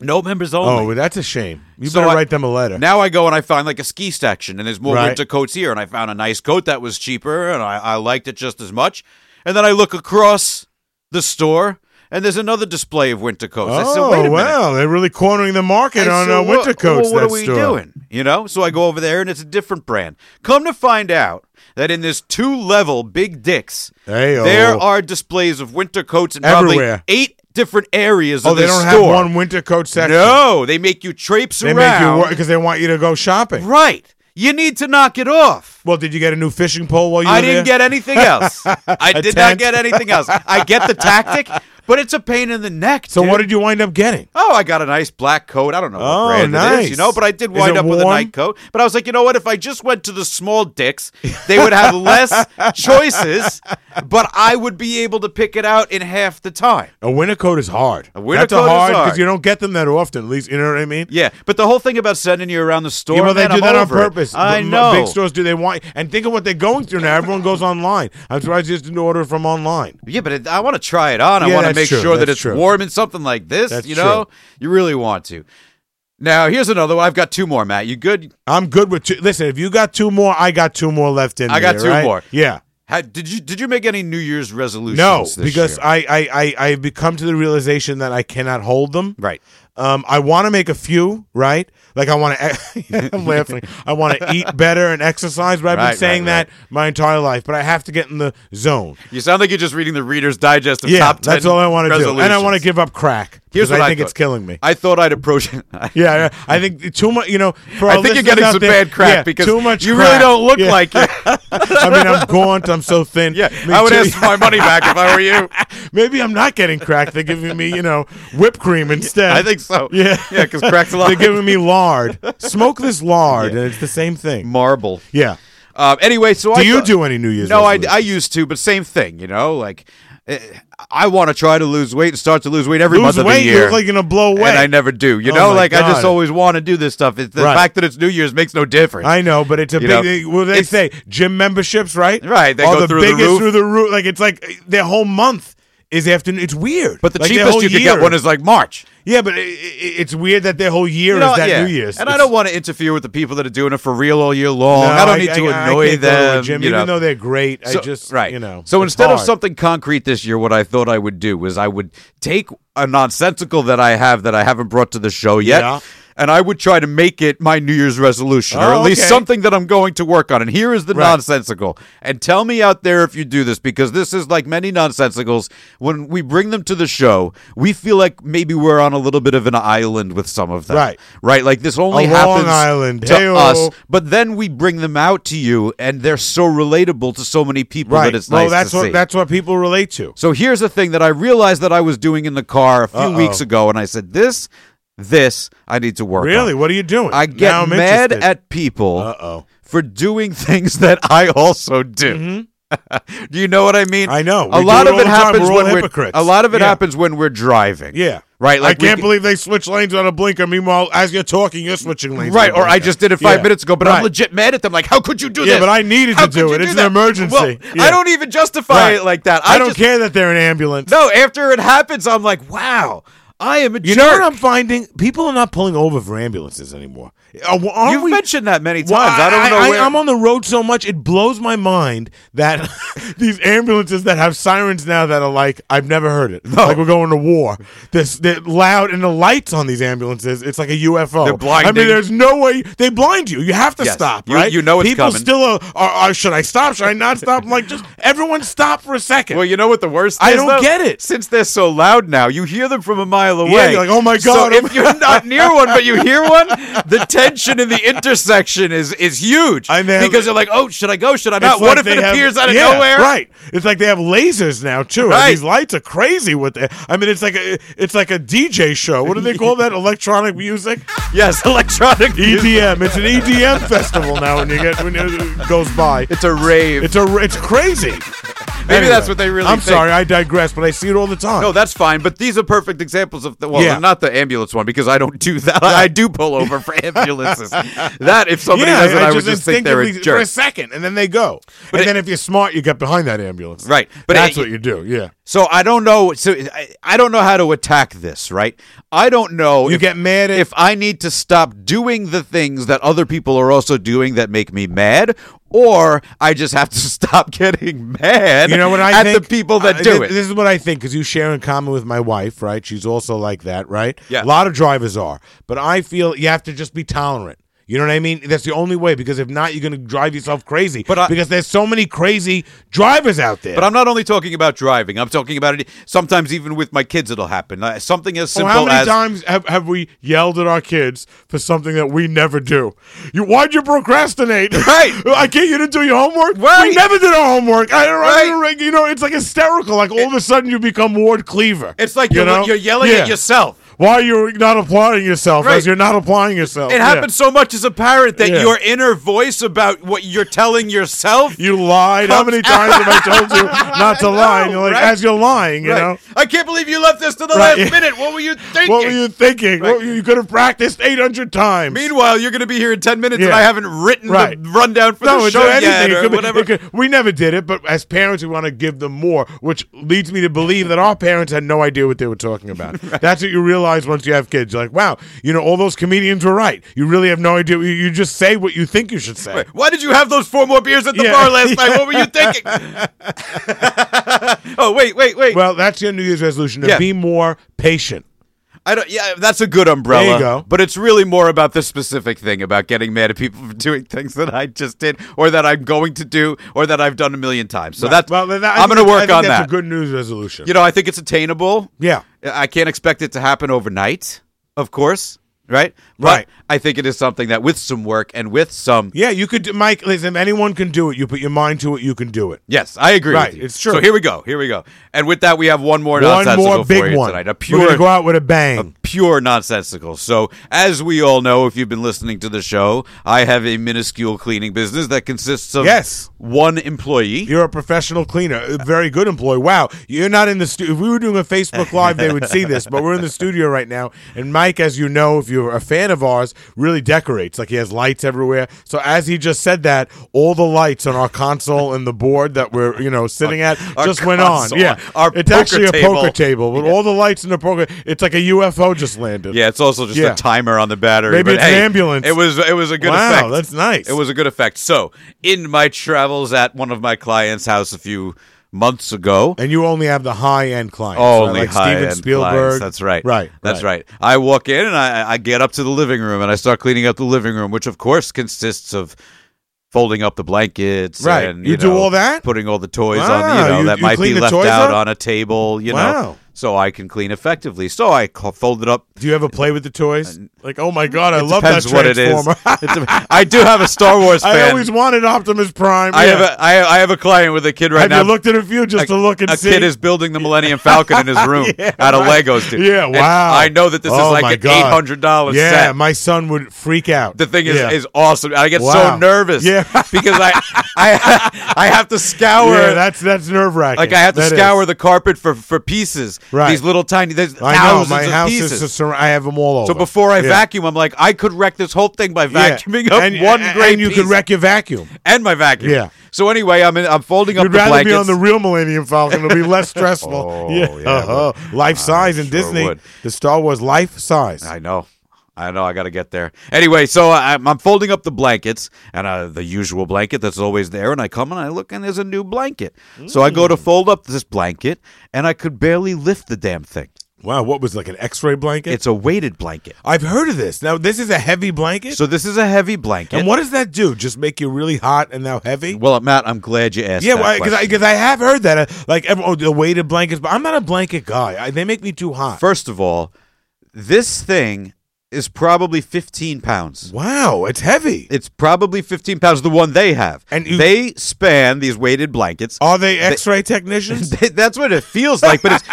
[SPEAKER 2] No members
[SPEAKER 3] Oh,
[SPEAKER 2] only.
[SPEAKER 3] well, that's a shame. You
[SPEAKER 2] So
[SPEAKER 3] better
[SPEAKER 2] I-
[SPEAKER 3] write them a letter.
[SPEAKER 2] Now I go and I find like a ski section, and there's more
[SPEAKER 3] Right.
[SPEAKER 2] winter coats here. And I found a nice coat that was cheaper, and I, I liked it just as much. And then I look across the store, and there's another display of winter coats. I said,
[SPEAKER 3] oh
[SPEAKER 2] wait a minute.
[SPEAKER 3] well, they're really cornering the market
[SPEAKER 2] I
[SPEAKER 3] on
[SPEAKER 2] said,
[SPEAKER 3] uh,
[SPEAKER 2] "Wha-
[SPEAKER 3] winter coats.
[SPEAKER 2] well, what
[SPEAKER 3] that
[SPEAKER 2] are we
[SPEAKER 3] store.
[SPEAKER 2] doing? You know, so I go over there and it's a different brand. Come to find out that in this two-level Big Dicks,
[SPEAKER 3] Hey-o.
[SPEAKER 2] there are displays of winter coats in
[SPEAKER 3] oh. Everywhere.
[SPEAKER 2] probably eight different areas
[SPEAKER 3] Oh,
[SPEAKER 2] of
[SPEAKER 3] they
[SPEAKER 2] this
[SPEAKER 3] don't
[SPEAKER 2] store.
[SPEAKER 3] have one winter coat section.
[SPEAKER 2] no, they make you traipse
[SPEAKER 3] they make you
[SPEAKER 2] around.
[SPEAKER 3] work because they want you to go shopping.
[SPEAKER 2] right. You need to knock it off.
[SPEAKER 3] Well, did you get a new fishing pole while you
[SPEAKER 2] I
[SPEAKER 3] were
[SPEAKER 2] didn't
[SPEAKER 3] there?
[SPEAKER 2] get anything else. I did not
[SPEAKER 3] tent?
[SPEAKER 2] get anything else. I get the tactic, But it's a pain in the neck.
[SPEAKER 3] So
[SPEAKER 2] dude.
[SPEAKER 3] what did you wind up getting?
[SPEAKER 2] Oh, I got a nice black coat. I don't know what
[SPEAKER 3] Oh,
[SPEAKER 2] brand it is, you
[SPEAKER 3] nice.
[SPEAKER 2] know, but I did
[SPEAKER 3] Is
[SPEAKER 2] wind
[SPEAKER 3] it
[SPEAKER 2] up with a
[SPEAKER 3] warm?
[SPEAKER 2] night coat. But I was like, you know what? If I just went to the small dicks, they would have less choices, but I would be able to pick it out in half the time.
[SPEAKER 3] A winter coat is hard.
[SPEAKER 2] A winter
[SPEAKER 3] That's
[SPEAKER 2] coat
[SPEAKER 3] a
[SPEAKER 2] is
[SPEAKER 3] hard
[SPEAKER 2] hard.
[SPEAKER 3] because you don't get them that often. At least you know what I mean.
[SPEAKER 2] Yeah, but the whole thing about sending you around the store,
[SPEAKER 3] Yeah, well, they
[SPEAKER 2] man,
[SPEAKER 3] do
[SPEAKER 2] I'm
[SPEAKER 3] that on
[SPEAKER 2] over it.
[SPEAKER 3] purpose.
[SPEAKER 2] I
[SPEAKER 3] The m-
[SPEAKER 2] know.
[SPEAKER 3] Big stores do. They want and think of what they're going through now. Everyone goes online. I'm surprised you just didn't order from online.
[SPEAKER 2] Yeah, but it, I want to try it on. I
[SPEAKER 3] Yeah,
[SPEAKER 2] want to
[SPEAKER 3] that's
[SPEAKER 2] make
[SPEAKER 3] true.
[SPEAKER 2] sure that
[SPEAKER 3] That's
[SPEAKER 2] it's
[SPEAKER 3] true.
[SPEAKER 2] warm in something like this.
[SPEAKER 3] That's
[SPEAKER 2] you know, you really want to. Now, here's another one. I've got two more, Matt. You good?
[SPEAKER 3] I'm good with two. Listen, if you got two more, I got two more left in.
[SPEAKER 2] I got
[SPEAKER 3] there,
[SPEAKER 2] two
[SPEAKER 3] right?
[SPEAKER 2] more.
[SPEAKER 3] Yeah.
[SPEAKER 2] How, did you did you make any New Year's resolutions?
[SPEAKER 3] No,
[SPEAKER 2] this
[SPEAKER 3] because
[SPEAKER 2] year?
[SPEAKER 3] I, I, I, I've become to the realization that I cannot hold them.
[SPEAKER 2] right.
[SPEAKER 3] Um, I want to make a few, right? Like I want to. I'm laughing. I want to eat better and exercise. But I've
[SPEAKER 2] Right,
[SPEAKER 3] been saying
[SPEAKER 2] right, right.
[SPEAKER 3] that my entire life. But I have to get in the zone.
[SPEAKER 2] You sound like you're just reading the Reader's Digest of
[SPEAKER 3] Yeah,
[SPEAKER 2] top ten.
[SPEAKER 3] that's all I want to do. And I want to
[SPEAKER 2] resolutions.
[SPEAKER 3] give up crack
[SPEAKER 2] Here's
[SPEAKER 3] because
[SPEAKER 2] what
[SPEAKER 3] I
[SPEAKER 2] I
[SPEAKER 3] think it's
[SPEAKER 2] thought.
[SPEAKER 3] killing me.
[SPEAKER 2] I thought I'd approach.
[SPEAKER 3] Yeah, I I think too much. You know, for
[SPEAKER 2] I
[SPEAKER 3] our
[SPEAKER 2] think you're
[SPEAKER 3] listeners
[SPEAKER 2] getting
[SPEAKER 3] out
[SPEAKER 2] some
[SPEAKER 3] there,
[SPEAKER 2] bad crap
[SPEAKER 3] yeah,
[SPEAKER 2] because
[SPEAKER 3] too much.
[SPEAKER 2] you
[SPEAKER 3] crack.
[SPEAKER 2] really don't look
[SPEAKER 3] Yeah.
[SPEAKER 2] like it.
[SPEAKER 3] I mean, I'm gaunt. I'm so thin.
[SPEAKER 2] Yeah,
[SPEAKER 3] Me
[SPEAKER 2] I would
[SPEAKER 3] too.
[SPEAKER 2] ask for my money back if I were you.
[SPEAKER 3] Maybe I'm not getting crack. They're giving me, you know, whipped cream instead.
[SPEAKER 2] I think so.
[SPEAKER 3] Yeah.
[SPEAKER 2] yeah, because cracks a lot.
[SPEAKER 3] They're giving me lard. Smoke this lard, and it's the same thing.
[SPEAKER 2] marble.
[SPEAKER 3] Yeah.
[SPEAKER 2] Um, anyway, so
[SPEAKER 3] Do
[SPEAKER 2] I
[SPEAKER 3] you
[SPEAKER 2] thought-
[SPEAKER 3] do any New Year's?
[SPEAKER 2] No, I,
[SPEAKER 3] resolutions?
[SPEAKER 2] I used to, but same thing, you know. Like, eh, I want to try to lose weight and start to lose weight every
[SPEAKER 3] lose
[SPEAKER 2] month of
[SPEAKER 3] weight.
[SPEAKER 2] the
[SPEAKER 3] You
[SPEAKER 2] year,
[SPEAKER 3] look like you're gonna blow away.
[SPEAKER 2] and I never do. You
[SPEAKER 3] Oh
[SPEAKER 2] know,
[SPEAKER 3] my
[SPEAKER 2] like I just
[SPEAKER 3] God.
[SPEAKER 2] always want to do this stuff. It's the
[SPEAKER 3] Right.
[SPEAKER 2] fact that it's New Year's makes no difference.
[SPEAKER 3] I know, but it's
[SPEAKER 2] You
[SPEAKER 3] a big.
[SPEAKER 2] know,
[SPEAKER 3] they- well, they
[SPEAKER 2] it's-
[SPEAKER 3] say gym memberships, right?
[SPEAKER 2] Right, they
[SPEAKER 3] Are
[SPEAKER 2] go
[SPEAKER 3] the
[SPEAKER 2] through the
[SPEAKER 3] biggest
[SPEAKER 2] roof.
[SPEAKER 3] through the roof. Like it's like eh, their whole month is afternoon. It's weird.
[SPEAKER 2] but the
[SPEAKER 3] Like, their
[SPEAKER 2] cheapest
[SPEAKER 3] whole
[SPEAKER 2] you could
[SPEAKER 3] year-
[SPEAKER 2] get one is like March.
[SPEAKER 3] yeah, but i i it's weird that their whole year
[SPEAKER 2] You know,
[SPEAKER 3] is that
[SPEAKER 2] yeah.
[SPEAKER 3] New Year's.
[SPEAKER 2] and I
[SPEAKER 3] It's-
[SPEAKER 2] don't want to interfere with the people that are doing it for real all year long.
[SPEAKER 3] No,
[SPEAKER 2] I don't need to
[SPEAKER 3] I
[SPEAKER 2] annoy
[SPEAKER 3] can't go to a
[SPEAKER 2] them.
[SPEAKER 3] gym,
[SPEAKER 2] you know.
[SPEAKER 3] even though they're great, I
[SPEAKER 2] So-
[SPEAKER 3] just
[SPEAKER 2] right.
[SPEAKER 3] you know.
[SPEAKER 2] So
[SPEAKER 3] it's
[SPEAKER 2] instead of
[SPEAKER 3] hard.
[SPEAKER 2] something concrete this year, what I thought I would do was I would take a nonsensical that I have that I haven't brought to the show yet.
[SPEAKER 3] Yeah.
[SPEAKER 2] And I would try to make it my New Year's resolution, or
[SPEAKER 3] Oh,
[SPEAKER 2] at least
[SPEAKER 3] okay.
[SPEAKER 2] something that I'm going to work on. And here is the
[SPEAKER 3] Right.
[SPEAKER 2] nonsensical. And tell me out there if you do this, because this is like many nonsensicals. When we bring them to the show, we feel like maybe we're on a little bit of an island with some of them.
[SPEAKER 3] Right.
[SPEAKER 2] Right. Like this only
[SPEAKER 3] A Long
[SPEAKER 2] happens
[SPEAKER 3] Island.
[SPEAKER 2] to
[SPEAKER 3] Hey-o.
[SPEAKER 2] us, but then we bring them out to you, and they're so relatable to so many people
[SPEAKER 3] right,
[SPEAKER 2] that it's
[SPEAKER 3] well,
[SPEAKER 2] nice
[SPEAKER 3] that's
[SPEAKER 2] to
[SPEAKER 3] what
[SPEAKER 2] see.
[SPEAKER 3] that's what people relate to.
[SPEAKER 2] so here's the thing that I realized that I was doing in the car a few
[SPEAKER 3] Uh-oh.
[SPEAKER 2] weeks ago, and I said, "This, this, I need to work."
[SPEAKER 3] Really,
[SPEAKER 2] on.
[SPEAKER 3] what are you doing?
[SPEAKER 2] I get
[SPEAKER 3] Now I'm
[SPEAKER 2] mad
[SPEAKER 3] interested.
[SPEAKER 2] at people
[SPEAKER 3] Uh-oh.
[SPEAKER 2] for doing things that I also do. do you know what I mean?
[SPEAKER 3] Mm-hmm. I know.
[SPEAKER 2] a
[SPEAKER 3] We
[SPEAKER 2] lot
[SPEAKER 3] do it
[SPEAKER 2] of
[SPEAKER 3] all
[SPEAKER 2] it
[SPEAKER 3] the time.
[SPEAKER 2] happens
[SPEAKER 3] We're all
[SPEAKER 2] when
[SPEAKER 3] hypocrites.
[SPEAKER 2] we're a lot of it
[SPEAKER 3] Yeah.
[SPEAKER 2] happens when we're driving.
[SPEAKER 3] Yeah.
[SPEAKER 2] Right, like
[SPEAKER 3] I can't
[SPEAKER 2] we-
[SPEAKER 3] believe they switch lanes on a blinker. Meanwhile, as you're talking, you're switching lanes.
[SPEAKER 2] Right,
[SPEAKER 3] on a
[SPEAKER 2] or I
[SPEAKER 3] blinker.
[SPEAKER 2] just did it five
[SPEAKER 3] Yeah.
[SPEAKER 2] minutes ago, but I'm
[SPEAKER 3] Right.
[SPEAKER 2] legit mad at them. Like, how could you do
[SPEAKER 3] Yeah,
[SPEAKER 2] this?
[SPEAKER 3] but I needed to
[SPEAKER 2] How could
[SPEAKER 3] do
[SPEAKER 2] you
[SPEAKER 3] it. It's an
[SPEAKER 2] that?
[SPEAKER 3] emergency.
[SPEAKER 2] Well, I
[SPEAKER 3] Yeah.
[SPEAKER 2] don't even justify
[SPEAKER 3] Right.
[SPEAKER 2] it like that.
[SPEAKER 3] I,
[SPEAKER 2] I,
[SPEAKER 3] don't
[SPEAKER 2] just-
[SPEAKER 3] care that they're an ambulance.
[SPEAKER 2] No, after it happens, I'm like, wow, I am a
[SPEAKER 3] you
[SPEAKER 2] jerk.
[SPEAKER 3] know what I'm finding? People are not pulling over for ambulances anymore. Are, are
[SPEAKER 2] You've
[SPEAKER 3] we,
[SPEAKER 2] mentioned that many times.
[SPEAKER 3] Well,
[SPEAKER 2] I don't know.
[SPEAKER 3] I,
[SPEAKER 2] where-
[SPEAKER 3] am on the road so much it blows my mind that these ambulances that have sirens now that are like I've never heard it. Like we're going to war. This they're loud and the lights on these ambulances. It's like a UFO.
[SPEAKER 2] They're blinding.
[SPEAKER 3] I mean, there's no way they blind you. You have to
[SPEAKER 2] Yes.
[SPEAKER 3] stop.
[SPEAKER 2] You-
[SPEAKER 3] right?
[SPEAKER 2] you know it's
[SPEAKER 3] people
[SPEAKER 2] coming.
[SPEAKER 3] still are, are, are- Should I stop? Should I not stop? I'm like just everyone stop for a second.
[SPEAKER 2] Well, you know what the worst
[SPEAKER 3] I
[SPEAKER 2] is,
[SPEAKER 3] don't
[SPEAKER 2] though?
[SPEAKER 3] get it.
[SPEAKER 2] Since they're so loud now, you hear them from a mile away.
[SPEAKER 3] you're like, "Oh my
[SPEAKER 2] So
[SPEAKER 3] God, oh
[SPEAKER 2] if
[SPEAKER 3] my-
[SPEAKER 2] you're not near one, but you hear one, the tension in the intersection is is huge.
[SPEAKER 3] And they have-
[SPEAKER 2] because you're like, oh, should I go? Should I
[SPEAKER 3] It's
[SPEAKER 2] not? what
[SPEAKER 3] like
[SPEAKER 2] if it
[SPEAKER 3] they have-
[SPEAKER 2] appears out of
[SPEAKER 3] yeah,
[SPEAKER 2] nowhere?
[SPEAKER 3] Right. It's like they have lasers now too.
[SPEAKER 2] Right.
[SPEAKER 3] And these lights are crazy with it. I mean, it's like a it's like a DJ show. What do they call that? Electronic music.
[SPEAKER 2] Yes, electronic music.
[SPEAKER 3] EDM. It's an EDM festival now. When you get when it goes by,
[SPEAKER 2] It's a rave.
[SPEAKER 3] it's a it's crazy.
[SPEAKER 2] Maybe that's what they really
[SPEAKER 3] I'm
[SPEAKER 2] think.
[SPEAKER 3] sorry, I digress, but I see it all the time.
[SPEAKER 2] No, that's fine. But these are perfect examples of the well,
[SPEAKER 3] Yeah.
[SPEAKER 2] not the ambulance one because I don't do that. I do pull over for ambulances. that if somebody
[SPEAKER 3] yeah,
[SPEAKER 2] does it, I, would just think they're a
[SPEAKER 3] instinctively- for a
[SPEAKER 2] jerk.
[SPEAKER 3] second, and then they go. and
[SPEAKER 2] it-
[SPEAKER 3] then if you're smart, you get behind that ambulance.
[SPEAKER 2] Right, but
[SPEAKER 3] that's
[SPEAKER 2] it-
[SPEAKER 3] what you do. Yeah,
[SPEAKER 2] So I don't know. So I, I don't know how to attack this. Right? I don't know.
[SPEAKER 3] you
[SPEAKER 2] if,
[SPEAKER 3] get mad at
[SPEAKER 2] if I need to stop doing the things that other people are also doing that make me mad, or I just have to stop getting mad.
[SPEAKER 3] You know what I
[SPEAKER 2] at
[SPEAKER 3] think?
[SPEAKER 2] the people that
[SPEAKER 3] I-
[SPEAKER 2] do
[SPEAKER 3] thi-
[SPEAKER 2] it.
[SPEAKER 3] This is what I think because you share in common with my wife, right? She's also like that, right?
[SPEAKER 2] Yeah.
[SPEAKER 3] A lot of drivers are, but I feel you have to just be tolerant. You know what I mean? That's the only way because if not, you're going to drive yourself crazy.
[SPEAKER 2] But I-
[SPEAKER 3] because there's so many crazy drivers out there.
[SPEAKER 2] But I'm not only talking about driving. I'm talking about it. Sometimes even with my kids, it'll happen. Uh, Something as
[SPEAKER 3] So
[SPEAKER 2] simple
[SPEAKER 3] Oh, how many
[SPEAKER 2] as
[SPEAKER 3] times have, have we yelled at our kids for something that we never do? You, why'd you procrastinate?
[SPEAKER 2] Right.
[SPEAKER 3] I get you to do your homework.
[SPEAKER 2] Right.
[SPEAKER 3] We never did our homework. I, don't I, don't-
[SPEAKER 2] Right.
[SPEAKER 3] You know, it's like hysterical. Like all of a sudden you become Ward Cleaver.
[SPEAKER 2] it's like you're, you're yelling
[SPEAKER 3] Yeah.
[SPEAKER 2] at yourself.
[SPEAKER 3] Why you're not applying yourself
[SPEAKER 2] Right.
[SPEAKER 3] as you're not applying yourself.
[SPEAKER 2] It
[SPEAKER 3] Yeah.
[SPEAKER 2] happens so much as a parent that
[SPEAKER 3] Yeah.
[SPEAKER 2] your inner voice about what you're telling yourself.
[SPEAKER 3] You lied. How many times have I told you not to lie? And you're like,
[SPEAKER 2] right?
[SPEAKER 3] as you're lying, you
[SPEAKER 2] Right.
[SPEAKER 3] know?
[SPEAKER 2] I can't believe you left this to the
[SPEAKER 3] Right.
[SPEAKER 2] last minute. What were you thinking?
[SPEAKER 3] What were you thinking?
[SPEAKER 2] Right.
[SPEAKER 3] What- you could have practiced 800 times.
[SPEAKER 2] Meanwhile, you're going to be here in ten minutes, and
[SPEAKER 3] Yeah.
[SPEAKER 2] I haven't written
[SPEAKER 3] Right.
[SPEAKER 2] the rundown for
[SPEAKER 3] no,
[SPEAKER 2] the
[SPEAKER 3] it's
[SPEAKER 2] show
[SPEAKER 3] anything.
[SPEAKER 2] yet,
[SPEAKER 3] It
[SPEAKER 2] or
[SPEAKER 3] could be- it
[SPEAKER 2] whatever.
[SPEAKER 3] could- we never did it, but as parents, we want to give them more, which leads me to believe that our parents had no idea what they were talking about. That's what you realize once you have kids. You're like, wow, you know, all those comedians were right. You really have no idea. You, you just say what you think you should say.
[SPEAKER 2] Right. Why did you have those four more beers at the
[SPEAKER 3] Yeah.
[SPEAKER 2] bar last night? What were you thinking? oh wait, wait, wait.
[SPEAKER 3] Well, that's your New Year's resolution to
[SPEAKER 2] Yeah.
[SPEAKER 3] be more patient.
[SPEAKER 2] I don't. Yeah, that's a good umbrella.
[SPEAKER 3] There you go.
[SPEAKER 2] But it's really more about this specific thing about getting mad at people for doing things that I just did, or that I'm going to do, or that I've done a million times. So that's.
[SPEAKER 3] well, then I
[SPEAKER 2] I'm
[SPEAKER 3] think
[SPEAKER 2] going to
[SPEAKER 3] that- I
[SPEAKER 2] work
[SPEAKER 3] think
[SPEAKER 2] on
[SPEAKER 3] that's
[SPEAKER 2] that.
[SPEAKER 3] a good New Year's resolution.
[SPEAKER 2] you know, I think it's attainable.
[SPEAKER 3] Yeah.
[SPEAKER 2] I can't expect it to happen overnight, of course. Right. But
[SPEAKER 3] Right.
[SPEAKER 2] I think it is something that, with some work and with some.
[SPEAKER 3] Yeah, you could, do- Mike. Listen, anyone can do it. You put your mind to it, you can do it.
[SPEAKER 2] Yes, I agree.
[SPEAKER 3] Right,
[SPEAKER 2] with you.
[SPEAKER 3] it's true.
[SPEAKER 2] So here we go. Here we go. And with that, we have one more
[SPEAKER 3] One
[SPEAKER 2] nonsensical
[SPEAKER 3] more
[SPEAKER 2] for
[SPEAKER 3] big
[SPEAKER 2] you
[SPEAKER 3] one.
[SPEAKER 2] tonight. A
[SPEAKER 3] We're
[SPEAKER 2] pure
[SPEAKER 3] gonna go out with a bang.
[SPEAKER 2] pure nonsensical. So, as we all know, if you've been listening to the show, I have a minuscule cleaning business that consists of
[SPEAKER 3] Yes.
[SPEAKER 2] one employee.
[SPEAKER 3] You're a professional cleaner, a very good employee. Wow, you're not in the studio. If we were doing a Facebook Live, they would see this, but we're in the studio right now. And Mike, as you know, if you're a fan of ours, really decorates. Like he has lights everywhere. So as he just said that, all the lights on our console and the board that we're you know sitting at
[SPEAKER 2] our
[SPEAKER 3] just went
[SPEAKER 2] console,
[SPEAKER 3] on. Yeah,
[SPEAKER 2] our
[SPEAKER 3] it's
[SPEAKER 2] poker
[SPEAKER 3] actually
[SPEAKER 2] table.
[SPEAKER 3] a poker table, but all the lights in the poker. It's like a UFO just landed.
[SPEAKER 2] Yeah, it's also just
[SPEAKER 3] Yeah.
[SPEAKER 2] a timer on the battery.
[SPEAKER 3] Maybe
[SPEAKER 2] but
[SPEAKER 3] it's an
[SPEAKER 2] hey,
[SPEAKER 3] ambulance.
[SPEAKER 2] It was it was a good
[SPEAKER 3] Wow,
[SPEAKER 2] effect.
[SPEAKER 3] that's nice.
[SPEAKER 2] It was a good effect. So, in my travels at one of my clients' house a few months ago,
[SPEAKER 3] And you only have the high end clients. right?
[SPEAKER 2] Only
[SPEAKER 3] like
[SPEAKER 2] high
[SPEAKER 3] Steven
[SPEAKER 2] end
[SPEAKER 3] Spielberg.
[SPEAKER 2] clients. That's right.
[SPEAKER 3] Right.
[SPEAKER 2] That's right. I walk in and I, I get up to the living room and I start cleaning up the living room, which of course consists of folding up the blankets.
[SPEAKER 3] Right.
[SPEAKER 2] And,
[SPEAKER 3] You do
[SPEAKER 2] know,
[SPEAKER 3] all that?
[SPEAKER 2] Putting all the toys on,
[SPEAKER 3] Wow.
[SPEAKER 2] you know,
[SPEAKER 3] You-
[SPEAKER 2] that
[SPEAKER 3] you
[SPEAKER 2] might
[SPEAKER 3] clean
[SPEAKER 2] be
[SPEAKER 3] the
[SPEAKER 2] left
[SPEAKER 3] toys
[SPEAKER 2] out
[SPEAKER 3] up?
[SPEAKER 2] on a table. You
[SPEAKER 3] Wow.
[SPEAKER 2] know, so I can clean effectively. So I co- fold it up.
[SPEAKER 3] Do you ever play with the toys? Like, oh my god, I love that
[SPEAKER 2] Depends what Uh, it is.
[SPEAKER 3] transformer.
[SPEAKER 2] It dep- I do have a Star Wars fan.
[SPEAKER 3] I always wanted Optimus Prime.
[SPEAKER 2] I
[SPEAKER 3] Yeah.
[SPEAKER 2] have a I, I have a client with a kid right
[SPEAKER 3] Have
[SPEAKER 2] now.
[SPEAKER 3] you looked at a few just
[SPEAKER 2] a,
[SPEAKER 3] to look and
[SPEAKER 2] a
[SPEAKER 3] see?
[SPEAKER 2] kid is building the Millennium Falcon in his room out of Legos, dude.
[SPEAKER 3] Yeah,
[SPEAKER 2] And
[SPEAKER 3] wow.
[SPEAKER 2] I know that this
[SPEAKER 3] Oh
[SPEAKER 2] is
[SPEAKER 3] my
[SPEAKER 2] like an eight
[SPEAKER 3] God.
[SPEAKER 2] hundred dollars
[SPEAKER 3] Yeah,
[SPEAKER 2] set.
[SPEAKER 3] my son would freak out.
[SPEAKER 2] the thing is,
[SPEAKER 3] Yeah.
[SPEAKER 2] is awesome. I get
[SPEAKER 3] Wow.
[SPEAKER 2] so nervous
[SPEAKER 3] Yeah.
[SPEAKER 2] because I, I, I have to scour.
[SPEAKER 3] yeah, that's that's nerve wracking.
[SPEAKER 2] like I have to scour the carpet for for pieces.
[SPEAKER 3] Right.
[SPEAKER 2] These little tiny. There's
[SPEAKER 3] I know
[SPEAKER 2] thousands
[SPEAKER 3] my
[SPEAKER 2] of
[SPEAKER 3] house
[SPEAKER 2] pieces.
[SPEAKER 3] is. just sur- I have them all over.
[SPEAKER 2] so before I
[SPEAKER 3] Yeah.
[SPEAKER 2] vacuum, I'm like, I could wreck this whole thing by
[SPEAKER 3] Yeah.
[SPEAKER 2] vacuuming up
[SPEAKER 3] and,
[SPEAKER 2] one
[SPEAKER 3] and
[SPEAKER 2] great
[SPEAKER 3] you
[SPEAKER 2] piece
[SPEAKER 3] could wreck your vacuum.
[SPEAKER 2] and my vacuum.
[SPEAKER 3] Yeah.
[SPEAKER 2] So anyway, I'm in, I'm folding up
[SPEAKER 3] You'd
[SPEAKER 2] the
[SPEAKER 3] rather
[SPEAKER 2] blankets.
[SPEAKER 3] be on the real Millennium Falcon. It'll be less stressful.
[SPEAKER 2] Oh,
[SPEAKER 3] yeah,
[SPEAKER 2] yeah,
[SPEAKER 3] uh-huh. life size in
[SPEAKER 2] sure
[SPEAKER 3] Disney.
[SPEAKER 2] would.
[SPEAKER 3] The Star Wars life size.
[SPEAKER 2] I know. I know. I got to get there. Anyway, so uh, I, I'm I'm folding up the blankets and uh, the usual blanket that's always there. And I come and I look and there's a new blanket. So I
[SPEAKER 3] Mm.
[SPEAKER 2] go to fold up this blanket and I could barely lift the damn thing.
[SPEAKER 3] Wow, what was it, like an X-ray blanket?
[SPEAKER 2] It's a weighted blanket.
[SPEAKER 3] I've heard of this. Now this is a heavy blanket.
[SPEAKER 2] So this is a heavy blanket.
[SPEAKER 3] and what does that do? Just make you really hot and now heavy?
[SPEAKER 2] Well, Matt, I'm glad you asked.
[SPEAKER 3] yeah,
[SPEAKER 2] that
[SPEAKER 3] because I,
[SPEAKER 2] question.
[SPEAKER 3] 'cause I have heard that. Uh, Like every, oh, the weighted blankets, but I'm not a blanket guy. I, they make me too hot.
[SPEAKER 2] first of all, this thing is probably 15 pounds.
[SPEAKER 3] wow, it's heavy.
[SPEAKER 2] It's probably 15 pounds. The one they have,
[SPEAKER 3] And you- Oh,
[SPEAKER 2] they span these weighted blankets.
[SPEAKER 3] Are they X-ray technicians?
[SPEAKER 2] Th- That's what it feels like. But it's,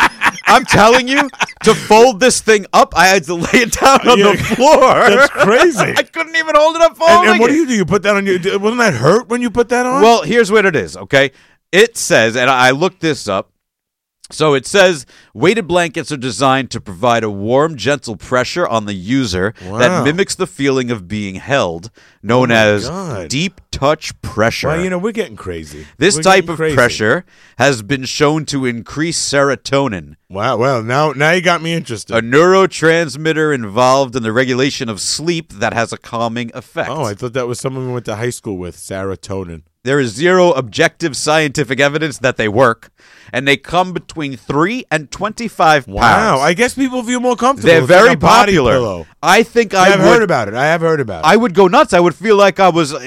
[SPEAKER 2] I'm telling you, to fold this thing up, I had to lay it down on
[SPEAKER 3] Yeah.
[SPEAKER 2] the floor.
[SPEAKER 3] That's crazy.
[SPEAKER 2] I couldn't even hold it up.
[SPEAKER 3] and,
[SPEAKER 2] Folding
[SPEAKER 3] and what do
[SPEAKER 2] it.
[SPEAKER 3] you do? You put that on your? Wasn't that hurt when you put that on?
[SPEAKER 2] Well, here's what it is. Okay, it says, and I I looked this up. So it says weighted blankets are designed to provide a warm, gentle pressure on the user
[SPEAKER 3] Wow. Oh
[SPEAKER 2] that mimics the feeling of being held, known as
[SPEAKER 3] God.
[SPEAKER 2] deep touch pressure.
[SPEAKER 3] Well, you know we're getting crazy.
[SPEAKER 2] this
[SPEAKER 3] We're
[SPEAKER 2] type
[SPEAKER 3] getting
[SPEAKER 2] of
[SPEAKER 3] crazy.
[SPEAKER 2] pressure has been shown to increase serotonin,
[SPEAKER 3] Wow. Well, now now you got me interested.
[SPEAKER 2] a neurotransmitter involved in the regulation of sleep that has a calming effect.
[SPEAKER 3] oh, I thought that was someone we went to high school with, serotonin.
[SPEAKER 2] There is zero objective scientific evidence that they work, and they come between three and twenty-five
[SPEAKER 3] Wow.
[SPEAKER 2] pounds.
[SPEAKER 3] I guess people feel more comfortable.
[SPEAKER 2] They're
[SPEAKER 3] It's like
[SPEAKER 2] very
[SPEAKER 3] a body
[SPEAKER 2] popular.
[SPEAKER 3] pillow.
[SPEAKER 2] I think I
[SPEAKER 3] I've
[SPEAKER 2] would,
[SPEAKER 3] heard about it. I have heard about it.
[SPEAKER 2] I would go nuts. I would feel like I was uh,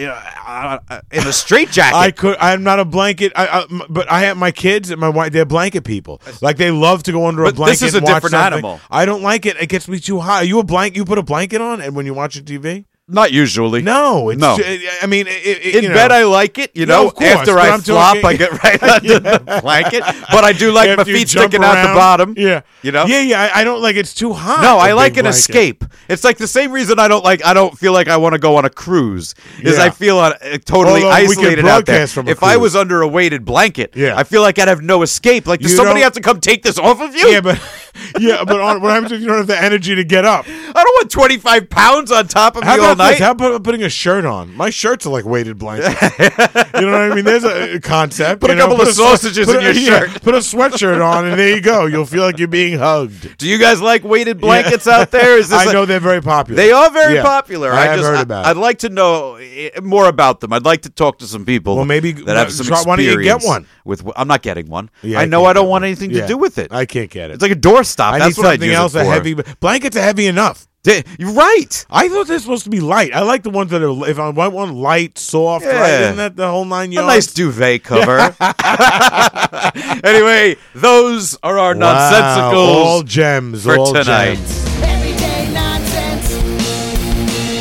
[SPEAKER 2] uh, uh, in a straitjacket.
[SPEAKER 3] I could. I'm not a blanket. I, I, m- but I have my kids and my wife. They're blanket people. Like they love to go under a
[SPEAKER 2] But
[SPEAKER 3] blanket.
[SPEAKER 2] this is a
[SPEAKER 3] and watch
[SPEAKER 2] different
[SPEAKER 3] something.
[SPEAKER 2] animal.
[SPEAKER 3] I don't like it. It gets me too high. You a blanket? You put a blanket on, and when you watch a TV,
[SPEAKER 2] Not usually.
[SPEAKER 3] no, it's
[SPEAKER 2] No.
[SPEAKER 3] ju- I mean, it, it,
[SPEAKER 2] In
[SPEAKER 3] you know,
[SPEAKER 2] bed, I like it. You
[SPEAKER 3] No,
[SPEAKER 2] know,
[SPEAKER 3] of course,
[SPEAKER 2] after
[SPEAKER 3] but
[SPEAKER 2] I
[SPEAKER 3] I'm
[SPEAKER 2] flop,
[SPEAKER 3] talking-
[SPEAKER 2] I get right under the blanket. But I do like my
[SPEAKER 3] after you
[SPEAKER 2] feet
[SPEAKER 3] jump
[SPEAKER 2] sticking out
[SPEAKER 3] around-
[SPEAKER 2] the bottom.
[SPEAKER 3] Yeah,
[SPEAKER 2] you know.
[SPEAKER 3] Yeah, yeah. I, I don't like it's too hot.
[SPEAKER 2] No,
[SPEAKER 3] a
[SPEAKER 2] I
[SPEAKER 3] big
[SPEAKER 2] like an
[SPEAKER 3] blanket.
[SPEAKER 2] escape. It's like the same reason I don't like. I don't feel like I want to go on a cruise. Is
[SPEAKER 3] Yeah.
[SPEAKER 2] I feel on, uh, totally
[SPEAKER 3] Although we could
[SPEAKER 2] isolated out there.
[SPEAKER 3] broadcast from a
[SPEAKER 2] if I
[SPEAKER 3] cruise.
[SPEAKER 2] was under a weighted blanket,
[SPEAKER 3] Yeah.
[SPEAKER 2] I feel like I'd have no escape. Like, does
[SPEAKER 3] You
[SPEAKER 2] somebody
[SPEAKER 3] don't-
[SPEAKER 2] have to come take this off of you?
[SPEAKER 3] Yeah, but yeah, but on, what happens if you don't have the energy to get up?
[SPEAKER 2] I don't want twenty five pounds on top of
[SPEAKER 3] How
[SPEAKER 2] me all
[SPEAKER 3] about this?
[SPEAKER 2] night.
[SPEAKER 3] How about putting a shirt on? My shirts are like weighted blankets. you know what I mean? There's a concept.
[SPEAKER 2] Put a
[SPEAKER 3] you know,
[SPEAKER 2] couple of
[SPEAKER 3] swe-
[SPEAKER 2] sausages
[SPEAKER 3] put
[SPEAKER 2] in your shirt.
[SPEAKER 3] Put a sweatshirt on, and there you go. You'll feel like you're being hugged.
[SPEAKER 2] do you guys like weighted blankets out there? Is this
[SPEAKER 3] I
[SPEAKER 2] a-
[SPEAKER 3] know they're very popular.
[SPEAKER 2] They are very
[SPEAKER 3] Yeah.
[SPEAKER 2] popular.
[SPEAKER 3] I,
[SPEAKER 2] I,
[SPEAKER 3] have
[SPEAKER 2] just,
[SPEAKER 3] heard
[SPEAKER 2] I,
[SPEAKER 3] about
[SPEAKER 2] I'd
[SPEAKER 3] it.
[SPEAKER 2] like to know eh, more about them. I'd like to talk to some people.
[SPEAKER 3] Well, maybe-
[SPEAKER 2] that have some
[SPEAKER 3] try- why don't you get
[SPEAKER 2] experience
[SPEAKER 3] one?
[SPEAKER 2] With wh- I'm not getting one.
[SPEAKER 3] Yeah,
[SPEAKER 2] I
[SPEAKER 3] I
[SPEAKER 2] know
[SPEAKER 3] can't
[SPEAKER 2] I don't
[SPEAKER 3] get
[SPEAKER 2] want
[SPEAKER 3] one.
[SPEAKER 2] anything
[SPEAKER 3] Yeah.
[SPEAKER 2] to do with it.
[SPEAKER 3] I can't get it.
[SPEAKER 2] It's like a doorstop.
[SPEAKER 3] I
[SPEAKER 2] That's
[SPEAKER 3] need
[SPEAKER 2] what
[SPEAKER 3] something
[SPEAKER 2] I'd use
[SPEAKER 3] else.
[SPEAKER 2] it
[SPEAKER 3] A
[SPEAKER 2] for.
[SPEAKER 3] heavy blankets are heavy enough.
[SPEAKER 2] Da- You're right.
[SPEAKER 3] I thought they're supposed to be light. I like the ones that are. If I want one light, soft,
[SPEAKER 2] Yeah.
[SPEAKER 3] right? Isn't that the whole nine
[SPEAKER 2] A
[SPEAKER 3] yards?
[SPEAKER 2] nice duvet cover. anyway, those are our
[SPEAKER 3] Wow, all
[SPEAKER 2] nonsensicals
[SPEAKER 3] gems
[SPEAKER 2] for
[SPEAKER 3] all
[SPEAKER 2] tonight.
[SPEAKER 3] gems.
[SPEAKER 1] Everyday nonsense.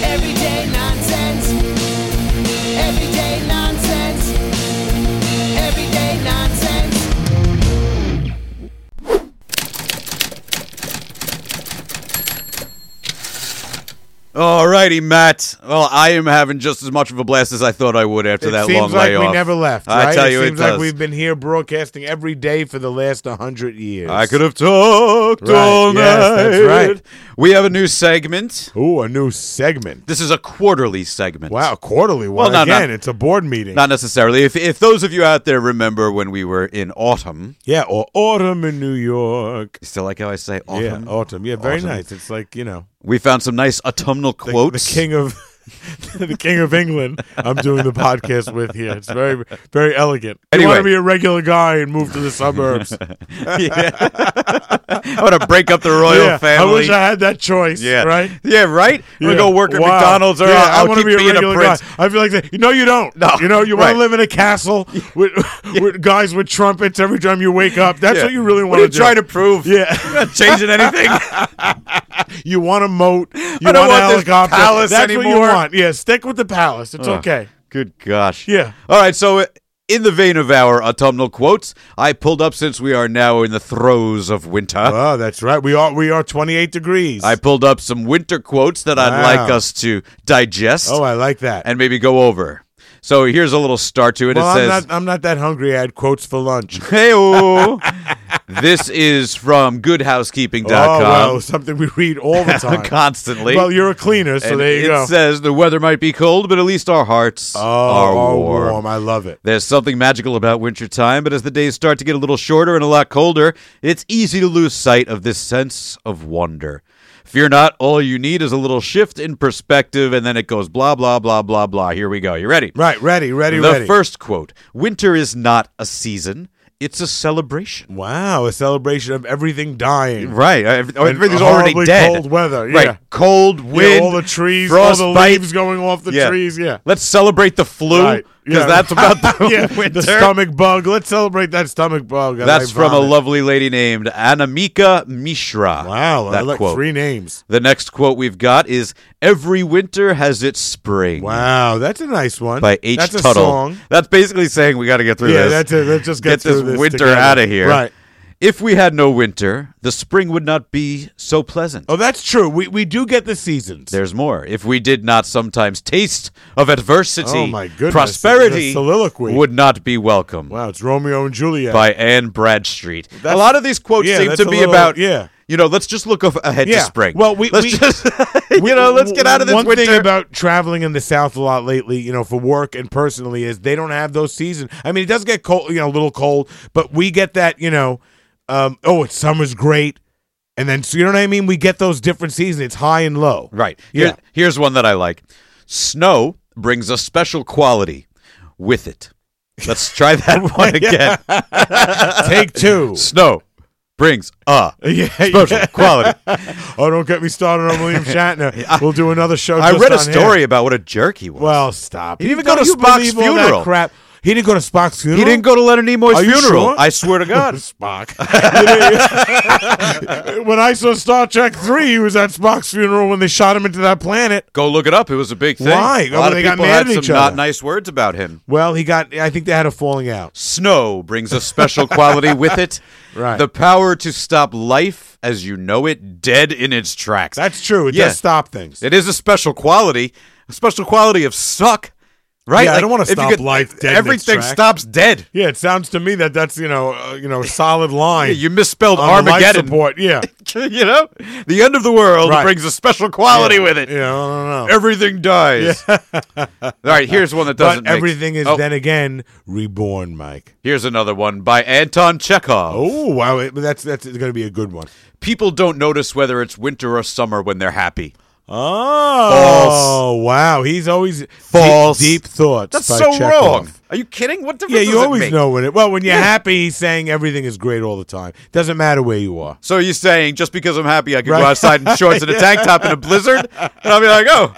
[SPEAKER 1] Everyday nonsense. Everyday nonsense. Everyday nonsense.
[SPEAKER 2] All righty, Matt. Well, I am having just as much of a blast as I thought I would after
[SPEAKER 3] It
[SPEAKER 2] that
[SPEAKER 3] seems
[SPEAKER 2] long
[SPEAKER 3] like
[SPEAKER 2] layoff.
[SPEAKER 3] we never left.
[SPEAKER 2] I
[SPEAKER 3] right?
[SPEAKER 2] tell
[SPEAKER 3] it
[SPEAKER 2] you,
[SPEAKER 3] seems
[SPEAKER 2] it
[SPEAKER 3] like
[SPEAKER 2] does.
[SPEAKER 3] we've been here broadcasting every day for the last hundred years.
[SPEAKER 2] I could have talked
[SPEAKER 3] Right,
[SPEAKER 2] all
[SPEAKER 3] yes,
[SPEAKER 2] night.
[SPEAKER 3] that's right.
[SPEAKER 2] We have a new segment.
[SPEAKER 3] Ooh, a new segment.
[SPEAKER 2] This is a quarterly segment.
[SPEAKER 3] Wow, quarterly
[SPEAKER 2] Well,
[SPEAKER 3] one
[SPEAKER 2] no,
[SPEAKER 3] again.
[SPEAKER 2] no.
[SPEAKER 3] It's a board meeting.
[SPEAKER 2] Not necessarily. If, if those of you out there remember when we were in autumn,
[SPEAKER 3] yeah, or autumn in New York.
[SPEAKER 2] you still like how I say autumn?
[SPEAKER 3] Yeah, autumn. Yeah, very
[SPEAKER 2] Autumn.
[SPEAKER 3] nice. It's like you know
[SPEAKER 2] We found some nice autumnal
[SPEAKER 3] the, the
[SPEAKER 2] quotes.
[SPEAKER 3] king of the king of England. I'm doing the podcast with here. It's very very elegant. You want to
[SPEAKER 2] Anyway.
[SPEAKER 3] be a regular guy and move to the suburbs?
[SPEAKER 2] Yeah. I want to break up the royal
[SPEAKER 3] yeah,
[SPEAKER 2] family.
[SPEAKER 3] I wish I had that choice.
[SPEAKER 2] yeah.
[SPEAKER 3] right.
[SPEAKER 2] Yeah, right? I'm going to
[SPEAKER 3] Yeah.
[SPEAKER 2] go work at
[SPEAKER 3] Wow.
[SPEAKER 2] McDonald's or
[SPEAKER 3] Yeah,
[SPEAKER 2] I'll, I'll
[SPEAKER 3] wanna
[SPEAKER 2] keep
[SPEAKER 3] be a
[SPEAKER 2] being
[SPEAKER 3] regular
[SPEAKER 2] a prince.
[SPEAKER 3] Guy. I feel like that. No, you don't.
[SPEAKER 2] No.
[SPEAKER 3] You know, you want
[SPEAKER 2] Right.
[SPEAKER 3] to live in a castle with, with guys with trumpets every time you wake up. That's
[SPEAKER 2] Yeah.
[SPEAKER 3] what you really
[SPEAKER 2] What
[SPEAKER 3] want
[SPEAKER 2] are
[SPEAKER 3] to
[SPEAKER 2] you
[SPEAKER 3] do.
[SPEAKER 2] trying to prove?
[SPEAKER 3] yeah,
[SPEAKER 2] Not changing anything?
[SPEAKER 3] you want a moat. You
[SPEAKER 2] I don't
[SPEAKER 3] want, a
[SPEAKER 2] want this
[SPEAKER 3] helicopter.
[SPEAKER 2] palace
[SPEAKER 3] That's what
[SPEAKER 2] anymore.
[SPEAKER 3] you want. Yeah, stick with the palace. It's
[SPEAKER 2] Ugh.
[SPEAKER 3] okay.
[SPEAKER 2] Good gosh.
[SPEAKER 3] Yeah.
[SPEAKER 2] All right, so uh, in the vein of our autumnal quotes, I pulled up since we are now in the throes of winter.
[SPEAKER 3] Oh, that's right. We are we are 28 degrees.
[SPEAKER 2] Uh, I pulled up some winter quotes that I'd
[SPEAKER 3] Wow.
[SPEAKER 2] like us to digest
[SPEAKER 3] oh, I like that.
[SPEAKER 2] and maybe go over. So here's a little start to it.
[SPEAKER 3] well,
[SPEAKER 2] it
[SPEAKER 3] I'm
[SPEAKER 2] says,
[SPEAKER 3] not I'm not that hungry. I had quotes for lunch.
[SPEAKER 2] Heyo. this is from goodhousekeeping.com
[SPEAKER 3] Oh, well, something we read all the time.
[SPEAKER 2] constantly.
[SPEAKER 3] Well, you're a cleaner, so
[SPEAKER 2] And
[SPEAKER 3] there you
[SPEAKER 2] it
[SPEAKER 3] go.
[SPEAKER 2] says the weather might be cold, but at least our hearts
[SPEAKER 3] oh,
[SPEAKER 2] are
[SPEAKER 3] oh,
[SPEAKER 2] warm.
[SPEAKER 3] warm. I love it.
[SPEAKER 2] There's something magical about winter time, but as the days start to get a little shorter and a lot colder, it's easy to lose sight of this sense of wonder. Fear not, all you need is a little shift in perspective, and then it goes blah, blah, blah, blah, blah. Here we go. You ready?
[SPEAKER 3] Right, ready, ready,
[SPEAKER 2] the
[SPEAKER 3] ready.
[SPEAKER 2] first quote Winter is not a season, it's a celebration.
[SPEAKER 3] wow, a celebration of everything dying.
[SPEAKER 2] Right. Uh, Every- Everything's
[SPEAKER 3] horribly
[SPEAKER 2] already dead.
[SPEAKER 3] cold weather, yeah.
[SPEAKER 2] Right. Cold wind.
[SPEAKER 3] yeah, all the trees, all the
[SPEAKER 2] frostbite.
[SPEAKER 3] leaves going off the
[SPEAKER 2] Yeah.
[SPEAKER 3] trees. Yeah,
[SPEAKER 2] Let's celebrate the flu because
[SPEAKER 3] Right, yeah.
[SPEAKER 2] that's about the
[SPEAKER 3] yeah.
[SPEAKER 2] winter.
[SPEAKER 3] The stomach bug. Let's celebrate that stomach bug. I
[SPEAKER 2] That's
[SPEAKER 3] like
[SPEAKER 2] from a
[SPEAKER 3] vomit.
[SPEAKER 2] lovely lady named Anamika Mishra.
[SPEAKER 3] Wow, I
[SPEAKER 2] that
[SPEAKER 3] like
[SPEAKER 2] quote.
[SPEAKER 3] three names.
[SPEAKER 2] The next quote we've got is "Every winter has its spring."
[SPEAKER 3] Wow, that's a nice one.
[SPEAKER 2] By H.
[SPEAKER 3] That's
[SPEAKER 2] Tuttle.
[SPEAKER 3] a song.
[SPEAKER 2] That's basically saying we got to get through
[SPEAKER 3] Yeah,
[SPEAKER 2] this.
[SPEAKER 3] that's it. Let's just get,
[SPEAKER 2] get this
[SPEAKER 3] through this
[SPEAKER 2] winter
[SPEAKER 3] together.
[SPEAKER 2] out of here.
[SPEAKER 3] Right.
[SPEAKER 2] If we had no winter, the spring would not be so pleasant.
[SPEAKER 3] Oh, that's true. We we do get the seasons.
[SPEAKER 2] There's more. If we did not sometimes taste of adversity,
[SPEAKER 3] Oh, my goodness.
[SPEAKER 2] prosperity
[SPEAKER 3] The soliloquy.
[SPEAKER 2] would not be welcome.
[SPEAKER 3] wow, it's Romeo and Juliet.
[SPEAKER 2] By Anne Bradstreet. a
[SPEAKER 3] That's-
[SPEAKER 2] lot of these quotes
[SPEAKER 3] yeah,
[SPEAKER 2] seem
[SPEAKER 3] that's
[SPEAKER 2] to
[SPEAKER 3] a
[SPEAKER 2] be
[SPEAKER 3] little-
[SPEAKER 2] about
[SPEAKER 3] yeah.
[SPEAKER 2] You know, let's just look af- ahead
[SPEAKER 3] Yeah.
[SPEAKER 2] to spring.
[SPEAKER 3] Well, we-
[SPEAKER 2] let's
[SPEAKER 3] we-
[SPEAKER 2] just you know, let's get out of this
[SPEAKER 3] One
[SPEAKER 2] winter.
[SPEAKER 3] thing about traveling in the South a lot lately, you know, for work and personally, is they don't have those seasons. I mean, it does get cold, you know, a little cold, but we get that, you know, um, oh, it's summer's great, and then so you know what I mean. We get those different seasons. It's high and low.
[SPEAKER 2] right. Here-
[SPEAKER 3] Yeah.
[SPEAKER 2] Here's one that I like. Snow brings a special quality with it. Let's try that one again.
[SPEAKER 3] Take two.
[SPEAKER 2] Snow brings a
[SPEAKER 3] yeah,
[SPEAKER 2] special
[SPEAKER 3] yeah.
[SPEAKER 2] quality.
[SPEAKER 3] Oh, don't get me started on William Shatner. We'll do another show.
[SPEAKER 2] I
[SPEAKER 3] just
[SPEAKER 2] read a
[SPEAKER 3] on him.
[SPEAKER 2] story about what a jerk he was.
[SPEAKER 3] Well, stop.
[SPEAKER 2] He didn't even
[SPEAKER 3] Don't
[SPEAKER 2] go to
[SPEAKER 3] you
[SPEAKER 2] Spock's
[SPEAKER 3] believe all that
[SPEAKER 2] funeral.
[SPEAKER 3] Crap. He didn't go to Spock's funeral.
[SPEAKER 2] he didn't go to Leonard Nimoy's
[SPEAKER 3] Are you
[SPEAKER 2] funeral.
[SPEAKER 3] sure?
[SPEAKER 2] I swear to God.
[SPEAKER 3] Spock. when I saw Star Trek three, he was at Spock's funeral when they shot him into that planet.
[SPEAKER 2] Go look it up. It was a big thing.
[SPEAKER 3] Why?
[SPEAKER 2] A lot
[SPEAKER 3] Well, they
[SPEAKER 2] of
[SPEAKER 3] got
[SPEAKER 2] people
[SPEAKER 3] mad
[SPEAKER 2] had
[SPEAKER 3] at
[SPEAKER 2] some
[SPEAKER 3] each
[SPEAKER 2] not
[SPEAKER 3] other.
[SPEAKER 2] nice words about him.
[SPEAKER 3] Well, he got. I think they had a falling out.
[SPEAKER 2] Snow brings a special quality with it.
[SPEAKER 3] Right.
[SPEAKER 2] The power to stop life as you know it dead in its tracks.
[SPEAKER 3] That's true. It
[SPEAKER 2] Yeah.
[SPEAKER 3] does stop things.
[SPEAKER 2] It is a special quality, a special quality of suck, right?
[SPEAKER 3] Yeah, I don't wanna
[SPEAKER 2] if you
[SPEAKER 3] stop life dead in its
[SPEAKER 2] Everything
[SPEAKER 3] track.
[SPEAKER 2] stops dead.
[SPEAKER 3] yeah, it sounds to me that that's you know uh, you know a solid line.
[SPEAKER 2] Yeah, you misspelled
[SPEAKER 3] on the life
[SPEAKER 2] Armageddon.
[SPEAKER 3] support. Yeah,
[SPEAKER 2] you know, the end of the world
[SPEAKER 3] Right.
[SPEAKER 2] brings a special quality with it.
[SPEAKER 3] you know, I don't know.
[SPEAKER 2] Everything dies. All right, here's one that doesn't.
[SPEAKER 3] But
[SPEAKER 2] make-
[SPEAKER 3] everything is
[SPEAKER 2] Oh,
[SPEAKER 3] then again reborn, Mike.
[SPEAKER 2] Here's another one by Anton Chekhov.
[SPEAKER 3] Oh wow, it- that's that's going to be a good one.
[SPEAKER 2] People don't notice whether it's winter or summer when they're happy.
[SPEAKER 3] Oh wow, he's always deep-
[SPEAKER 2] False.
[SPEAKER 3] Deep, thoughts.
[SPEAKER 2] That's
[SPEAKER 3] by
[SPEAKER 2] so
[SPEAKER 3] Chekhov.
[SPEAKER 2] wrong. Are you kidding? What difference
[SPEAKER 3] Yeah,
[SPEAKER 2] does
[SPEAKER 3] you
[SPEAKER 2] it
[SPEAKER 3] always
[SPEAKER 2] make?
[SPEAKER 3] know when it. Well, when you're
[SPEAKER 2] Yeah.
[SPEAKER 3] happy, he's saying everything is great all the time. Doesn't matter where you are.
[SPEAKER 2] So you're saying just because I'm happy, I can
[SPEAKER 3] Right.
[SPEAKER 2] go outside in shorts and a tank top in a blizzard, and I'll be like, oh,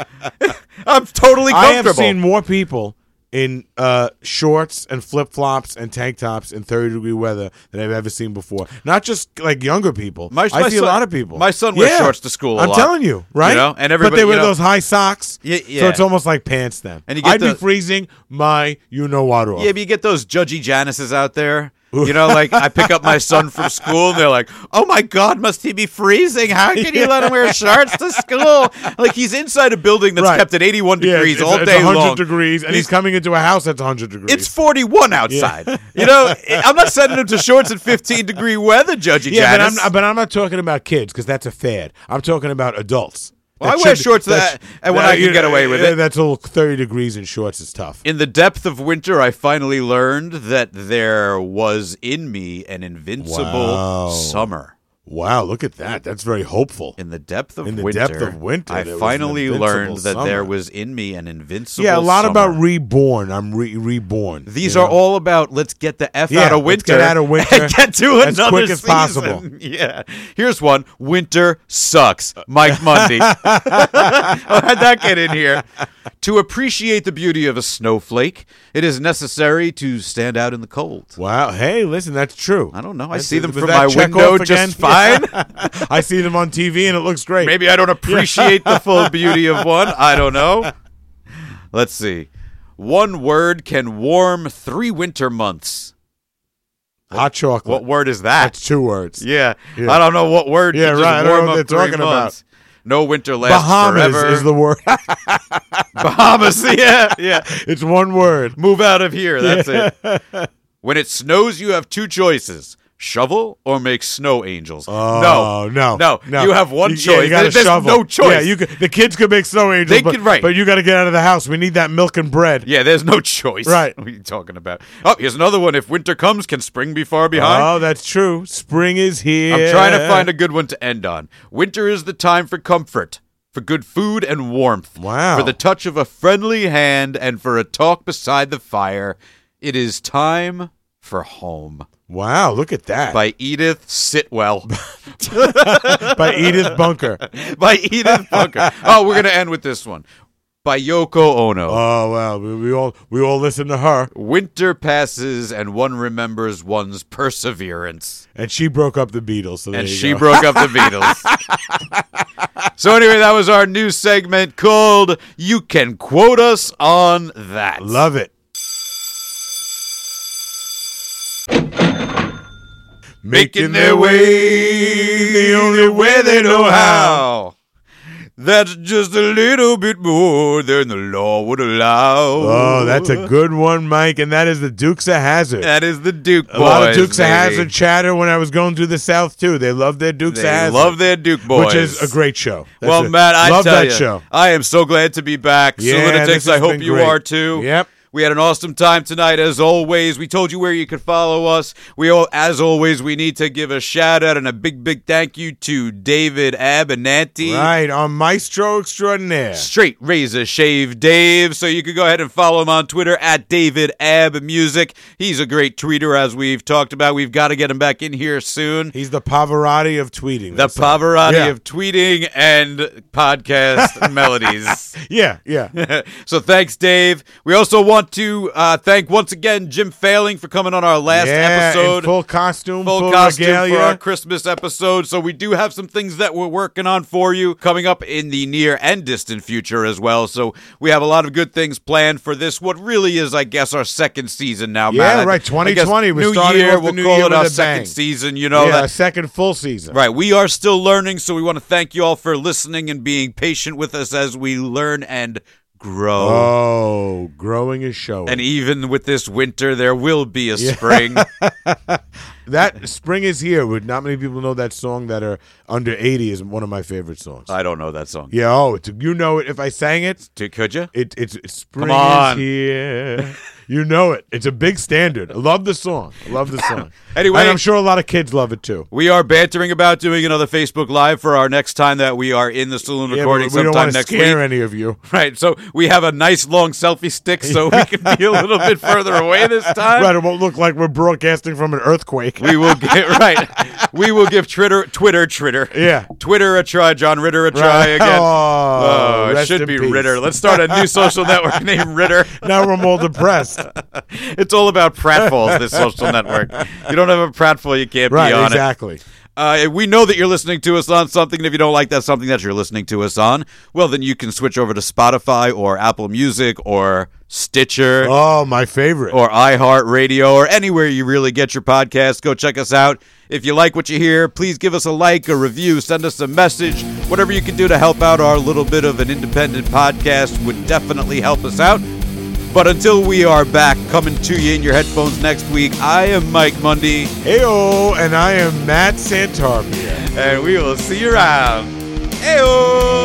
[SPEAKER 2] I'm totally
[SPEAKER 3] I have
[SPEAKER 2] comfortable.
[SPEAKER 3] seen more people in uh, shorts and flip flops and tank tops in 30 degree weather than I've ever seen before. Not just like younger people.
[SPEAKER 2] My-
[SPEAKER 3] I
[SPEAKER 2] my
[SPEAKER 3] see a
[SPEAKER 2] son-
[SPEAKER 3] lot of people.
[SPEAKER 2] my son wears shorts to school a
[SPEAKER 3] I'm
[SPEAKER 2] lot.
[SPEAKER 3] telling you, right?
[SPEAKER 2] You know, and
[SPEAKER 3] but they
[SPEAKER 2] everybody-
[SPEAKER 3] wear
[SPEAKER 2] you know-
[SPEAKER 3] those high socks.
[SPEAKER 2] Ye-
[SPEAKER 3] So
[SPEAKER 2] yeah.
[SPEAKER 3] it's almost like pants then.
[SPEAKER 2] And you get
[SPEAKER 3] I'd be
[SPEAKER 2] the-
[SPEAKER 3] freezing my you know what off.
[SPEAKER 2] yeah, but you get those judgy Janices out there. You know, like I pick up my son from school, and they're like, "Oh my God, must he be freezing? How can you let him wear shorts to school? Like he's inside a building that's
[SPEAKER 3] Right.
[SPEAKER 2] kept at 81
[SPEAKER 3] Yeah,
[SPEAKER 2] degrees
[SPEAKER 3] it's,
[SPEAKER 2] all
[SPEAKER 3] it's
[SPEAKER 2] day
[SPEAKER 3] 100
[SPEAKER 2] long.
[SPEAKER 3] degrees, and he's, coming into a house that's 100 degrees.
[SPEAKER 2] It's 41 outside. You know, I'm not sending him to shorts in 15 degree weather, Judgy
[SPEAKER 3] Yeah,
[SPEAKER 2] Janice.
[SPEAKER 3] but I'm but I'm not talking about kids because that's a fad. I'm talking about adults.
[SPEAKER 2] Well,
[SPEAKER 3] That
[SPEAKER 2] I wear
[SPEAKER 3] should-
[SPEAKER 2] shorts
[SPEAKER 3] that's-
[SPEAKER 2] that- and when I can
[SPEAKER 3] you
[SPEAKER 2] get
[SPEAKER 3] know,
[SPEAKER 2] away with
[SPEAKER 3] uh,
[SPEAKER 2] it.
[SPEAKER 3] That's a little thirty degrees in shorts is tough.
[SPEAKER 2] In the depth of winter, I finally learned that there was in me an invincible
[SPEAKER 3] Wow.
[SPEAKER 2] summer.
[SPEAKER 3] Wow, look at that. That's very hopeful.
[SPEAKER 2] In the depth of
[SPEAKER 3] In the
[SPEAKER 2] winter,
[SPEAKER 3] depth of winter,
[SPEAKER 2] I
[SPEAKER 3] there was an
[SPEAKER 2] finally
[SPEAKER 3] invincible
[SPEAKER 2] learned that there
[SPEAKER 3] summer.
[SPEAKER 2] was in me an invincible.
[SPEAKER 3] Yeah, a lot
[SPEAKER 2] summer.
[SPEAKER 3] about reborn. I'm re- reborn.
[SPEAKER 2] These
[SPEAKER 3] you
[SPEAKER 2] are
[SPEAKER 3] know?
[SPEAKER 2] all about let's get the f
[SPEAKER 3] Yeah,
[SPEAKER 2] out of
[SPEAKER 3] let's
[SPEAKER 2] winter,
[SPEAKER 3] get out of winter
[SPEAKER 2] and get to
[SPEAKER 3] as
[SPEAKER 2] another
[SPEAKER 3] quick as
[SPEAKER 2] season.
[SPEAKER 3] possible.
[SPEAKER 2] Yeah, here's one: winter sucks. Mike Mundy. How'd that get in here? To appreciate the beauty of a snowflake, it is necessary to stand out in the cold.
[SPEAKER 3] Wow. Hey, listen, that's true.
[SPEAKER 2] I don't know. I
[SPEAKER 3] That's-
[SPEAKER 2] see them
[SPEAKER 3] was
[SPEAKER 2] from
[SPEAKER 3] that
[SPEAKER 2] my
[SPEAKER 3] Chekhov
[SPEAKER 2] window
[SPEAKER 3] again?
[SPEAKER 2] just fine.
[SPEAKER 3] I see them on TV and it looks great.
[SPEAKER 2] Maybe I don't appreciate the full beauty of one. I don't know. Let's see. One word can warm three winter months.
[SPEAKER 3] hot chocolate.
[SPEAKER 2] What word is that?
[SPEAKER 3] that's two words.
[SPEAKER 2] yeah.
[SPEAKER 3] Yeah.
[SPEAKER 2] I don't know what word.
[SPEAKER 3] Yeah,
[SPEAKER 2] can just
[SPEAKER 3] right. I don't
[SPEAKER 2] warm
[SPEAKER 3] know what
[SPEAKER 2] up
[SPEAKER 3] they're
[SPEAKER 2] three
[SPEAKER 3] talking about.
[SPEAKER 2] months. No winter lasts
[SPEAKER 3] Bahamas
[SPEAKER 2] forever.
[SPEAKER 3] is the word.
[SPEAKER 2] Bahamas. Yeah, yeah.
[SPEAKER 3] it's one word.
[SPEAKER 2] Move out of here. That's it. When it snows, you have two choices: shovel or make snow angels.
[SPEAKER 3] Oh, no,
[SPEAKER 2] no, You have one
[SPEAKER 3] You-
[SPEAKER 2] choice.
[SPEAKER 3] yeah, you gotta
[SPEAKER 2] There's
[SPEAKER 3] shovel.
[SPEAKER 2] no choice.
[SPEAKER 3] Yeah, you could, the kids could make snow angels.
[SPEAKER 2] They
[SPEAKER 3] but,
[SPEAKER 2] could- right.
[SPEAKER 3] but you got to get out of the house. We need that milk and bread.
[SPEAKER 2] Yeah, there's no choice.
[SPEAKER 3] Right.
[SPEAKER 2] What are you talking about? Oh, here's another one. If winter comes, can spring be far behind?
[SPEAKER 3] Oh, that's true. Spring is here.
[SPEAKER 2] I'm trying to find a good one to end on. Winter is the time for comfort, for good food and warmth.
[SPEAKER 3] Wow.
[SPEAKER 2] For the touch of a friendly hand and for a talk beside the fire. It is time for home
[SPEAKER 3] Wow, look at that. By,
[SPEAKER 2] by Edith Sitwell.
[SPEAKER 3] Edith Bunker.
[SPEAKER 2] by Edith Bunker. Oh, we're going to end with this one. By Yoko Ono.
[SPEAKER 3] Oh wow, we, we all we all listen to her,
[SPEAKER 2] Winter passes and one remembers one's perseverance.
[SPEAKER 3] and she broke up the Beatles. So there
[SPEAKER 2] and
[SPEAKER 3] you
[SPEAKER 2] she
[SPEAKER 3] go.
[SPEAKER 2] broke up the Beatles. so anyway, that was our new segment called "You Can Quote Us on That."
[SPEAKER 3] love it.
[SPEAKER 2] making their way the only way they know how. That's just a little bit more than the law would allow.
[SPEAKER 3] Oh, that's a good one, Mike, and that is the Dukes of Hazard.
[SPEAKER 2] that is the Duke
[SPEAKER 3] A lot of
[SPEAKER 2] boys,
[SPEAKER 3] Dukes
[SPEAKER 2] baby.
[SPEAKER 3] of Hazard chatter when I was going through the South too. They love their Dukes
[SPEAKER 2] They
[SPEAKER 3] of Hazard,
[SPEAKER 2] love their Duke boys,
[SPEAKER 3] which is a great show. That's
[SPEAKER 2] well,
[SPEAKER 3] a-
[SPEAKER 2] Matt, I
[SPEAKER 3] love
[SPEAKER 2] tell
[SPEAKER 3] that
[SPEAKER 2] you,
[SPEAKER 3] show.
[SPEAKER 2] I am so glad to be back.
[SPEAKER 3] Yeah,
[SPEAKER 2] Lunatics,
[SPEAKER 3] this has
[SPEAKER 2] I hope
[SPEAKER 3] been
[SPEAKER 2] you
[SPEAKER 3] great.
[SPEAKER 2] are too.
[SPEAKER 3] Yep.
[SPEAKER 2] We had an awesome time tonight, as always. We told you where you could follow us. We, all, as always, we need to give a shout out and a big, big thank you to David Abernathy.
[SPEAKER 3] Right on Maestro Extraordinaire.
[SPEAKER 2] Straight Razor Shave Dave. So you can go ahead and follow him on Twitter at David Ab Music. He's a great tweeter, as we've talked about. We've got to get him back in here soon.
[SPEAKER 3] He's the Pavarotti of tweeting.
[SPEAKER 2] The
[SPEAKER 3] they say.
[SPEAKER 2] Pavarotti
[SPEAKER 3] uh, Yeah.
[SPEAKER 2] of tweeting and podcast melodies.
[SPEAKER 3] Yeah, yeah.
[SPEAKER 2] so thanks, Dave. We also want to uh, thank once again Jim Failing for coming on our last
[SPEAKER 3] yeah, in
[SPEAKER 2] episode.
[SPEAKER 3] full costume,
[SPEAKER 2] Full
[SPEAKER 3] full,
[SPEAKER 2] costume
[SPEAKER 3] regalia.
[SPEAKER 2] for our Christmas episode. So we do have some things that we're working on for you coming up in the near and distant future as well. So we have a lot of good things planned for this. What really is, I guess, our second season now.
[SPEAKER 3] Yeah,
[SPEAKER 2] Matt. I-
[SPEAKER 3] right,
[SPEAKER 2] I guess
[SPEAKER 3] 2020, we're
[SPEAKER 2] New
[SPEAKER 3] starting
[SPEAKER 2] year.
[SPEAKER 3] off the
[SPEAKER 2] we'll
[SPEAKER 3] new
[SPEAKER 2] call
[SPEAKER 3] year
[SPEAKER 2] it
[SPEAKER 3] with
[SPEAKER 2] our
[SPEAKER 3] a
[SPEAKER 2] second
[SPEAKER 3] bang.
[SPEAKER 2] season. You know
[SPEAKER 3] yeah,
[SPEAKER 2] that
[SPEAKER 3] second full season.
[SPEAKER 2] Right, we are still learning, so we want to thank you all for listening and being patient with us as we learn and grow.
[SPEAKER 3] Oh, growing is showing.
[SPEAKER 2] and even with this winter, there will be a spring.
[SPEAKER 3] that spring is here. Would not many people know that song that are under eighty is one of my favorite songs.
[SPEAKER 2] I don't know that song.
[SPEAKER 3] yeah, oh, it's, you know it. If I sang it,
[SPEAKER 2] T- Could you?
[SPEAKER 3] it it's, it's spring
[SPEAKER 2] on.
[SPEAKER 3] is here. You know it. It's a big standard. I love the song. I love the song.
[SPEAKER 2] Anyway-
[SPEAKER 3] and I'm sure a lot of kids love it too.
[SPEAKER 2] We are bantering about doing another Facebook Live for our next time that we are in the saloon
[SPEAKER 3] Yeah, but
[SPEAKER 2] recording
[SPEAKER 3] we don't
[SPEAKER 2] sometime
[SPEAKER 3] want to
[SPEAKER 2] next
[SPEAKER 3] scare
[SPEAKER 2] week.
[SPEAKER 3] any of you.
[SPEAKER 2] Right, so we have a nice long selfie stick so we can be a little bit further away this time.
[SPEAKER 3] Right, it won't look like we're broadcasting from an earthquake.
[SPEAKER 2] We will get right. We will give Twitter, Twitter, Twitter,
[SPEAKER 3] Yeah.
[SPEAKER 2] Twitter a try. John Ritter a try
[SPEAKER 3] Right.
[SPEAKER 2] again.
[SPEAKER 3] Oh,
[SPEAKER 2] Oh, it
[SPEAKER 3] rest
[SPEAKER 2] should
[SPEAKER 3] in
[SPEAKER 2] be
[SPEAKER 3] peace.
[SPEAKER 2] Ritter. Let's start a new social network named Ritter.
[SPEAKER 3] now we're more depressed.
[SPEAKER 2] It's all about pratfalls. This social network. You don't have a pratfall, you can't
[SPEAKER 3] Right,
[SPEAKER 2] be on it.
[SPEAKER 3] exactly.
[SPEAKER 2] Uh, we know that you're listening to us on something. And if you don't like that something that you're listening to us on, well, then you can switch over to Spotify or Apple Music or Stitcher
[SPEAKER 3] Oh, my favorite.
[SPEAKER 2] or iHeartRadio or anywhere you really get your podcast. Go check us out. If you like what you hear, please give us a like, a review, send us a message. Whatever you can do to help out our little bit of an independent podcast would definitely help us out. But until we are back coming to you in your headphones next week, I am Mike Mundy,
[SPEAKER 3] Heyo, and I am Matt Santarpia.
[SPEAKER 2] and we will see you around. Ayo!